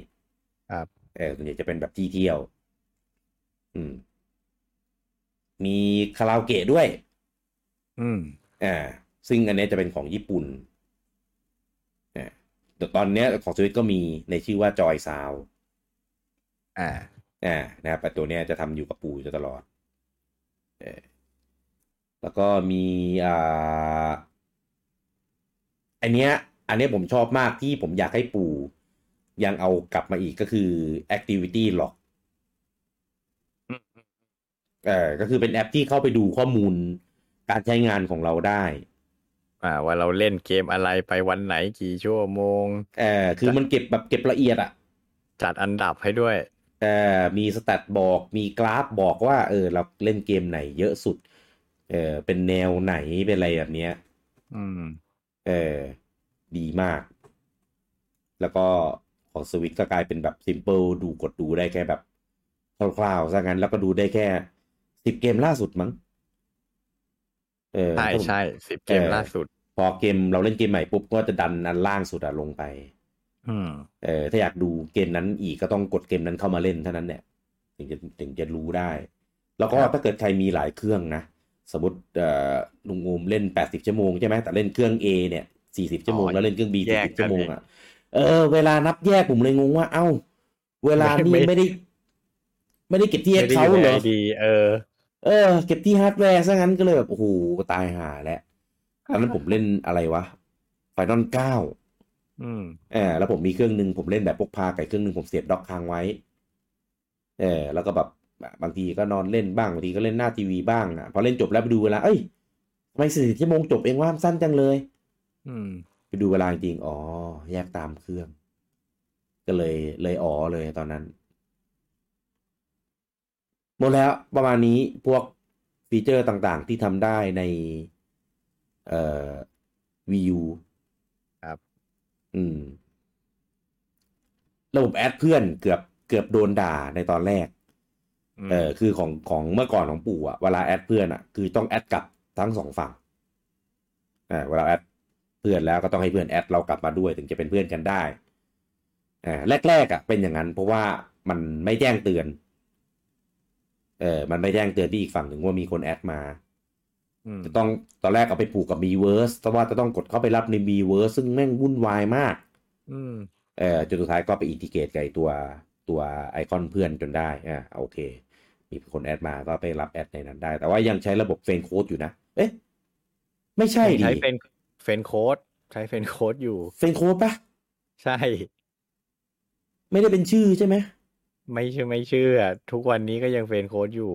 Speaker 2: ครับ
Speaker 1: เออส่วนใหญ่จะเป็นแบบที่เที่ยว อืม มีคาราโอเกะด้วย
Speaker 2: อืม
Speaker 1: อ่าซึ่งอันเนี้ยจะเป็นของญี่ปุ่นอ่าแต่ตอนเนี้ยของสวิตก็มีในชื่อว่าจอยซาว
Speaker 2: อ่า
Speaker 1: อ่านะครับแต่ตัวเนี้ยจะทำอยู่กับปูอยู่ตลอดเออแล้วก็มีอ่าอันเนี้ยอันเนี้ยผมชอบมากที่ผมอยากให้ปูยังเอากลับมาอีกก็คือ Activity Log
Speaker 2: อืม
Speaker 1: เออก็คือเป็นแอปที่เข้าไปดูข้อมูลการใช้งานของเราได้
Speaker 2: อ่า ว่าเราเล่นเกมอะไรไปวันไหนกี่ชั่วโมง
Speaker 1: เออคือมันเก็บแบบเก็บละเอียดอะ
Speaker 2: จัดอันดับให้ด้วย
Speaker 1: เอ่อมีสแตทบอกมีกราฟบอกว่าเออเราเล่นเกมไหนเยอะสุดเออเป็นแนวไหนเป็นอะไรแบบเนี้ย
Speaker 2: อืม
Speaker 1: เออดีมาก แล้วก็ของสวิตก็กลายเป็นแบบซิมเ l ิลดูกดดูได้แค่แบบคร่าวๆซะงั้นแล้วก็ดูได้แค่สิบเกมล่าสุดมั้งเออ
Speaker 2: ใช่ใช่สิบเกมล่าสุด
Speaker 1: พอเกมเราเล่นเกมใหม่ปุ๊บก็จะดันอันล่างสุดอะลงไป
Speaker 2: อืม
Speaker 1: เออถ้าอยากดูเกมนั้นอีกก็ต้องกดเกมนั้นเข้ามาเล่นเท่านั้นเนี่ยถึงจะถึงจะรู้ได้ แล้วก็
Speaker 2: ครับ
Speaker 1: ถ้าเกิดใครมีหลายเครื่องนะ สมมติเอ่อลุงงูมเล่น 80 ชั่วโมงใช่ไหมแต่เล่นเครื่อง A เนี่ย 40 ชั่วโมง แล้วเล่นเครื่อง B
Speaker 2: แย
Speaker 1: 40
Speaker 2: กกัน
Speaker 1: ชั่วโมงอ่ะเออเวลานับแยกผมเลยงงว่า เอ้า เวลานี่
Speaker 2: ไม่ไม่
Speaker 1: ไม่ได้ ไม่ได้เก็บที่
Speaker 2: ไม่ได้
Speaker 1: Excel
Speaker 2: อยู่
Speaker 1: เห
Speaker 2: ใน
Speaker 1: รอ
Speaker 2: ดี เออ
Speaker 1: เออเก็บที่ฮาร์ดแวร์ซะงั้นก็เลยแบบโอ้โหตายห่าแล้วตอนนั้นผมเล่นอะไรวะไฟนอลเก้า
Speaker 2: อืม
Speaker 1: เออแล้วผมมีเครื่องหนึ่งผมเล่นแบบพกพาไก่เครื่องหนึ่งผมเสียบด็อกค้างไว้เออแล้วก็แบบบางทีก็นอนเล่นบ้างบางทีก็เล่นหน้าทีวีบ้างอ่ะพอเล่นจบแล้วไปดูเวลาเอ้ยทำไมสี่ชั่วโมงจบเองว่ามันสั้นจังเลย
Speaker 2: อืม
Speaker 1: ไปดูเวลาจริงๆอ๋อ แยกตามเครื่อง ก็เลยเลยอ๋อเลยตอนนั้น หมดแล้วประมาณนี้พวกฟีเจอร์ต่างๆที่ทำได้ในเอ่อ VU
Speaker 2: ครับ
Speaker 1: อืม ระบบแอดเพื่อนเกือบเกือบโดนด่าในตอนแรก
Speaker 2: อืม
Speaker 1: เออคือของของเมื่อก่อนของปู่อะเวลาแอดเพื่อนอะคือต้องแอดกลับทั้งสองฝั่งอ่าเวลาแอดเพื่อนแล้วก็ต้องให้เพื่อนแอดเรากลับมาด้วยถึงจะเป็นเพื่อนกันได้อ่าแรกๆอะเป็นอย่างนั้น เพราะว่ามันไม่แจ้งเตือนเออมันไม่แจ้งเตือนที่อีกฝั่งหนึ่งว่ามีคนแอดมา
Speaker 2: อืม
Speaker 1: จะต้องตอนแรกเอาไปผูกกับ Miiverse เพราะว่าจะต้องกดเข้าไปรับใน Miiverse ซึ่งแม่งวุ่นวายมาก
Speaker 2: อืม
Speaker 1: เอ่อจนสุดท้ายก็ไปอินทิเกตกับไอ้ตัวตัวไอคอนเพื่อนจนได้อ่าโอเค มีคนแอดมาก็ไปรับแอดในนั้นได้ แต่ว่ายังใช้ระบบเฟรนโค้ดอยู่นะ เอ๊ะ ไม่ใช่ดิ
Speaker 2: ใช้เป็นเฟนโค้ดใช้เฟนโค้ดอยู่
Speaker 1: เฟรนโค้ดปะ
Speaker 2: ใช่
Speaker 1: ไม่ได้เป็นชื่อใช่ไหม
Speaker 2: ไม่เชื่อไม่เชื่อ ทุกวันนี้ก็ยังเฟนโค้ดอยู่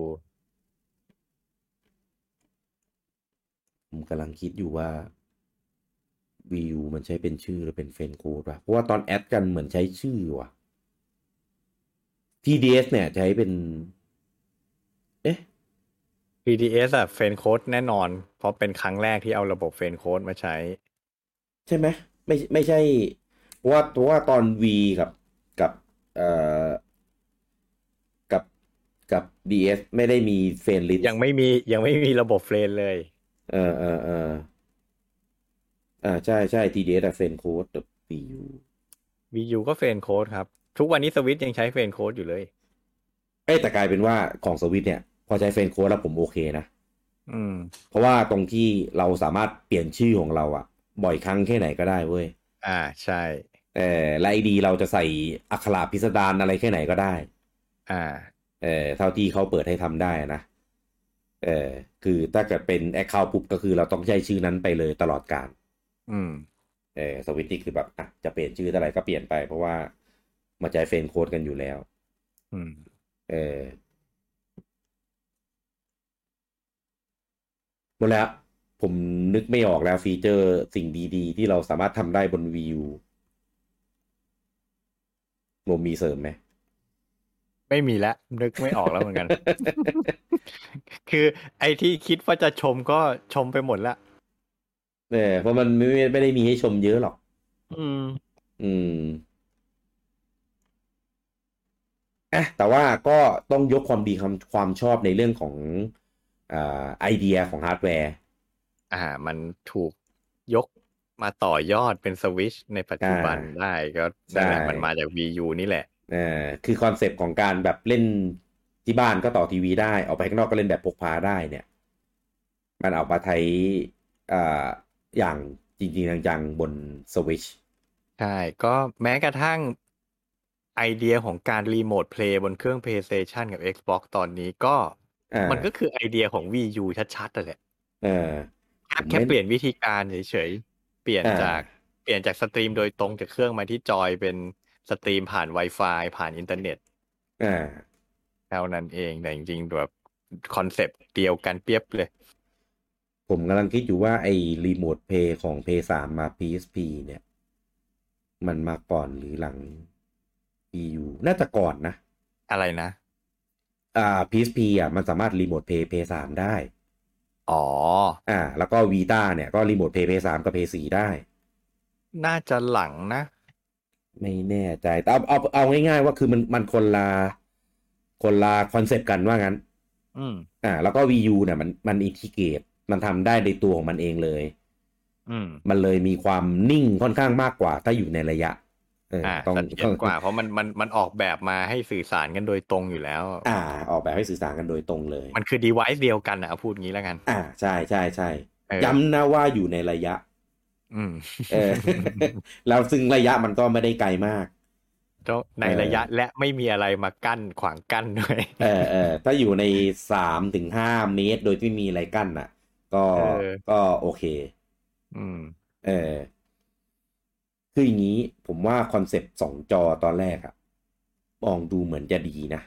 Speaker 1: ผมกำลังคิดอยู่ว่า VU มันใช้เป็นชื่อหรือเป็นเฟรนโค้ดปะเพราะว่าตอนแอดกันเหมือนใช้ชื่อว่ะ TDS เนี่ยใช้เป็น เอ๊ะ
Speaker 2: PDS อะเฟนโค้ดแน่นอน เพราะเป็นครั้งแรกที่เอาระบบเฟนโค้ดมาใช้
Speaker 1: ใช่ไหมไม่ไม่ใช่เพราะว่าเพราะว่าตอน V กับกับเอ่อกับกับ DS ไม่ได้มีเฟรนลิส
Speaker 2: ยังไม่มียังไม่มีระบบเฟรนเลย
Speaker 1: เออเออเอออ่าใช่ใช่ TDS แต่เฟรนโค้ดแต่ VU
Speaker 2: VU ก็เฟนโค้ดครับ ทุกวันนี้สวิตยังใช้เฟนโค้ดอยู่เลย
Speaker 1: เอ้ยแต่กลายเป็นว่าของสวิตเนี่ย พอใช้เฟรนโค้ดแล้วผมโอเคนะ
Speaker 2: อืม
Speaker 1: เพราะว่าตรงที่เราสามารถเปลี่ยนชื่อของเราอะบ่อยครั้งแค่ไหนก็ได้เว้ย
Speaker 2: อ่าใช่
Speaker 1: เออและไอดีเราจะใส่อักขระพิสดารอะไรแค่ไหนก็ได้
Speaker 2: อ่า
Speaker 1: เออเท่าที่เขาเปิดให้ทำได้นะ เออคือถ้าเกิดเป็นแอคเคาท์ปุ๊บก็คือเราต้องใช้ชื่อนั้นไปเลยตลอดการ
Speaker 2: อืม
Speaker 1: เออสวิตนี่คือแบบอ่ะจะเปลี่ยนชื่อเท่าไหร่ก็เปลี่ยนไป เพราะว่ามาใช้เฟรนโค้ดกันอยู่แล้ว
Speaker 2: อืม
Speaker 1: เออหมดแล้ว ผมนึกไม่ออกแล้วฟีเจอร์สิ่งดีๆ ที่เราสามารถทำได้บนวิวโมมีเสริมไหม
Speaker 2: ไม่มีแล้วนึกไม่ออกแล้วเหมือนกัน *laughs* คือไอ้ที่คิดว่าจะชมก็ชมไปหมดละ
Speaker 1: เออเพราะมันไม่ไม่ได้มีให้ชมเยอะหรอก
Speaker 2: อืม
Speaker 1: อืม อ่ะแต่ว่าก็ต้องยกความดีความความชอบในเรื่องของอ่าไอเดียของฮาร์ดแวร์
Speaker 2: อ่า มันถูกยกมาต่อยอดเป็นสวิชในปัจจุบัน
Speaker 1: อ่า
Speaker 2: ได้ก็นั่นแหละ
Speaker 1: ใช่
Speaker 2: มันมาจาก VU นี่แหละ
Speaker 1: เอ่อคือคอนเซปต์ของการแบบเล่นที่บ้านก็ต่อทีวีได้ ออกไปข้างนอกก็เล่นแบบพกพาได้เนี่ย มันเอามาใช้อ่าอย่างจริงๆจังๆบน Switch
Speaker 2: ใช่ ก็แม้กระทั่งไอเดียของการรีโมทเพลย์บนเครื่อง PlayStation กับ Xbox ตอนนี้ก็
Speaker 1: อ่า
Speaker 2: มันก็คือไอเดียของ VU ชัดๆแต่นแหละ
Speaker 1: เออผมไม่
Speaker 2: แค่แค่เปลี่ยนวิธีการเฉยๆ เปลี่ยน
Speaker 1: อ่
Speaker 2: จากเปลี่ยนจากสตรีมโดยตรงจากเครื่องมาที่จอยเป็นสตรีมผ่าน Wi-Fi ผ่านอินเทอร์เน็ต
Speaker 1: อ่า
Speaker 2: เท่านั้นเองแต่จริงๆแบบคอนเซปต์เดียวกันเปรียบเลย
Speaker 1: ผมกำลังคิดอยู่ว่าไอ้รีโมทเพย์ของ p 3มา PSP เนี่ย มันมาก่อนหรือหลัง EU น่าจะก่อนนะ
Speaker 2: อะไรนะ
Speaker 1: อ่า PSP อ่ะมันสามารถรีโมทเพย์ p 3ได้
Speaker 2: อ๋อ
Speaker 1: อ่า แล้วก็ Vita เนี่ยก็รีโมทเพย์ p 3กับ p 4ได้
Speaker 2: น่าจะหลังนะ
Speaker 1: ไม่แน่ใจแต่เอาเอาเอาง่ายๆว่าคือมันมันคนละคนละคอนเซปต์กันว่างั้น
Speaker 2: อืม
Speaker 1: อ่า แล้วก็ VU เนี่ยมันมันอินทิเกตมันทำได้ในตัวของมันเองเลย
Speaker 2: อืม
Speaker 1: มันเลยมีความนิ่งค่อนข้างมากกว่า ถ้าอยู่ในระยะเอออ
Speaker 2: อ่า
Speaker 1: ต้อง
Speaker 2: เสถีย
Speaker 1: ต้
Speaker 2: ร
Speaker 1: อง
Speaker 2: กว่า เพราะมันมันมันออกแบบมาให้สื่อสารกันโดยตรงอยู่แล้ว
Speaker 1: อ่า ออกแบบให้สื่อสารกันโดยตรงเลย
Speaker 2: มันคือดีไว c ์เดียวกันนะเอาพูดงี้แล้วกัน
Speaker 1: อ่า ใช่ใช่ใช่
Speaker 2: เออ
Speaker 1: ย้ำนะว่าอยู่ในระยะ
Speaker 2: อืม
Speaker 1: เอ
Speaker 2: *laughs*
Speaker 1: อ แล้วซึ่งระยะมันก็ไม่ได้ไกลมาก
Speaker 2: ก็ใน
Speaker 1: เออ
Speaker 2: ระยะและไม่มีอะไรมากั้นขวางกั้นด้วย
Speaker 1: เออเออถ้าอยู่ในสามถึงห้าเมตร โดยที่มีอะไรกั้นอ่ะ ก็
Speaker 2: เออ
Speaker 1: ก็โอเค
Speaker 2: อืม
Speaker 1: เออคืออย่างนี้ผมว่าคอนเซปต์สองจอตอนแรกอะมองดูเหมือนจะดีนะ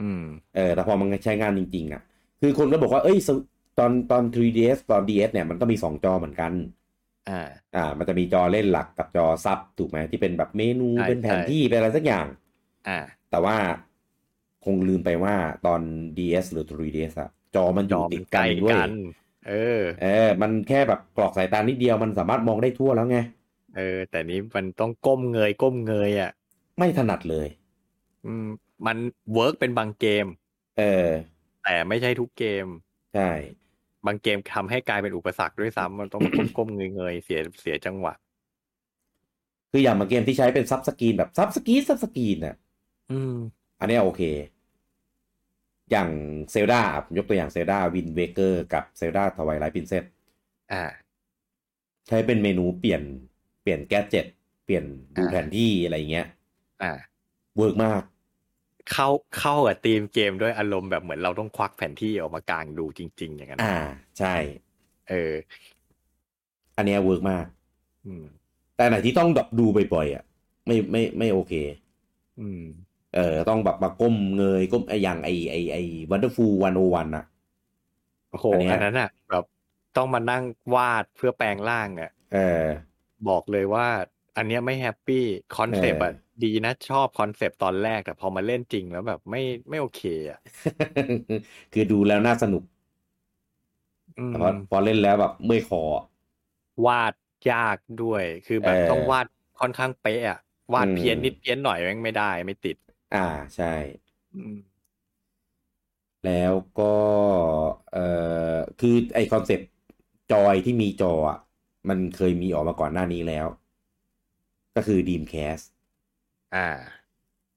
Speaker 2: อืม
Speaker 1: เออแต่พอมันใช้งานจริง ๆ อ่ะ คือคนก็บอกว่าเอ้ยสวตอนตอน 3ds ตอน ds เนี่ยมันก็มีสองจอเหมือนกัน
Speaker 2: อ่า
Speaker 1: อ่า มันจะมีจอเล่นหลักกับจอซับถูกไหมที่เป็นแบบเมนู
Speaker 2: ใช่
Speaker 1: เป็นแผน
Speaker 2: ใช่
Speaker 1: ที่เป็นอะไรสักอย่าง
Speaker 2: อ่า
Speaker 1: แต่ว่าคงลืมไปว่าตอน ds หรือ 3ds อะจอมันอ
Speaker 2: จอยู่ ม
Speaker 1: ติด
Speaker 2: ใก
Speaker 1: กัน
Speaker 2: ล้
Speaker 1: ด้วย
Speaker 2: กัน เออ
Speaker 1: เออ มันแค่แบบกรอกสายตานิดเดียวมันสามารถมองได้ทั่วแล้วไง
Speaker 2: เออ แต่นี้มันต้องก้มเงยก้มเงยอ่ะ
Speaker 1: ไม่ถนัดเลย
Speaker 2: อืม มันเวิร์กเป็นบางเกม
Speaker 1: เออ
Speaker 2: แต่ไม่ใช่ทุกเกม
Speaker 1: ใช่
Speaker 2: บางเกมทำให้กลายเป็นอุปสรรคด้วยซ้ำมันต้อง ก้ม *coughs* ๆเงยๆเสียเสียจังหวะ
Speaker 1: คืออย่างบางเกมที่ใช้เป็นซับสกรีนแบบซับสกรีนซับสกรีนอ่ะ
Speaker 2: อืม
Speaker 1: อันเนี้ยโอเค อย่างเซลดาผมยกตัวอย่างเซลดาวินเวเกอร์กับเซลดาทวายไลท์พินเซต
Speaker 2: อ่า
Speaker 1: ใช้เป็นเมนูเปลี่ยนเปลี่ยนแกดเจ็ตเปลี่ยนดู
Speaker 2: อ่า
Speaker 1: แผนที่อะไรเงี้ย
Speaker 2: อ่า
Speaker 1: เวิร์กมาก
Speaker 2: เข้าเข้ากับธีมเกมด้วยอารมณ์แบบเหมือนเราต้องควักแผนที่ออกมากางดูจริง ๆ อย่างนั้น
Speaker 1: อ่า ใช่
Speaker 2: เออ
Speaker 1: อันเนี้ยเวิร์กมาก
Speaker 2: อืม
Speaker 1: แต่ไหนที่ต้องดับดูบ่อยๆอ่ะไม่ไม่ไม่โอเค
Speaker 2: อืม
Speaker 1: เออต้องแบบมาก้มเงยก้มไออย่างไอไอไอวันเดอร์ฟูวันโอวันอ่ะ
Speaker 2: โอ้โห
Speaker 1: อันเนี้ย
Speaker 2: อันนั้นอ่ะ แบบต้องมานั่งวาดเพื่อแปลงร่างอ่ะ
Speaker 1: เออ *laughs*
Speaker 2: บอกเลยว่า อันเนี้ยไม่แฮปปี้คอนเซปต์อ่ะ
Speaker 1: เออ
Speaker 2: ดีนะชอบคอนเซปต์ตอนแรกแต่พอมาเล่นจริงแล้วแบบไม่ไม่โอเคอ่ะ
Speaker 1: คือดูแล้วน่าสนุก
Speaker 2: อืม
Speaker 1: แต่พอพอเล่นแล้วแบบเมื่อยคอ
Speaker 2: วาดยากด้วย คือแบบ
Speaker 1: เออ
Speaker 2: ต้องวาดค่อนข้างเป๊ะอ่ะ วาด
Speaker 1: อืม
Speaker 2: เพี้ยนนิดเพี้ยนหน่อยแม่งไม่ได้ไม่ติด
Speaker 1: อ่าใช่
Speaker 2: อืม
Speaker 1: แล้วก็ เอ่อ คือไอคอนเซปต์จอยที่มีจออะมันเคยมีออกมาก่อนหน้านี้แล้ว ก็คือ Dreamcast
Speaker 2: อ่า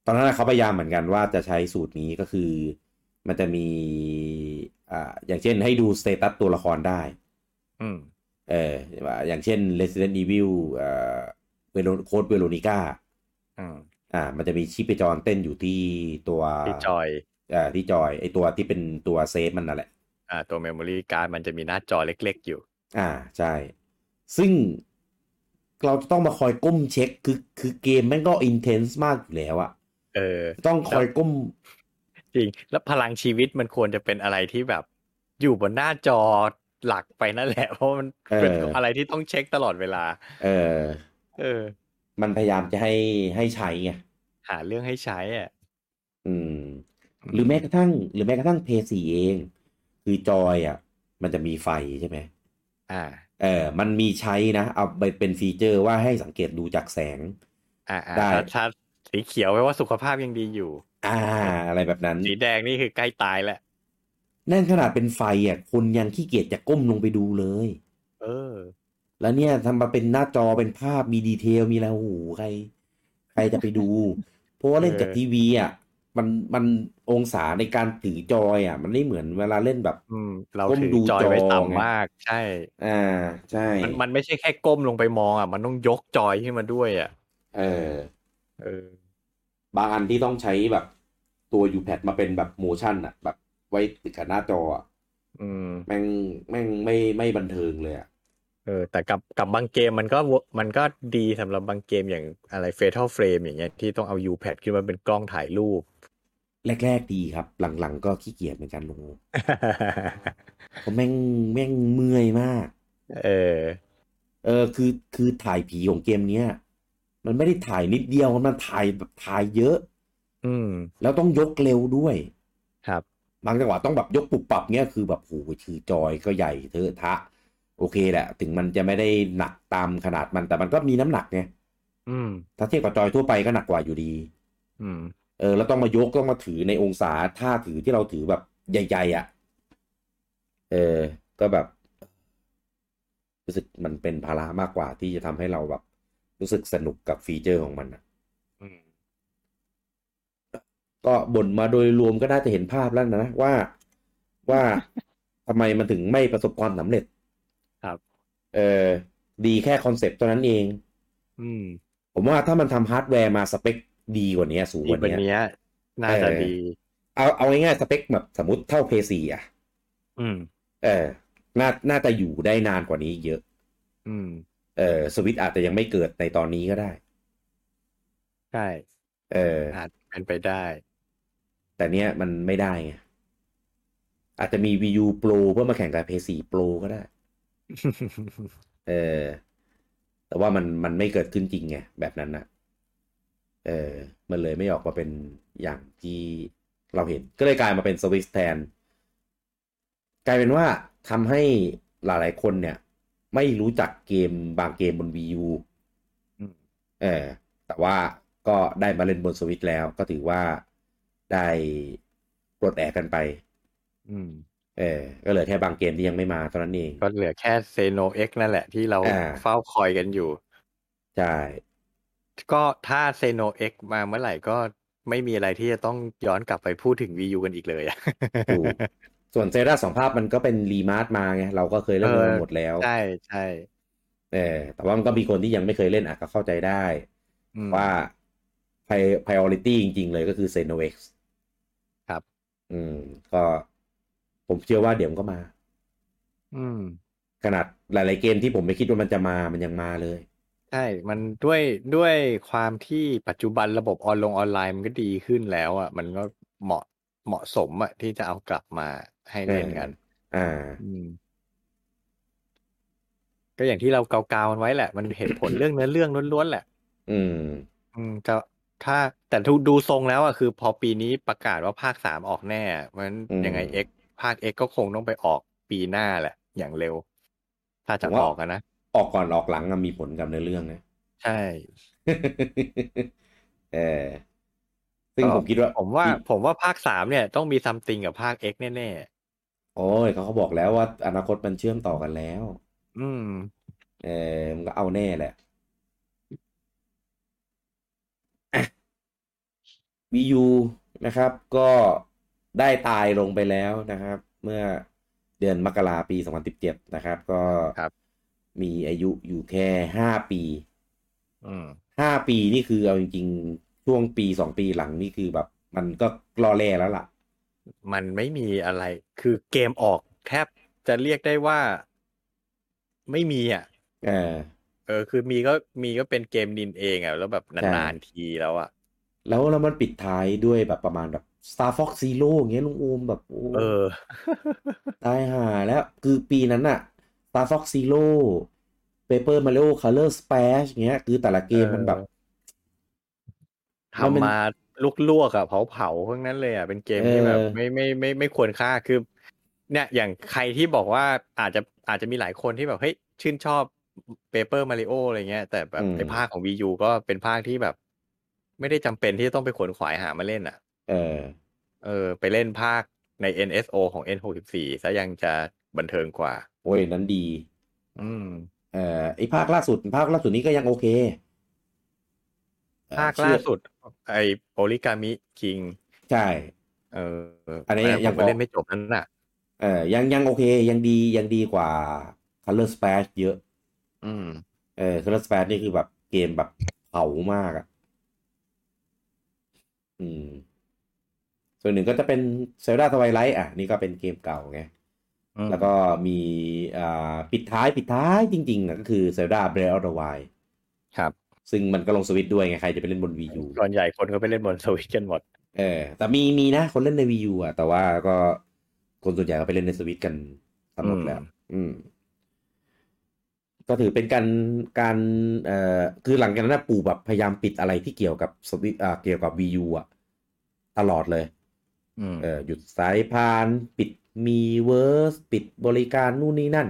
Speaker 1: ตอนนั้นนะเขาพยายามเหมือนกันว่าจะใช้สูตรนี้ก็คือ มันจะมี อ่า อย่างเช่นให้ดูสเตตัสตัวละครได้
Speaker 2: อืม
Speaker 1: เออ อย่างเช่น Resident Evil เอ่อเวโรโคดเวโรนิก้า
Speaker 2: อืม
Speaker 1: อ่า มันจะมีชีพจรเต้นอยู่ที่ตัว
Speaker 2: พี่จอย
Speaker 1: เอ่อที่จอย ไอตัวที่เป็นตัวเซฟมันนั่นแหละ
Speaker 2: อ่าตัวเมมโมรี่การ์ดมันจะมีหน้าจอเล็กๆอยู่
Speaker 1: อ่าใช่ ซึ่งเราจะต้องมาคอยก้มเช็คคือคือเกมแมันก็อินเทนส์มากอยู่แล้วอะ
Speaker 2: เออ
Speaker 1: ต้องคอยก้ม
Speaker 2: จริง แล้วพลังชีวิตมันควรจะเป็นอะไรที่แบบ อยู่บนหน้าจอหลักไปนั่นแหละ *laughs* เพราะมัน
Speaker 1: เออ
Speaker 2: เป็นอะไรที่ต้องเช็คตลอดเวลา
Speaker 1: เออ
Speaker 2: เออ
Speaker 1: มันพยายามจะให้ให้ใช้ไง
Speaker 2: หาเรื่องให้ใช้อ่ะ
Speaker 1: อืม หรือแม้กระทั่ง หรือแม้กระทั่งเพย์สี่เอง คือจอยอะมันจะมีไฟใช่ไหม
Speaker 2: อ่า
Speaker 1: เออ มันมีใช้นะ เอาไปเป็นฟีเจอร์ว่าให้สังเกตดูจากแสง
Speaker 2: อ่าอ่า
Speaker 1: ได้
Speaker 2: ถ้าถ้าสีเขียวแปลว่าสุขภาพยังดีอยู่
Speaker 1: อ่า อะไรแบบนั้น
Speaker 2: สีแดงนี่คือใกล้ตายแหละ
Speaker 1: นั่นขนาดเป็นไฟอ่ะคนยังขี้เกียจจะก้มลงไปดูเลย
Speaker 2: เออ
Speaker 1: แล้วเนี่ยทำมาเป็นหน้าจอเป็นภาพมีดีเทลมีอะไรโอ้โหใคร ใครจะไปดู เพราะว่าเล่นกับ
Speaker 2: เออ
Speaker 1: ทีวีอ่ะมันมันองศาในการถือจอยอ่ะ มันไม่เหมือนเวลาเล่นแบบ
Speaker 2: อืม เรา
Speaker 1: ก้ม
Speaker 2: ถือ
Speaker 1: ดู
Speaker 2: จอยไว้
Speaker 1: จอไง
Speaker 2: ต่ำมาก ใช่
Speaker 1: อ่าใช่
Speaker 2: มันมันไม่ใช่แค่ก้มลงไปมองอ่ะ มันต้องยกจอยขึ้นมาด้วยอ่ะ
Speaker 1: เออ
Speaker 2: เออ
Speaker 1: บางอันที่ต้องใช้แบบตัวยูแพดมาเป็นแบบโมชั่นอ่ะ แบบไว้ติดกับหน้าจออะ
Speaker 2: อืม
Speaker 1: แม่งแม่งไม่ไม่บันเทิงเลยอ่ะ
Speaker 2: เออ แต่กับกับบางเกมมันก็เวมันก็ดีสำหรับบางเกมอย่างอะไร Fatal Frame อย่างเงี้ยที่ต้องเอา U-pad ขึ้นมาเป็นกล้องถ่ายรูป *laughs*
Speaker 1: แรก ๆ ดีครับ หลัง ๆ ก็ขี้เกียจเหมือนกันลงเพราะแม่งแม่งเมื่อยมาก
Speaker 2: เออ
Speaker 1: เออคือคือถ่ายผีของเกมเนี้ยมันไม่ได้ถ่ายนิดเดียวมันถ่ายแบบถ่ายเยอะ
Speaker 2: อืม
Speaker 1: แล้วต้องยกเร็วด้วย
Speaker 2: ครับ
Speaker 1: บางจังหวะต้องแบบยกปุบปับเนี้ยคือแบบโอ้โหคือจอยก็ใหญ่เทอะทะ โอเคแหละ ถึงมันจะไม่ได้หนักตามขนาดมันแต่มันก็มีน้ำหนักไง
Speaker 2: อืม
Speaker 1: ถ้าเทียบกับจอยทั่วไปก็หนักกว่าอยู่ดี
Speaker 2: อืม
Speaker 1: เออแล้วต้องมายกต้องมาถือในองศาท่าถือที่เราถือแบบใหญ่ๆอ่ะ เออ ก็แบบ รู้สึกมันเป็นภาระมากกว่าที่จะทำให้เราแบบ รู้สึกสนุกกับฟีเจอร์ของมันอ่ะ
Speaker 2: อืม
Speaker 1: ก็บ่นมาโดยรวมก็น่าจะเห็นภาพแล้วนะว่าว่า *laughs* ทำไมมันถึงไม่ประสบความสำเร็จ
Speaker 2: ครับ
Speaker 1: เออดีแค่คอนเซปต์เท่านั้นเอง
Speaker 2: อืม
Speaker 1: ผมว่าถ้ามันทำฮาร์ดแวร์มาสเปคดีกว่านี้สูง
Speaker 2: อี
Speaker 1: ก
Speaker 2: กวั
Speaker 1: ว่าน นี้
Speaker 2: เนี้ยน่าจะ
Speaker 1: เออ
Speaker 2: ดี
Speaker 1: เอาเอาง่ายๆสเปคแบบสมมติเท่า p 4อ่ะ
Speaker 2: อืม
Speaker 1: เออน่า น่าจะอยู่ได้นานกว่านี้เยอะ
Speaker 2: อืม
Speaker 1: เออสวิตอาจจะยังไม่เกิดในตอนนี้ก็ได้
Speaker 2: ใช่
Speaker 1: เออ
Speaker 2: อาจเป็นไปได้ *laughs*
Speaker 1: แต่เนี้ยมันไม่ได้ไง อาจจะมี Wii U Pro เพื่อมาแข่งกับ PS4 Pro ก็ได้ เออ แต่ว่ามันมันไม่เกิดขึ้นจริงไง แบบนั้นนะเออ มันเลยไม่ออกมาเป็นอย่างที่เราเห็น ก็เลยกลายมาเป็นสวิตแทน กลายเป็นว่าทำให้หลาย ๆ คนเนี่ย ไม่รู้จักเกมบางเกมบน Wii U
Speaker 2: อืม
Speaker 1: เออ แต่ว่าก็ได้มาเล่นบนสวิตแล้ว ก็ถือว่าได้ปลดแอกกันไป
Speaker 2: อืม
Speaker 1: เออ ก็เหลือแค่บางเกมที่ยังไม่มาเท่านั้นเอง
Speaker 2: ก็เหลือแค่เซโนเอ็กนั่นแหละที่เรา
Speaker 1: อ่า
Speaker 2: เฝ้าคอยกันอยู่
Speaker 1: ใช่
Speaker 2: ก็ถ้าเซโนเอ็กมาเมื่อไหร่ก็ไม่มีอะไรที่จะต้องย้อนกลับไปพูดถึง Wii U กันอีก
Speaker 1: *laughs*
Speaker 2: เลยอะ
Speaker 1: ถูก ส่วนเซราสองภาพมันก็เป็นรีมาร์มาไง เราก็เคยเล่นกัน
Speaker 2: เอ
Speaker 1: มา
Speaker 2: อ
Speaker 1: หมดแล้ว
Speaker 2: ใช่ใช่
Speaker 1: เออ แต่ว่ามันก็มีคนที่ยังไม่เคยเล่นอ่ะก็เข้าใจได้
Speaker 2: อืม
Speaker 1: ว่า priority จริง ๆ เลยก็คือ Xeno X
Speaker 2: ครับ
Speaker 1: อืม ก็ ผมเชื่อว่าเดี๋ยวมันก็มา
Speaker 2: อืม
Speaker 1: ขนาดหลาย ๆ เกมที่ผมไม่คิดว่ามันจะมามันยังมาเลย
Speaker 2: ใช่ มันด้วยด้วยความที่ปัจจุบันระบบออนลงออนไลน์มันก็ดีขึ้นแล้วอ่ะ มันก็เหมาะเหมาะสมอ่ะที่จะเอากลับมาให้เล่นกัน
Speaker 1: อ่า
Speaker 2: อืม ก็อย่างที่เราเกาๆกันไว้แหละ มันเหตุผล เรื่องเนื้อเรื่องล้วนๆแหละ
Speaker 1: อืม
Speaker 2: อืมจะถ้าแต่ดูดูทรงแล้วอ่ะคือ พอปีนี้ประกาศว่าภาคสามออกแน่อะเพราะฉะนั้น
Speaker 1: อืม
Speaker 2: ยังไงเอ็กภาคเอ็กก็คงต้องไปออกปีหน้าแหละ อย่างเร็ว ถ้าจะออกอะนะ
Speaker 1: ออกก่อนออกหลังอะมีผลกับในเรื่องนะ *laughs*
Speaker 2: ใช่
Speaker 1: เออ ซึ่งผมคิดว่า
Speaker 2: ผมว่า ผมว่าภาคสามเนี่ยต้องมีซัมติงกับภาคเอ็กแน่
Speaker 1: โอ้ยเขาเขาบอกแล้วว่าอนาคตมันเชื่อมต่อกันแล้ว
Speaker 2: ๆอืม
Speaker 1: เออมันก็เอาแน่แหละ *coughs* วียูนะครับ ก็ได้ตายลงไปแล้วนะครับ เมื่อเดือนมกราปี 2017 นะครับ ก็
Speaker 2: ครับ
Speaker 1: มีอายุอยู่แค่ 5 ปี
Speaker 2: อืม
Speaker 1: 5 ปีนี่คือเอาจริงๆ ช่วงปี 2 ปีหลังนี่คือแบบ มันก็ล่อแร่แล้วล่ะ
Speaker 2: มันไม่มีอะไร คือเกมออกแทบจะเรียกได้ว่า ไม่มีอ่ะ
Speaker 1: เออ
Speaker 2: เออ คือมีก็มีก็เป็นเกมนินเองอ่ะ แล้วแบบนานๆทีแล้วอ่ะ
Speaker 1: แล้วแล้วมันปิดท้ายด้วยแบบประมาณแบบ Star Fox Zero อย่างเงี้ยลุงโอมแบบโอ้
Speaker 2: เออ
Speaker 1: ตายห่าแล้วคือปีนั้นอะ Star Fox Zero Paper Mario Color Splash เงี้ย คือแต่ละเกม
Speaker 2: เออ
Speaker 1: มันแบบ
Speaker 2: ทำมาลุกลวกๆอ่ะเผาๆพวกนั้นเลยอ่ะเป็นเกมที่แบบ
Speaker 1: เออ
Speaker 2: ไม่ไม่ไม่ไม่ควรค่าคือ เนี่ยอย่างใครที่บอกว่าอาจจะอาจจะมีหลายคนที่แบบเฮ้ยชื่นชอบเปเปอร์มาริโออะไรเงี้ย แต่แบบ
Speaker 1: อืม
Speaker 2: ไอ้ภาคของ Wii U ก็เป็นภาคที่แบบ ไม่ได้จำเป็นที่จะต้องไปขวนขวายหามาเล่นอ่ะ
Speaker 1: เออ
Speaker 2: เออ ไปเล่นภาคใน NSO ของ N64 ซะยังจะบันเทิงกว่า
Speaker 1: โอ้ยนั้นดี
Speaker 2: อืม
Speaker 1: เอ่อไอภาคล่าสุด ภาคล่าสุดนี้ก็ยังโอเคเอ่อ
Speaker 2: ภาคล่าสุด ไอโอริกามิคิง
Speaker 1: ใช่
Speaker 2: เออ
Speaker 1: อันนี้
Speaker 2: แต่ผ
Speaker 1: ยังบ
Speaker 2: มก็
Speaker 1: อก
Speaker 2: เล่นไม่จบนั่นน่ะ
Speaker 1: เอ่อยังยังโอเค ยังดียังดีกว่า Color Splash เยอะ
Speaker 2: อืม
Speaker 1: เออ Color Splash นี่คือแบบเกมแบบเผามากอะ่ะ อืม ส่วนหนึ่งก็จะเป็น Zelda Twilight อ่ะ นี่ก็เป็นเกมเก่าไง แล้วก็มีอ่าปิดท้ายปิดท้ายจริงๆอะก็คือ Zelda Breath of the Wild
Speaker 2: ครับ
Speaker 1: ซึ่งมันก็ลงสวิตด้วยไง ใครจะไปเล่นบน Wii U
Speaker 2: ส่วนใหญ่คนก็ไปเล่นบนสวิตกันหมด
Speaker 1: เออ แต่มีมีนะ คนเล่นใน Wii U อ่ะ แต่ว่าก็คนส่วนใหญ่ก็ไปเล่นในสวิตกันทั้งหมดแล้ว อืม ก็ถือเป็นการการเอ่อคือหลังจากนั้นนะปู่แบบพยายามปิดอะไรที่เกี่ยวกับสวิตอ่าเกี่ยวกับ Wii U อ่ะ ตลอดเลย
Speaker 2: อืม
Speaker 1: เออหยุดสายพาน ปิดมีเวิร์สปิดบริการนู่นนี่นั่น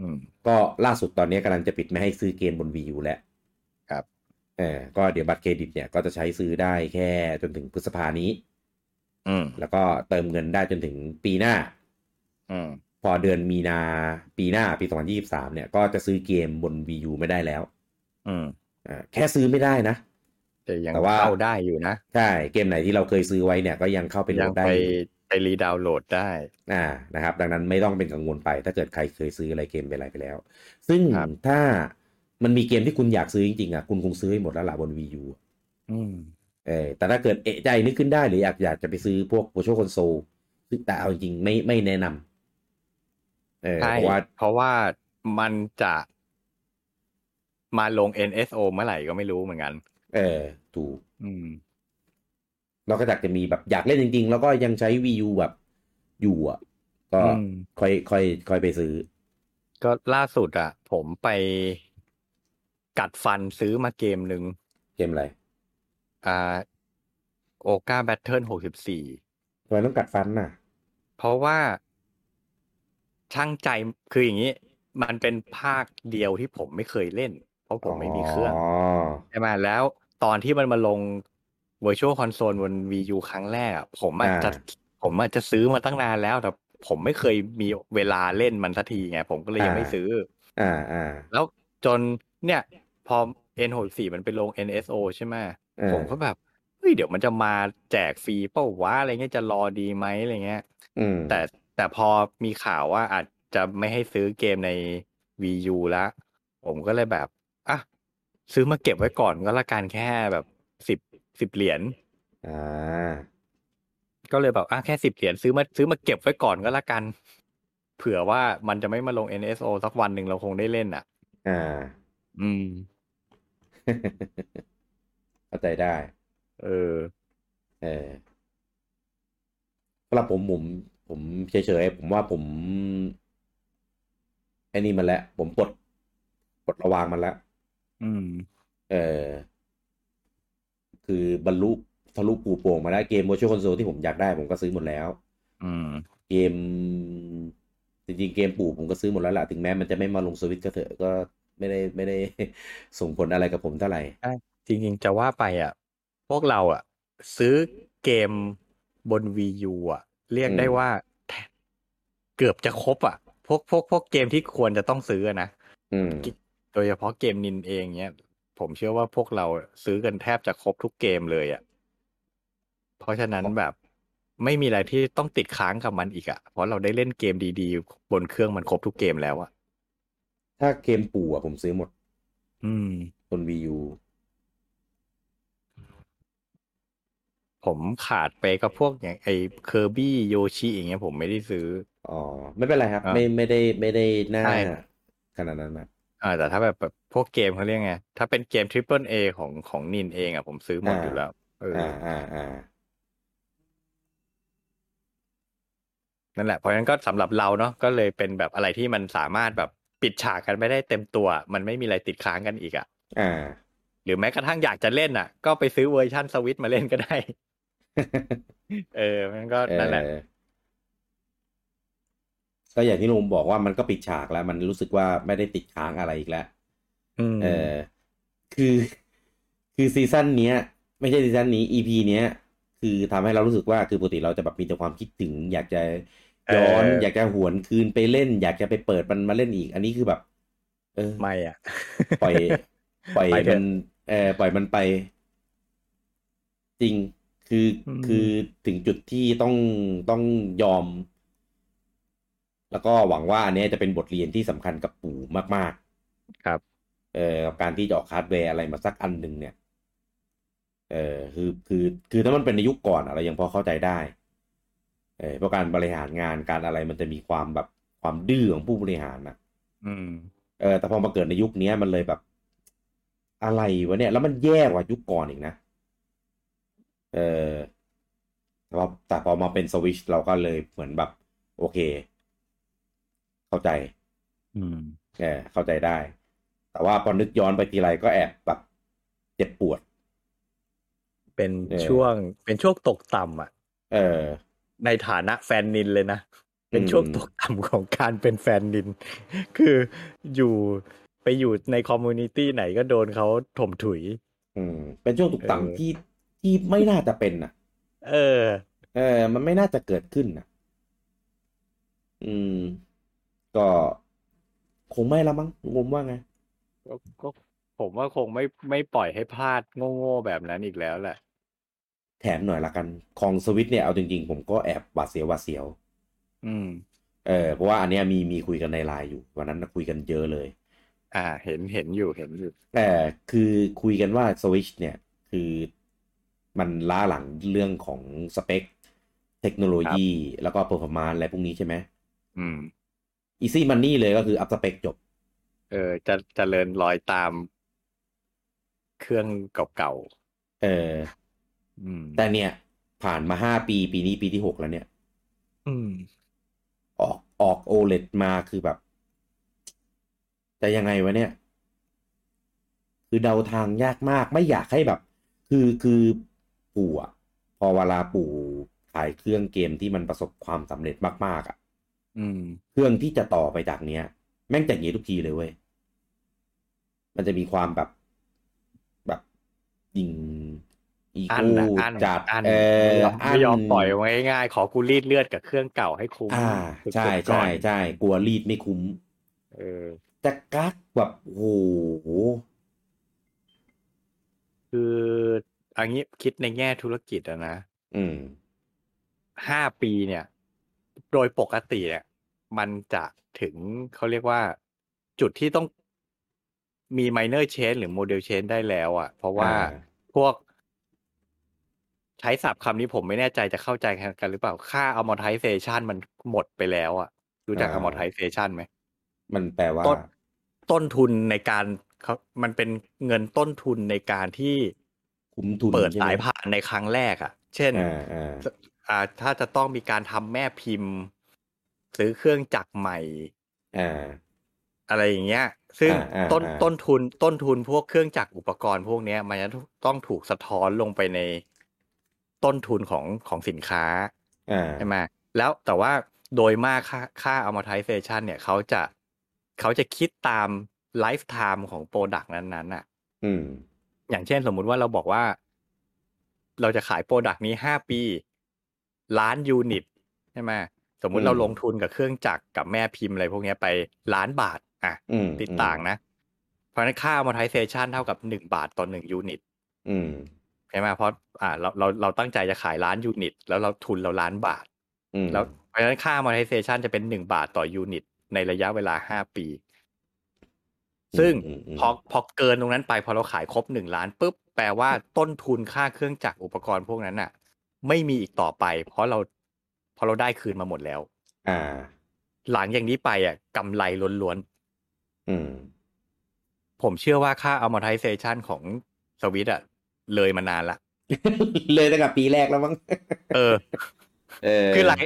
Speaker 2: อืม
Speaker 1: ก็ล่าสุดตอนนี้กำลังจะปิดไม่ให้ซื้อเกมบน Wii U แล้ว
Speaker 2: ครับ
Speaker 1: เออก็เดี๋ยวบัตรเครดิตเนี่ยก็จะใช้ซื้อได้แค่จนถึงพฤษภานี้
Speaker 2: อืม
Speaker 1: แล้วก็เติมเงินได้จนถึงปีหน้า
Speaker 2: อืม
Speaker 1: พอเดือนมีนาปีหน้าปี 2023 เนี่ย ก็จะซื้อเกมบน Wii U ไม่ได้แล้ว
Speaker 2: อืม
Speaker 1: เออแค่ซื้อไม่ได้นะ
Speaker 2: แต่ยัง
Speaker 1: แต่ว่า
Speaker 2: เข้าได้อยู่นะ
Speaker 1: ใช่เกมไหนที่เราเคยซื้อไว้เนี่ยก็ยังเข้าไปโหล
Speaker 2: ยัง
Speaker 1: ดได้
Speaker 2: ไป
Speaker 1: อยู่
Speaker 2: ไปรีดาวน์โหลดได้
Speaker 1: อ่านะครับ ดังนั้นไม่ต้องเป็นกังวลไป ถ้าเกิดใครเคยซื้ออะไรเกมไปอะไรไปแล้ว ซึ่ง
Speaker 2: ครับ
Speaker 1: ถ้ามันมีเกมที่คุณอยากซื้อจริงๆอ่ะคุณคงซื้อให้หมดแล้วล่ะบน Wii U อะ
Speaker 2: อืม
Speaker 1: เออแต่ถ้าเกิดเอะใจนึกขึ้นได้หรืออยากอยากจะไปซื้อพวก virtual console ซึ่งแต่เอาจริงๆไม่ไม่แนะนำเออ
Speaker 2: ใช่
Speaker 1: เพราะว่า
Speaker 2: เพราะว่ามันจะมาลง NSO เมื่อไหร่ก็ไม่รู้เหมือนกัน
Speaker 1: เออถูก
Speaker 2: อืม
Speaker 1: เราก็อยากจะมีแบบอยากเล่นจริงๆ แล้วก็ยังใช้ Wii U แบบอยู่อ่ะ ก็
Speaker 2: อืม
Speaker 1: ค่อยค่อยค่อยไปซื้อ
Speaker 2: ก็ล่าสุดอ่ะ ผมไปกัดฟันซื้อมาเกมหนึ่ง
Speaker 1: เกมอะไร
Speaker 2: อ่าโอกาแบทเทิลหกสิบสี่
Speaker 1: ทำไมต้องกัดฟันน่ะ
Speaker 2: เพราะว่าช่างใจคืออย่างนี้ มันเป็นภาคเดียวที่ผมไม่เคยเล่น เพราะผมไม่มีเครื่อง
Speaker 1: อ๋อ
Speaker 2: ใช่ไหมแล้วตอนที่มันมาลง Virtual Console บน Wii U ครั้งแรกอะผมอาจ
Speaker 1: อ่า
Speaker 2: จะผมอาจจะซื้อมาตั้งนานแล้ว แต่ผมไม่เคยมีเวลาเล่นมันสักทีไง ผมก็เลยยังไม่ซื้อ
Speaker 1: อ่าอ่า
Speaker 2: แล้วจนเนี่ย พอ N64 มันไปลง NSO ใช่ไหม
Speaker 1: เออ
Speaker 2: ผมก็แบบเฮ้ยเดี๋ยวมันจะมาแจกฟรีเป้าวะอะไรเงี้ยจะรอดีไหมอะไรเงี้ย
Speaker 1: อืม
Speaker 2: แต่แต่พอมีข่าวว่าอาจจะไม่ให้ซื้อเกมใน Wii U แล้ว ผมก็เลยแบบอ่ะซื้อมาเก็บไว้ก่อนก็ละกันแค่แบบสิบสิบเหรียญ
Speaker 1: อ่า
Speaker 2: ก็เลยแบบอ่ะแค่สิบเหรียญซื้อมาซื้อมาเก็บไว้ก่อนก็ละกัน เผื่อว่ามันจะไม่มาลง NSO สักวันหนึ่งเราคงได้เล่นอ่ะ
Speaker 1: อ่า *laughs*
Speaker 2: อืม
Speaker 1: เข้าใจได้
Speaker 2: เออ
Speaker 1: เออสำหรับผมผมผมเฉยๆผมว่าผมไอ้นี่มันแล้วผมปลดปลดระวางมันแล้ว
Speaker 2: อืม
Speaker 1: เออ คือบรรลุทะลุปูโป่งมาแล้วเกม Virtual Console ที่ผมอยากได้ผมก็ซื้อหมดแล้ว
Speaker 2: อืม
Speaker 1: เกม จริงๆ เกมปู่ผมก็ซื้อหมดแล้วล่ะถึงแม้มันจะไม่มาลงสวิตช์ก็เถอะก็ไม่ได้ไม่ได้ ส่งผลอะไรกับผมเท่าไหร่
Speaker 2: จริงๆ จะว่าไปอ่ะ พวกเราอ่ะ ซื้อเกมบน Wii U อ่ะ เรียก
Speaker 1: อืม
Speaker 2: ได้ว่าแทบเกือบจะครบอ่ะ พวกพวกพวกเกมที่ควรจะต้องซื้ออะนะ
Speaker 1: อืม
Speaker 2: โดยเฉพาะเกมนินเองเนี้ย ผมเชื่อว่าพวกเราซื้อกันแทบจะครบทุกเกมเลยอ่ะ เพราะฉะนั้นแบบไม่มีอะไรที่ต้องติดค้างกับมันอีกอ่ะ เพราะเราได้เล่นเกมดีๆ บนเครื่องมันครบทุกเกมแล้วอ่ะ
Speaker 1: ถ้าเกมปู่อะผมซื้อหมด
Speaker 2: อืม
Speaker 1: บน Wii U
Speaker 2: ผมขาดไปกับพวกอย่างไอ้เคอร์บี้โยชิอย่างเงี้ยผมไม่ได้ซื้อ
Speaker 1: อ๋อไม่เป็นไรครับ
Speaker 2: อ่า
Speaker 1: ไม่ไม่ได้ไม่ได้หน้า
Speaker 2: ใช่
Speaker 1: ขนาดนั้นนะ
Speaker 2: อ่าแต่ถ้าแบบแบบพวกเกมเขาเรียกไง ถ้าเป็นเกมทริปเปิลเอของของนินเองอ่ะผมซื้อหมดอยู่แล้วเอออ
Speaker 1: อ่าอ่าอ่า
Speaker 2: นั่นแหละเพราะฉะนั้นก็สำหรับเราเนาะก็เลยเป็นแบบอะไรที่มันสามารถแบบปิดฉากกันไม่ได้เต็มตัว มันไม่มีอะไรติดค้างกันอีกอ่ะ
Speaker 1: อ่า
Speaker 2: หรือแม้กระทั่งอยากจะเล่นอ่ะ ก็ไปซื้อเวอร์ชันสวิตมาเล่นก็ได้
Speaker 1: *laughs*
Speaker 2: เออมันก็นั่นแหละ
Speaker 1: เออก็อย่างที่ลุงบอกว่ามันก็ปิดฉากแล้ว มันรู้สึกว่าไม่ได้ติดค้างอะไรอีกแล้ว
Speaker 2: อืม
Speaker 1: เออ คือ คือซีซั่นเนี้ย ไม่ใช่ซีซั่นนี้ EP เนี้ย ค คือทำให้เรารู้สึกว่าคือปกติเราจะแบบมีแต่ความคิดถึง อยากจะย้อน
Speaker 2: เออ
Speaker 1: อ
Speaker 2: อ
Speaker 1: ยากจะหวนคืนไปเล่น อยากจะไปเปิดมันมาเล่นอีก อันนี้คือแบบ เออ
Speaker 2: ไม่อ่ะ
Speaker 1: *laughs* ปล่อย ปล่อย
Speaker 2: ไปเถ
Speaker 1: มั
Speaker 2: อะ
Speaker 1: นเออปล่อยมันไป จริงคืออ
Speaker 2: ม
Speaker 1: คือถึงจุดที่ต้องต้องยอม แล้วก็หวังว่าอันเนี้ยจะเป็นบทเรียนที่สำคัญกับปู่มาก ๆ
Speaker 2: ครับ
Speaker 1: เอ่อกับการที่จะออกฮาร์ดแวร์อะไรมาสักอันหนึ่งเนี่ย เอ่อคือคือคือถ้ามันเป็นในยุคก่อนอะไรยังพอเข้าใจได้ เอ่อเพราะการบริหารงานการอะไรมันจะมีความแบบความดื้อของผู้บริหารนะ
Speaker 2: *laughs* อืม
Speaker 1: เออแต่พอมาเกิดในยุคเนี้ยมันเลยแบบ อะไรวะเนี่ย แล้วมันแย่กว่ายุคก่อนอีกนะ เออแต่พอแต่พอมาเป็นสวิชเราก็เลยเหมือนแบบ โอเค เข้าใจ
Speaker 2: อืม
Speaker 1: เออเข้าใจได้ แต่ว่าพอนึกย้อนไปทีไรก็แอบแบบเจ็บปวด
Speaker 2: เป็น
Speaker 1: เออ
Speaker 2: ช่วงเป็นช่วงตกต่ำอ่ะ
Speaker 1: เออ
Speaker 2: ในฐานะแฟนนินเลยนะ เป็นช่วง
Speaker 1: อืม
Speaker 2: ตกต่ำของการเป็นแฟนนิ *laughs* น คืออยู่ไปอยู่ในคอมมูนิตี้ไหนก็โดนเขาถมถุย
Speaker 1: อืม เป็นช่วงตก
Speaker 2: เออ
Speaker 1: ต่ำที่ที่ไม่น่าจะเป็นน่ะ
Speaker 2: เออ
Speaker 1: เออ มันไม่น่าจะเกิดขึ้นน่ะ อืม ก็คงไม่ละมั้งงมว่าไง
Speaker 2: ก็ก็ผมว่าคงไม่ไม่ปล่อยให้พลาดโง่ๆแบบนั้นอีกแล้วแหละ
Speaker 1: แถมหน่อยละกันของสวิตเนี่ยเอาจริงๆ ผมก็แอบหวาดเสียวหวาดเสียว
Speaker 2: อืม
Speaker 1: เออเพราะว่าอันเนี้ยมีมีคุยกันในไลน์อยู่วันนั้นน่ะคุยกันเยอะเลย
Speaker 2: อ่า เห็นเห็นอยู่เห็นอยู่
Speaker 1: แต่คือคุยกันว่า Switch เนี่ยคือมันล้าหลังเรื่องของสเปค เทคโนโลยี แล้วก็ performance อะไรพวกนี้ใช่ไหม
Speaker 2: อืม
Speaker 1: Easy Money เลยก็คืออัพสเปคจบ
Speaker 2: เออจะจะเจริญรอยตามเครื่องเก่า
Speaker 1: เออ
Speaker 2: ๆอืม
Speaker 1: แต่เนี่ย ผ่านมา 5 ปี ปีนี้ปีที่ 6 แล้วเนี่ย
Speaker 2: อืม
Speaker 1: ออกออก OLED มาคือแบบ จะยังไงวะเนี่ย คือเดาทางยากมากไม่อยากให้แบบ คือคือปู่อะพอเวลาปู่ขายเครื่องเกมที่มันประสบความสำเร็จมากๆอะ
Speaker 2: อืม
Speaker 1: เครื่องที่จะต่อไปจากเนี้ย แม่งจะอย่างนี้ทุกทีเลยเว้ย มันจะมีความแบบแบบยิงอี
Speaker 2: อัน
Speaker 1: กู
Speaker 2: นะอัน
Speaker 1: จัด
Speaker 2: อัน
Speaker 1: เอออั
Speaker 2: ไม่ยอมปล่อยไว้ง่ายๆขอกูรีดเลือดกับเครื่องเก่าให้คุ้ม
Speaker 1: อ่า
Speaker 2: สุดๆ
Speaker 1: ใช่
Speaker 2: ก่อ
Speaker 1: ใช่
Speaker 2: น
Speaker 1: ใช่กลัวรีดไม่คุ้ม
Speaker 2: เออ
Speaker 1: แต่กักแบบโอ้โห
Speaker 2: คืออันนี้คิดในแง่ธุรกิจอะนะ
Speaker 1: อืม
Speaker 2: ห้าปีเนี่ย โดยปกติเนี่ย มันจะถึงเขาเรียกว่าจุดที่ต้องมีไมเนอร์เชนหรือโมเดลเชนได้แล้วอะเพราะว่า
Speaker 1: อ่า
Speaker 2: พวก ใช้ศัพท์คำนี้ผมไม่แน่ใจจะเข้าใจกันหรือเปล่า ค่า amortization มันหมดไปแล้วอะรู้จัก
Speaker 1: อ่า
Speaker 2: amortization ไหม
Speaker 1: มันแปลว่า
Speaker 2: ต้นต้นทุนในการเขามันเป็นเงินต้นทุนในการที่
Speaker 1: คุ้มทุน
Speaker 2: เปิด
Speaker 1: ใช่ไหม
Speaker 2: สายผ่านในครั้งแรกอ่ะ เช่น
Speaker 1: อ่าอ่า
Speaker 2: อ่าถ้าจะต้องมีการทำแม่พิมพ์ ซื้อเครื่องจักรใหม่
Speaker 1: อ่า
Speaker 2: อะไรอย่างเงี้ย ซึ่ง
Speaker 1: อ่าอ่า
Speaker 2: ต้น
Speaker 1: อ่า
Speaker 2: ต้นทุนต้นทุนพวกเครื่องจักรอุปกรณ์พวกเนี้ย มันจะต้องถูกสะท้อนลงไปในต้นทุนของของสินค้า
Speaker 1: อ่า
Speaker 2: ใช่ไหมแล้วแต่ว่าโดยมากค่าค่า amortization เนี่ยเขาจะเขาจะคิดตาม lifetime ของ product นั้นๆน่ะ
Speaker 1: อืม
Speaker 2: อย่างเช่นสมมุติว่าเราบอกว่า เราจะขาย product นี้ 5 ปี ล้านยูนิตใช่ไหมสมมุติ
Speaker 1: อืม
Speaker 2: เราลงทุนกับเครื่องจักรกับแม่พิมพ์อะไรพวกเนี้ยไปล้านบาท อ่ะ
Speaker 1: อืม
Speaker 2: ติดต่างนะ เพราะฉะนั้นค่า amortization เท่ากับ 1 บาทต่อ 1 ยูนิต
Speaker 1: อืม
Speaker 2: ใช่ไหมเพราะอ่าเราเราเราตั้งใจจะขายล้านยูนิต แล้วเราทุนเราล้านบาท
Speaker 1: อืม
Speaker 2: แล้วเพราะฉะนั้นค่า amortization จะเป็น 1 บาทต่อยูนิต ในระยะเวลา 5 ปี ซึ่ง
Speaker 1: อืมม
Speaker 2: พอพอเกินตรงนั้นไปพอเราขายครบ 1 ล้านปุ๊บ แปลว่าต้นทุนค่าเครื่องจักรอุปกรณ์พวกนั้นน่ะ ไม่มีอีกต่อไป เพราะเราเพราะเราได้คืนมาหมดแล้ว
Speaker 1: อ่า
Speaker 2: หลังอย่างนี้ไปอ่ะกำไรล้วน
Speaker 1: อืม *laughs*
Speaker 2: ๆ ผมเชื่อว่าค่า amortization ของสวิตอ่ะ เลยมานานละ
Speaker 1: เลยตั้งแต่ปีแรกแล้วมั้ง
Speaker 2: เอ
Speaker 1: *laughs*
Speaker 2: อ
Speaker 1: เออ
Speaker 2: คือหลัง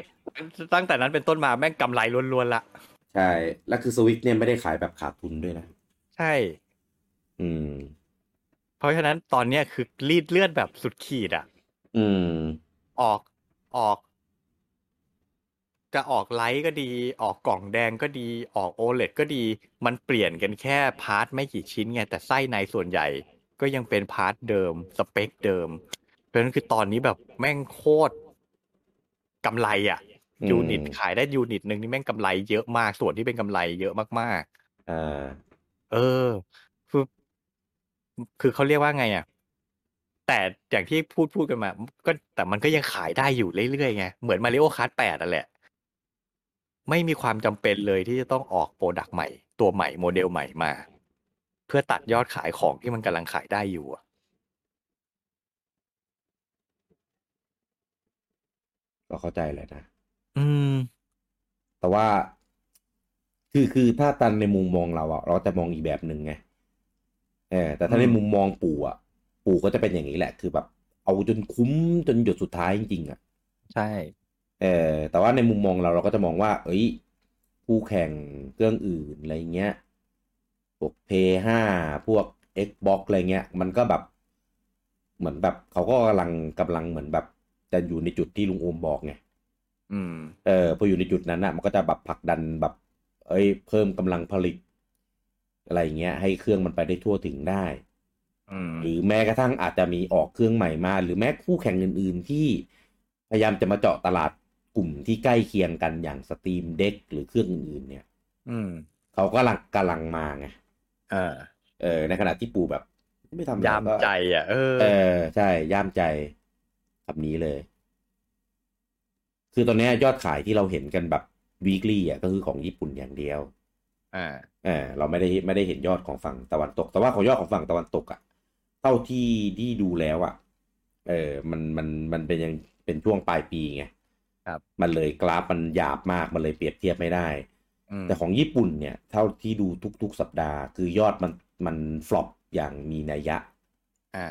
Speaker 2: ตั้งแต่นั้นเป็นต้นมาแม่งกำไรล้วนๆละ
Speaker 1: ใช่ แล้วคือสวิตเนี่ยไม่ได้ขายแบบขาดทุนด้วยนะ
Speaker 2: ใช่
Speaker 1: อืม
Speaker 2: เพราะฉะนั้นตอนเนี้ยคือรีดเลือดแบบสุดขีดอ่ะ
Speaker 1: อืม
Speaker 2: ออกออก จะออกไลท์ก็ดี ออกกล่องแดงก็ดี ออกโอเลก็ดี มันเปลี่ยนกันแค่พาร์ทไม่กี่ชิ้นไง แต่ไส้ในส่วนใหญ่ ก็ยังเป็นพาร์ทเดิม สเปคเดิม เพราะฉะนั้นคือตอนนี้แบบแม่งโคตรกำไรอ่ะ
Speaker 1: อืม
Speaker 2: ยูนิตขายได้ยูนิตหนึ่งนี่แม่งกำไรเยอะมาก ส่วนที่เป็นกำไรเยอะมาก
Speaker 1: อ่า
Speaker 2: ๆ เออ คือ คือเขาเรียกว่าไงอ่ะ แต่อย่างที่พูดพูดกันมา ก็แต่มันก็ยังขายได้อยู่เรื่อยๆไง เหมือนมาริโอคัสแปดนั่นแหละ ไม่มีความจำเป็นเลยที่จะต้องออกโปรดักต์ใหม่ ตัวใหม่โมเดลใหม่มา เพื่อตัดยอดขายของที่มันกำลังขายได้อยู่อะ
Speaker 1: ก็เข้าใจแหละนะ
Speaker 2: อืม
Speaker 1: แต่ว่า คือคือถ้าตันในมุมมองเราอะเราจะมองอีกแบบหนึ่งไงเออแต่ถ้าใน
Speaker 2: อืม
Speaker 1: มุมมองปู่อะปู่ก็จะเป็นอย่างนี้แหละ คือแบบ เอาจนคุ้มจนหยดสุดท้ายจริงๆอะ
Speaker 2: ใช่
Speaker 1: เออแต่ว่าในมุมมองเราเราก็จะมองว่า เอ้ยคู่แข่งเครื่องอื่นอะไรเงี้ยพวก P5 พวก Xbox อะไรเงี้ย มันก็แบบ เหมือนแบบเขาก็กำลังกำลังเหมือนแบบ จะอยู่ในจุดที่ลุงโอมบอกไง
Speaker 2: อืม
Speaker 1: เออพออยู่ในจุดนั้นอ่ะ มันก็จะแบบผลักดันแบบ เอ้ย เพิ่มกำลังผลิต อะไรเงี้ย ให้เครื่องมันไปได้ทั่วถึงได้
Speaker 2: อืม
Speaker 1: หรือแม้กระทั่งอาจจะมีออกเครื่องใหม่มา หรือแม้คู่แข่งอื่น ๆ ที่พยายามจะมาเจาะตลาดกลุ่มที่ใกล้เคียงกันอย่างสตรีมเด็กหรือเครื่องอื่น ๆ เนี่ย
Speaker 2: อืม
Speaker 1: เขาก็ลังกำลังมาไง
Speaker 2: เออ
Speaker 1: เออในขณะที่ปูแบบ ไม่ทำอะไร
Speaker 2: ยาม
Speaker 1: ก็
Speaker 2: ใจอ่ะ เออ
Speaker 1: เออ ใช่ย่ามใจคำนี้เลย คือตอนเนี้ยยอดขายที่เราเห็นกันแบบ weekly อ่ะก็คือของญี่ปุ่นอย่างเดียว
Speaker 2: อ่า
Speaker 1: เออเราไม่ได้ไม่ได้เห็นยอดของฝั่งตะวันตก แต่ว่าของยอดของฝั่งตะวันตกอะ่ะเท่าที่ที่ดูแล้วอะ่ะเออมันมันมันเป็นยังเป็นช่วงปลายปีไง
Speaker 2: ครับ
Speaker 1: มันเลยกราฟมันหยาบมากมันเลยเปรียบเทียบไม่ได้
Speaker 2: อืม
Speaker 1: แต่ของญี่ปุ่นเนี่ย เท่าที่ดูทุก ๆ สัปดาห์ คือยอดมันมันฟลอปอย่างมีนัยยะ
Speaker 2: อ่า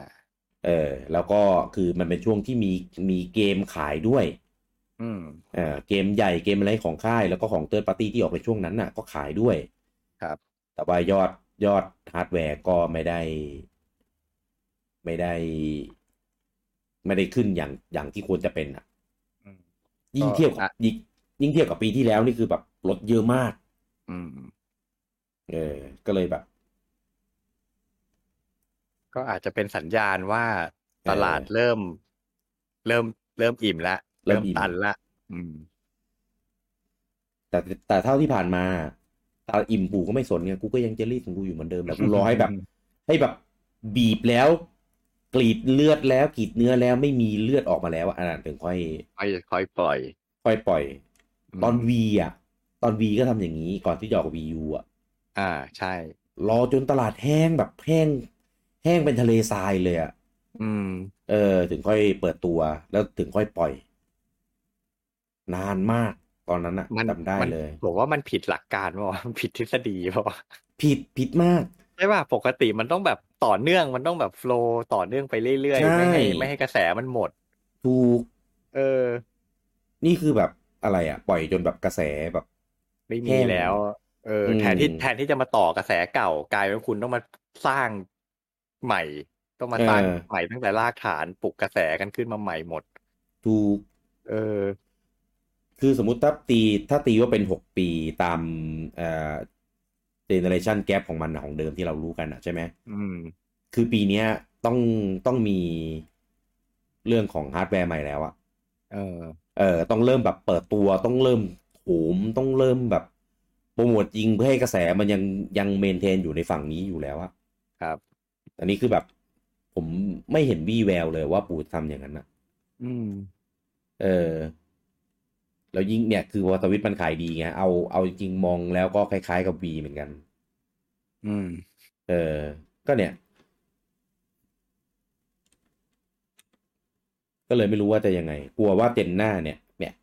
Speaker 1: เออแล้วก็คือมันเป็นช่วงที่มีมีเกมขายด้วย
Speaker 2: อืม
Speaker 1: เออเกมใหญ่เกมอะไรของค่ายแล้วก็ของเติร์ดปาร์ตี้ที่ออกในช่วงนั้นน่ะก็ขายด้วย
Speaker 2: ครับ
Speaker 1: แต่ว่ายอดยอดฮาร์ดแวร์ก็ไม่ได้ ไม่ได้ ไม่ได้ขึ้นอย่างอย่างที่ควรจะเป็นอ่ะ
Speaker 2: อืม
Speaker 1: ยิ่งเทียบกับ
Speaker 2: อ่ะ
Speaker 1: ยิ่งยิ่งเทียบกับปีที่แล้วนี่คือแบบลดเยอะมาก
Speaker 2: อืม
Speaker 1: เออ ก็เลยแบบ
Speaker 2: ก็อาจจะเป็นสัญญาณว่า
Speaker 1: เออ
Speaker 2: ตลาดเริ่ม เริ่มเริ่มอิ่มละ
Speaker 1: เริ่มอิ่ม
Speaker 2: ตันละอืม
Speaker 1: แต่แต่เท่าที่ผ่านมาตาอิ่มปูก็ไม่สนไงกูก็ยังเจลลี่ของกูอยู่เหมือนเดิมแหละกูรอให้แบบ ให้แบบบีบแล้ว กรีดเลือดแล้วกรีดเนื้อแล้วไม่มีเลือดออกมาแล้วอะอันนั้นถึงค่อย
Speaker 2: ค่อยค่อยปล่อย
Speaker 1: ค่อยปล่อย
Speaker 2: ม
Speaker 1: ตอนวีอ่ะ ตอนวีก็ทำอย่างนี้ก่อนที่จะออกวียูอ่ะ
Speaker 2: อ่า ใช่
Speaker 1: รอจนตลาดแห้งแบบแห้ง แห้งเป็นทะเลทรายเลยอ่ะ
Speaker 2: อืม
Speaker 1: เออ ถึงค่อยเปิดตัวแล้วถึงค่อยปล่อย นานมากตอนนั้นอะ
Speaker 2: มัน
Speaker 1: จำได้
Speaker 2: มัน
Speaker 1: เลย
Speaker 2: ผมว่ามันผิดหลักการว่าวะ *laughs* มันผิดทฤษฎีว่าวะ
Speaker 1: ผิดผิดมาก
Speaker 2: ใช่ป่ะปกติมันต้องแบบต่อเนื่องมันต้องแบบโฟลว์ต่อเนื่องไปเรื่อยๆไม่ให้
Speaker 1: ใช่
Speaker 2: ไม่ให้กระแสมันหมด
Speaker 1: ถูก
Speaker 2: เออ
Speaker 1: นี่คือแบบอะไรอ่ะ ปล่อยจนแบบกระแสแบบ
Speaker 2: ไม่มีแล้ว เอออ
Speaker 1: ม
Speaker 2: แทนที่แทนที่จะมาต่อกระแสเก่ากลายเป็นคุณต้องมาสร้างใหม่ ต้องมาสร้างใหม่ตั้งแต่รากฐานปลุกกระแสกันขึ้นมาใหม่หมด
Speaker 1: ถูก
Speaker 2: เออ
Speaker 1: คือสมมติถ้าตีถ้าตีว่าเป็นหกปีตามเอ่อเจเนเรชันแกปของมันอะของเดิมที่เรารู้กันอ่ะใช่ไหม
Speaker 2: อืม
Speaker 1: คือปีเนี้ยต้องต้องมีเรื่องของฮาร์ดแวร์ใหม่แล้วอะ
Speaker 2: เออ
Speaker 1: เออต้องเริ่มแบบเปิดตัวต้องเริ่มโหมต้องเริ่มแบบโปรโมทยิงเพื่อให้กระแสมันยังยังเมนเทนอยู่ในฝั่งนี้อยู่แล้วอะ
Speaker 2: ครับ
Speaker 1: อันนี้คือแบบ ผมไม่เห็นวี่แววเลยว่าปู่ทำอย่างนั้นอะ
Speaker 2: อืม
Speaker 1: เออ แล้วยิ่งเนี่ยคือวอตวิทมันขายดีไงเอาเอาจริงๆมองแล้วก็คล้ายๆกับวีเหมือนกัน
Speaker 2: อืม
Speaker 1: เออ ก็เนี่ย ก็เลยไม่รู้ว่าจะยังไง กลัวว่าเจนหน้าเนี่ย เนี่ย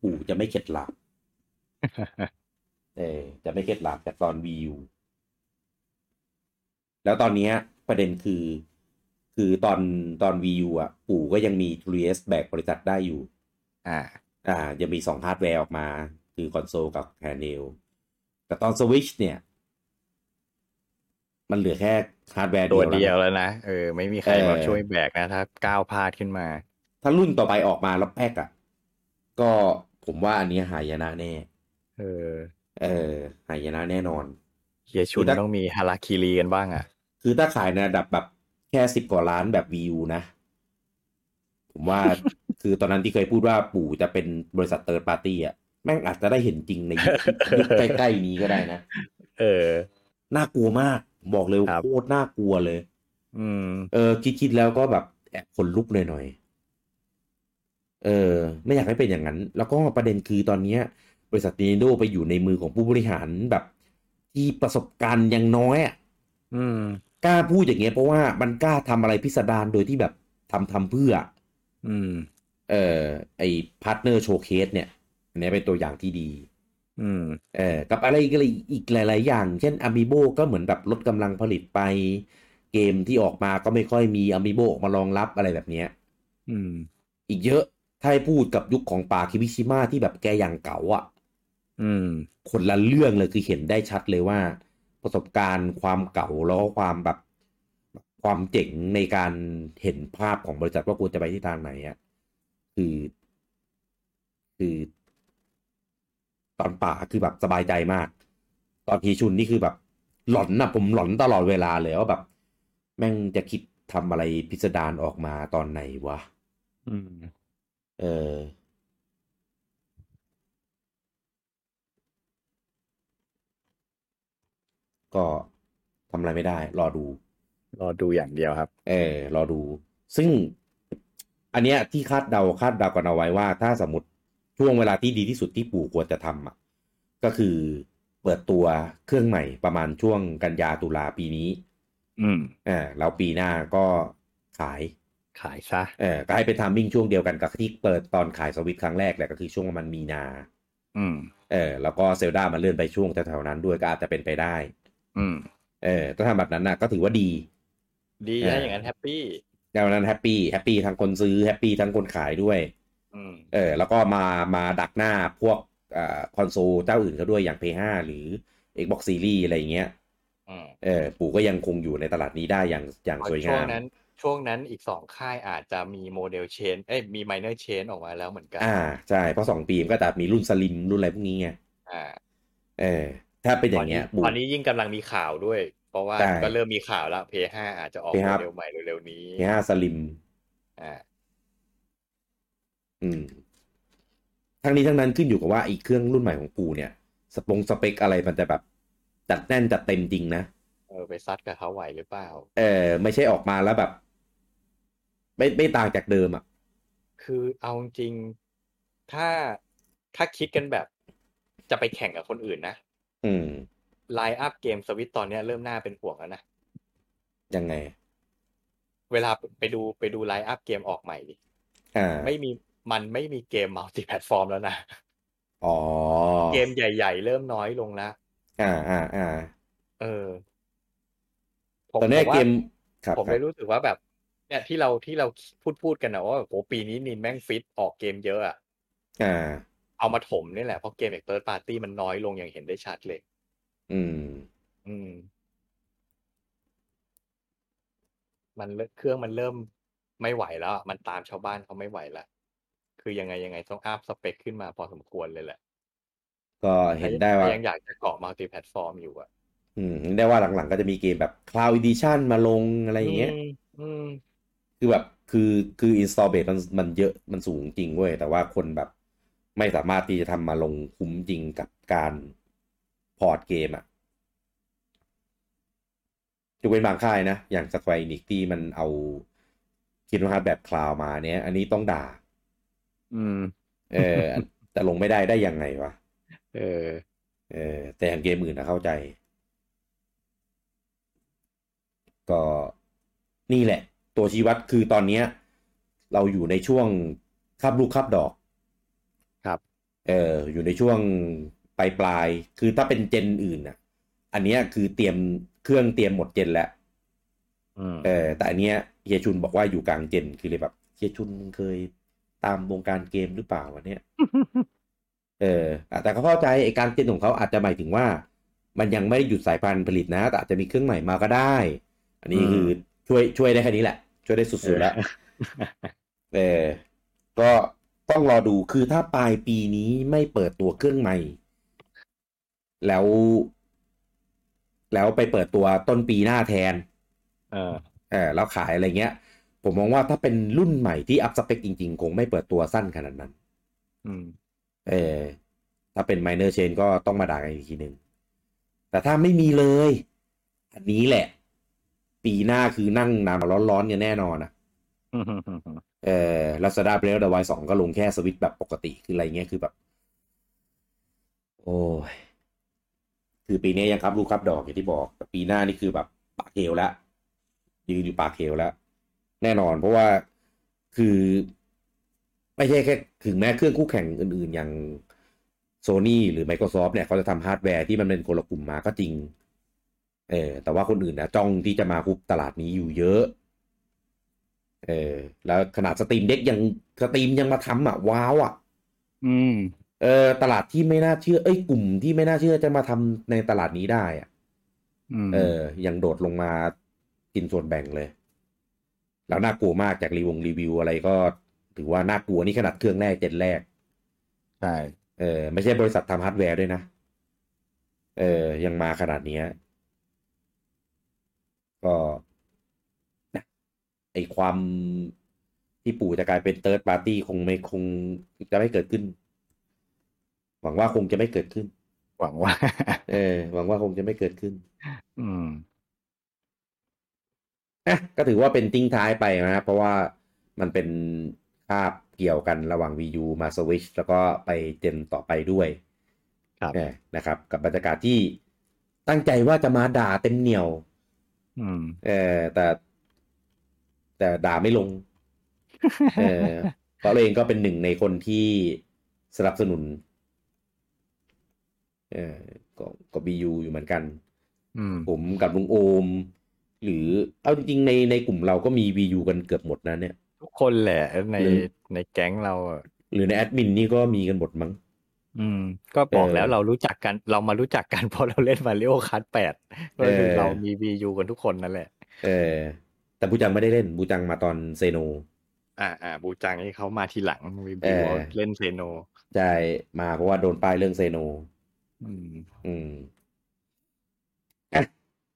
Speaker 1: ปู่จะไม่เข็ดหลาบเออ จะไม่เข็ดหลาบจากตอนวีูแล้วตอนเนี้ยประเด็นคือ คือตอนตอนวีูอ่ะ ปู่ก็ยังมี 3S แบกบริษัทได้อยู่
Speaker 2: อ่า
Speaker 1: อ่ายังมีสองฮาร์ดแวร์ออกมา คือคอนโซลกับแฮนด์เดลแต่ตอนสวิชเนี่ย มันเหลือแค่ฮาร์ดแวร์
Speaker 2: ตัว
Speaker 1: แล้นะ
Speaker 2: เดียวแล้วนะ เออ ไม่มีใคร
Speaker 1: เออ
Speaker 2: มาช่วยแบกนะถ้าก้าวพลาดขึ้นมา
Speaker 1: ถ้ารุ่นต่อไปออกมาแล้วแป๊กอะ่ะ ก็ผมว่าอันนี้หายนะแน่
Speaker 2: เออ
Speaker 1: เออ หายนะแน่นอน
Speaker 2: เฮียชุนต้องมีฮาราคิรีกันบ้างอ่ะ
Speaker 1: คือถ้าขายในระดับแบบแค่สิบกว่าล้านแบบวีูนะ ผมว่า *laughs* คือตอนนั้นที่เคยพูดว่าปู่จะเป็นบริษัทเติร์ดปาร์ตี้อ่ะแม่งอาจจะได้เห็นจริงในยุคยุคใกล้ๆนี้ก็ได้นะ
Speaker 2: เออ
Speaker 1: น่ากลัวมาก บอกเลย
Speaker 2: ครับ
Speaker 1: โคตรน่ากลัวเลย
Speaker 2: อืม
Speaker 1: เออคิดคิดแล้วก็แบบแอบขนลุกหน่อยๆเออ ไม่อยากให้เป็นอย่างนั้น แล้วก็ประเด็นคือตอนเนี้ย บริษัท Nintendo ไปอยู่ในมือของผู้บริหารแบบ ที่ประสบการณ์อยังน้อยอะ
Speaker 2: อืม
Speaker 1: กล้าพูดอย่างเงี้ยเพราะว่ามันกล้าทำอะไรพิสดารโดยที่แบบทำทำเพื่อ
Speaker 2: อืม
Speaker 1: เออไอพาร์ทเนอร์โชว์เคสเนี่ยอันเนี้ยเป็นตัวอย่างที่ดี
Speaker 2: อืม
Speaker 1: เออกับอะไรก็เลยอีกหลาย ๆ อย่าง เช่นอามิโบก็เหมือนแบบลดกำลังผลิตไป เกมที่ออกมาก็ไม่ค่อยมีอามิโบออกมารองรับอะไรแบบเนี้ย
Speaker 2: อืม
Speaker 1: อีกเยอะ ถ้าให้พูดกับยุคของป่าคิบิชิมาที่แบบแกอย่างเก่าอะ่ะ
Speaker 2: อืม
Speaker 1: คนละเรื่องเลยคือเห็นได้ชัดเลยว่า ประสบการณ์ความเก่าแล้วก็ความแบบ ความเจ๋งในการเห็นภาพของบริษัทว่าควรจะไปที่ทางไหนอะ่ะคือ คือ ตอนป่าคือแบบสบายใจมาก ตอนพีชุนนี่คือแบบหลอนนะผมหลอนตลอดเวลาเลยว่าแบบ แม่งจะคิดทำอะไรพิสดารออกมาตอนไหนวะ
Speaker 2: อืม
Speaker 1: เออ ก็ทำอะไรไม่ได้ รอดู
Speaker 2: รอดูอย่างเดียวครับ
Speaker 1: เออ รอดู ซึ่ง อันเนี้ยที่คาดเดาคาดเดากันเอาไว้ว่า ถ้าสมมติช่วงเวลาที่ดีที่สุดที่ปู่ควรจะทำอ่ะ ก็คือเปิดตัวเครื่องใหม่ประมาณช่วงกันยาตุลาปีนี้
Speaker 2: อืม
Speaker 1: อ่าแล้วปีหน้าก็ขาย
Speaker 2: ขายซะ
Speaker 1: เออก็ให้เป็นไทามมิ่งช่วงเดียวกันกับที่เปิดตอนขายสวิตช์ครั้งแรกแหละก็คือช่วงประมาณมีนา
Speaker 2: อืม
Speaker 1: เออแล้วก็เซลดามันเลื่อนไปช่วงแถวๆนั้นด้วยก็อาจจะเป็นไปได้
Speaker 2: อืม
Speaker 1: เออถ้าทำแบบนั้นนะก็ถือว่าดี
Speaker 2: ดี
Speaker 1: เออ
Speaker 2: นะอย่างนั้นแฮปปี้
Speaker 1: ดังนั้นแฮปปี้แฮปปี้ทั้งคนซื้อแฮปปี้ทั้งคนขายด้วย
Speaker 2: อืม
Speaker 1: เออแล้วก็มามาดักหน้าพวกเอ่อคอนโซลเจ้าอื่นเขาด้วยอย่าง P5 หรือ Xbox Series อะไรอย่างเงี้ย
Speaker 2: อืม
Speaker 1: เออปู่ก็ยังคงอยู่ในตลาดนี้ได้อย่างอย่างสวย
Speaker 2: ช่ว
Speaker 1: งาง ม
Speaker 2: นั้น ช่วงนั้นอีกสองค่ายอาจจะมีโมเดลเชน เอ้ย มีไมเนอร์เชนออกมาแล้วเหมือนกัน
Speaker 1: อ่าใช่เพราะสองปีมันก็จะมีรุ่นสลิมรุ่นอะไรพวกนี้ไง
Speaker 2: อ่า
Speaker 1: เออถ้าเป็นอย่างเงี้ยปู่
Speaker 2: ตอนนี้ยิ่งกำลังมีข่าวด้วย เพราะว่า
Speaker 1: ใช่
Speaker 2: ก็เริ่มมีข่าวแล้ว P5 อาจจะออก
Speaker 1: เพย์
Speaker 2: โม
Speaker 1: ห้า
Speaker 2: เดลใหม่เร็วๆนี้
Speaker 1: P5 สลิม
Speaker 2: อ่า
Speaker 1: อืมทั้งนี้ทั้งนั้นขึ้นอยู่กับว่าไอีกเครื่องรุ่นใหม่ของกูเนี่ย สปงสเปคอะไรมันจะแบบจัดแน่นจัดเต็มจริงนะ
Speaker 2: เออไปซัดกับเขาไหวหรือเปล่า
Speaker 1: เออไม่ใช่ออกมาแล้วแบบ ไม่ไม่ต่างจากเดิมอ่ะ
Speaker 2: คือเอาจริงๆถ้าถ้าคิดกันแบบ จะไปแข่งกับคนอื่นนะ
Speaker 1: อืม
Speaker 2: ไลน์อัพเกมสวิตตอนเนี้ยเริ่มน่าเป็นห่วงแล้วนะ
Speaker 1: ยังไง
Speaker 2: เวลาไปดูไปดูไลน์อัพเกมออกใหม่ดิ
Speaker 1: อ่า
Speaker 2: ไม่มีมันไม่มีเกมมัลติแพลตฟอร์มแล้วนะ
Speaker 1: อ๋อ
Speaker 2: เกมใหญ่ ๆ เริ่มน้อยลงละ
Speaker 1: อ่าอ่าอ่า
Speaker 2: เออผ
Speaker 1: ตอนแรก
Speaker 2: ผว่า
Speaker 1: เกมครับ
Speaker 2: ผม
Speaker 1: ค
Speaker 2: เล
Speaker 1: รับ
Speaker 2: ยรู้สึกว่าแบบ เนี่ยที่เราที่เราพูดพูดกันนะว่าแบบโหปีนี้นินแม่งฟิตออกเกมเยอะอะ
Speaker 1: อ่า
Speaker 2: เอามาถมนี่แหละเพราะเกมเอกเติร์ดปาร์ตี้มันน้อยลงอย่างเห็นได้ชัดเลย
Speaker 1: อืม
Speaker 2: อืม มันเริ่มเครื่องมันเริ่มไม่ไหวแล้วอะมันตามชาวบ้านเขาไม่ไหวละคือยังไงยังไงต้องอัพสเปคขึ้นมาพอสมควรเลยแหละ
Speaker 1: ก็เห็นได้ว่า
Speaker 2: ถ้ยังอยากจะเกาะมัลติแพลตฟอร์มอยู่อะ
Speaker 1: อืมเห็นได้ว่าหลังๆก็จะมีเกมแบบ Cloud Edition มาลงอะไรอย่างเงี้ย
Speaker 2: มอืม
Speaker 1: คือแบบคือคือ install base มันมันเยอะมันสูงจริงเว้ยแต่ว่าคนแบบไม่สามารถที่จะทำมาลงคุ้มจริงกับการพอร์ตเกมอะยกเว้นบางค่ายนะ อย่าง Square Enix ที่มันเอาคิดว่าแบบคลาวมาเนี้ย อันนี้ต้องด่า
Speaker 2: อืม
Speaker 1: เออ แต่ลงไม่ได้ได้ยังไงวะ
Speaker 2: เออ
Speaker 1: เออ แต่อย่างเกมอื่นนะเข้าใจ ก็นี่แหละ ตัวชี้วัดคือตอนเนี้ย เราอยู่ในช่วงคาบลูกคาบดอก
Speaker 2: ครับ
Speaker 1: เอออยู่ในช่วงปลายปลายๆคือถ้าเป็นเจนอื่นอ่ะ อันเนี้ยคือเตรียมเครื่องเตรียมหมดเจนแล้ว
Speaker 2: อืม
Speaker 1: เออแต่อันเนี้ยเฮียชุนบอกว่าอยู่กลางเจนคือเลยแบบเฮียชุนมึงเคยตามวงการเกมหรือเปล่าวะเนี่ย เอออ่ะแต่เขาเข้าใจไอ้การเจนของเขาอาจจะหมายถึงว่า มันยังไม่ได้หยุดสายพันธุ์ผลิตนะ แต่อาจจะมีเครื่องใหม่มาก็ได้ อันนี้คือช่วยช่วยได้แค่นี้แหละ ช่วยได้สุดๆแล้ว เออก็ต้องรอดูคือถ้าปลายปีนี้ไม่เปิดตัวเครื่องใหม่ แล้ว แล้วไปเปิดตัวต้นปีหน้าแทน
Speaker 2: เออ
Speaker 1: เออแล้วขายอะไรเงี้ย ผมมองว่าถ้าเป็นรุ่นใหม่ที่อัพสเปคจริงๆ คงไม่เปิดตัวสั้นขนาดนั้น
Speaker 2: อืม
Speaker 1: เออถ้าเป็น minor chain ก็ต้องมาด่ากันอีกทีหนึ่งแต่ถ้าไม่มีเลย อันนี้แหละ ปีหน้าคือนั่งนามร้อนๆกันแน่นอนนะ
Speaker 2: อืม
Speaker 1: เออ Lazada b r a i l d e v i สองก็ลงแค่สวิตช์แบบปกติคืออะไรเงี้ยคือแบบ โอ้ยคือปีนี้ยังครับลูกครับดอกอย่างที่บอกแต่ปีหน้านี่คือแบบปากเหวแล้วยืนอยู่ปากเหวแล้ว แน่นอนเพราะว่าคือ ไม่ใช่แค่ถึงแม้เครื่องคู่แข่งอื่นๆ อย่าง Sony หรือ Microsoft เนี่ยเขาจะทำฮาร์ดแวร์ที่มันเป็นคนละกลุ่มมาก็จริง เออ แต่ว่าคนอื่นนะจ้องที่จะมาคุบตลาดนี้อยู่เยอะ เออ แล้วขนาดสตรีมเด็กยังสตรีมยังมาทำอ่ะ ว้าวอ่ะ
Speaker 2: อืม
Speaker 1: เออตลาดที่ไม่น่าเชื่อ เอ้ยกลุ่มที่ไม่น่าเชื่อจะมาทำในตลาดนี้ได้อะ
Speaker 2: อืม
Speaker 1: เออ ยังโดดลงมากินส่วนแบ่งเลย แล้วน่ากลัวมากจากรีวงรีวิวอะไรก็ ถือว่าน่ากลัวนี่ขนาดเครื่องแรกเจนแรก
Speaker 2: ใช่
Speaker 1: เออไม่ใช่บริษัททำฮาร์ดแวร์ด้วยนะ เออยังมาขนาดเนี้ยก็นะไอความที่ปู่จะกลายเป็นเติร์ดปาร์ตี้คงไม่คงจะไม่เกิดขึ้น หวังว่าคงจะไม่เกิดขึ้น
Speaker 2: หวังว่า *laughs*
Speaker 1: เออหวังว่าคงจะไม่เกิดขึ้น
Speaker 2: อืม
Speaker 1: นะก็ถือว่าเป็นทิ้งท้ายไปนะครับเพราะว่ามันเป็นคาบเกี่ยวกันระหว่าง VU มา Switch แล้วก็ไปเจนต่อไปด้วย
Speaker 2: ครับ
Speaker 1: เออนะครับ กับบรรยากาศที่ตั้งใจว่าจะมาด่าเต็มเหนียว
Speaker 2: อืม
Speaker 1: เออแต่ แต่ด่าไม่ลง เอ
Speaker 2: *laughs*
Speaker 1: อเพราะเราเองก็เป็นหนึ่งในคนที่สนับสนุน เออก็ก็บียูอยู่เหมือนกัน
Speaker 2: อืม
Speaker 1: ผมกับลุงโอม หรือเอาจริงๆในในกลุ่มเราก็มีบียูกันเกือบหมดนะเนี่ย
Speaker 2: ทุกคนแหละ ใน
Speaker 1: หรือ
Speaker 2: ในแก๊งเราอะ
Speaker 1: หรือในแอดมินนี่ก็มีกันหมดมั้ง
Speaker 2: อืมก็บอกแล้ว
Speaker 1: เออ
Speaker 2: เรารู้จักกันเรามารู้จักกัน *laughs* เพราะเราเล่นมาริโอคัสแปดก็คือ
Speaker 1: เออ
Speaker 2: เรามีวียูกันทุกคนนั่นแหละ
Speaker 1: เออ แต่บูจังไม่ได้เล่นบูจังมาตอนเซโน
Speaker 2: อ่าอ่าบูจังที่เขามาทีหลังวี
Speaker 1: เอ
Speaker 2: ยู
Speaker 1: อ
Speaker 2: เล่นเซโน
Speaker 1: ใช่มาเพราะว่าโดนป้ายเรื่องเซโน
Speaker 2: อืม
Speaker 1: อืมอ่ะ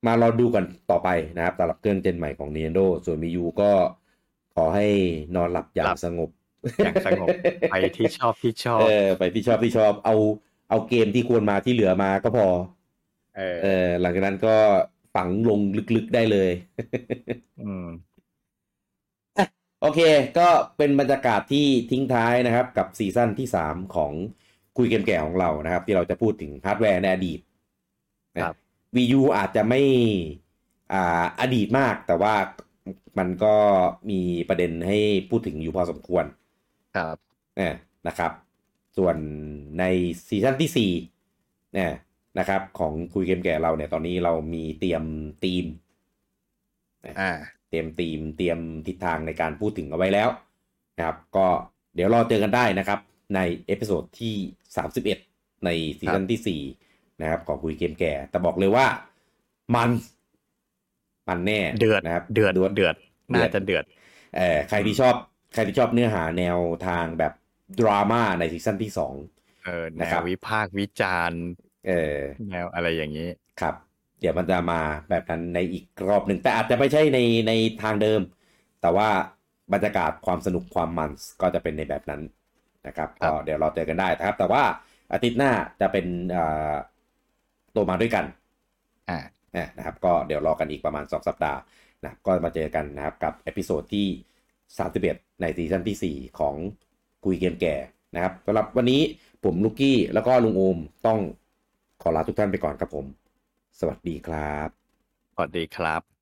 Speaker 1: มารอดูกันต่อไปนะครับสำหรับเครื่องเจนใหม่ของ Nintendo ส่วน Wii U ก็ขอให้นอนหลับอย่า
Speaker 2: หลั
Speaker 1: ง
Speaker 2: บ
Speaker 1: สงบ
Speaker 2: อย่างสงบ ไปที่ชอบที่ชอบ
Speaker 1: *laughs* เออไปที่ชอบที่ชอบเอาเอาเกมที่ควรมาที่เหลือมาก็พอ
Speaker 2: เออ
Speaker 1: เออหลังจากนั้นก็ฝังลงลึกๆได้เลย
Speaker 2: อืม
Speaker 1: โอเค ก็เป็นบรรยากาศที่ทิ้งท้ายนะครับ กับซีซั่นที่ 3 ของคุยเกมแก่ของเรานะครับ ที่เราจะพูดถึงฮาร์ดแวร์ในอดีตนะครับ วียูอาจจะไม่อ่าอดีตมาก แต่ว่ามันก็มีประเด็นให้พูดถึงอยู่พอสมควร
Speaker 2: ครับ
Speaker 1: นะนะครับ ส่วนในซีซั่นที่4นะนะครับ ของคุยเกมแก่เราเนี่ยตอนนี้เรามีเตรียมทีม
Speaker 2: อ่า
Speaker 1: เตรียมธีมเตรียมทิศทางในการพูดถึงเอาไว้แล้วนะครับ ก็เดี๋ยวรอเจอกันได้นะครับ ในเอพิโซดที่ 31 ในซีซั่นที่ 4 นะครับ ของคุยเกมแก่ แต่บอกเลยว่ามันมันแน่
Speaker 2: เดือด
Speaker 1: นะครับ
Speaker 2: เดือด
Speaker 1: เดือด
Speaker 2: เดือด
Speaker 1: เดือด
Speaker 2: น่าจะเดือด
Speaker 1: เอ่อใครที่ชอบใครที่ชอบเนื้อหาแนวทางแบบดราม่าในซีซั่นที่ 2
Speaker 2: เออแน
Speaker 1: นะครั
Speaker 2: ว
Speaker 1: บ
Speaker 2: วิพากษ์วิจารณ์
Speaker 1: เอ่อ
Speaker 2: แนวอะไรอย่างนี้
Speaker 1: ครับ เดี๋ยวมันจะมาแบบนั้นในอีกรอบหนึ่งแต่อาจจะไม่ใช่ในในทางเดิม แต่ว่าบรรยากาศความสนุกความมันก็จะเป็นในแบบนั้นนะครับ
Speaker 2: ครั
Speaker 1: ก็
Speaker 2: บ
Speaker 1: เดี๋ยวเราเจอกันได้นะครับ แต่ว่าอาทิตย์หน้าจะเป็นเอ่อตัวมาด้วยกัน
Speaker 2: อ่า
Speaker 1: นะนะครับ ก็เดี๋ยวรอกันอีกประมาณ 2 สัปดาห์นะครับก็มาเจอกันนะครับกับเอพิโซดที่ 31 ในซีซั่นทีสี่ 4 ของคุยเกมแก่นะครับสำหรับวันนี้ผมลูกกี้แล้วก็ลุงโอมต้องขอลาทุกท่านไปก่อนครับผม สวัสดีครับ
Speaker 2: สวัสดีครับ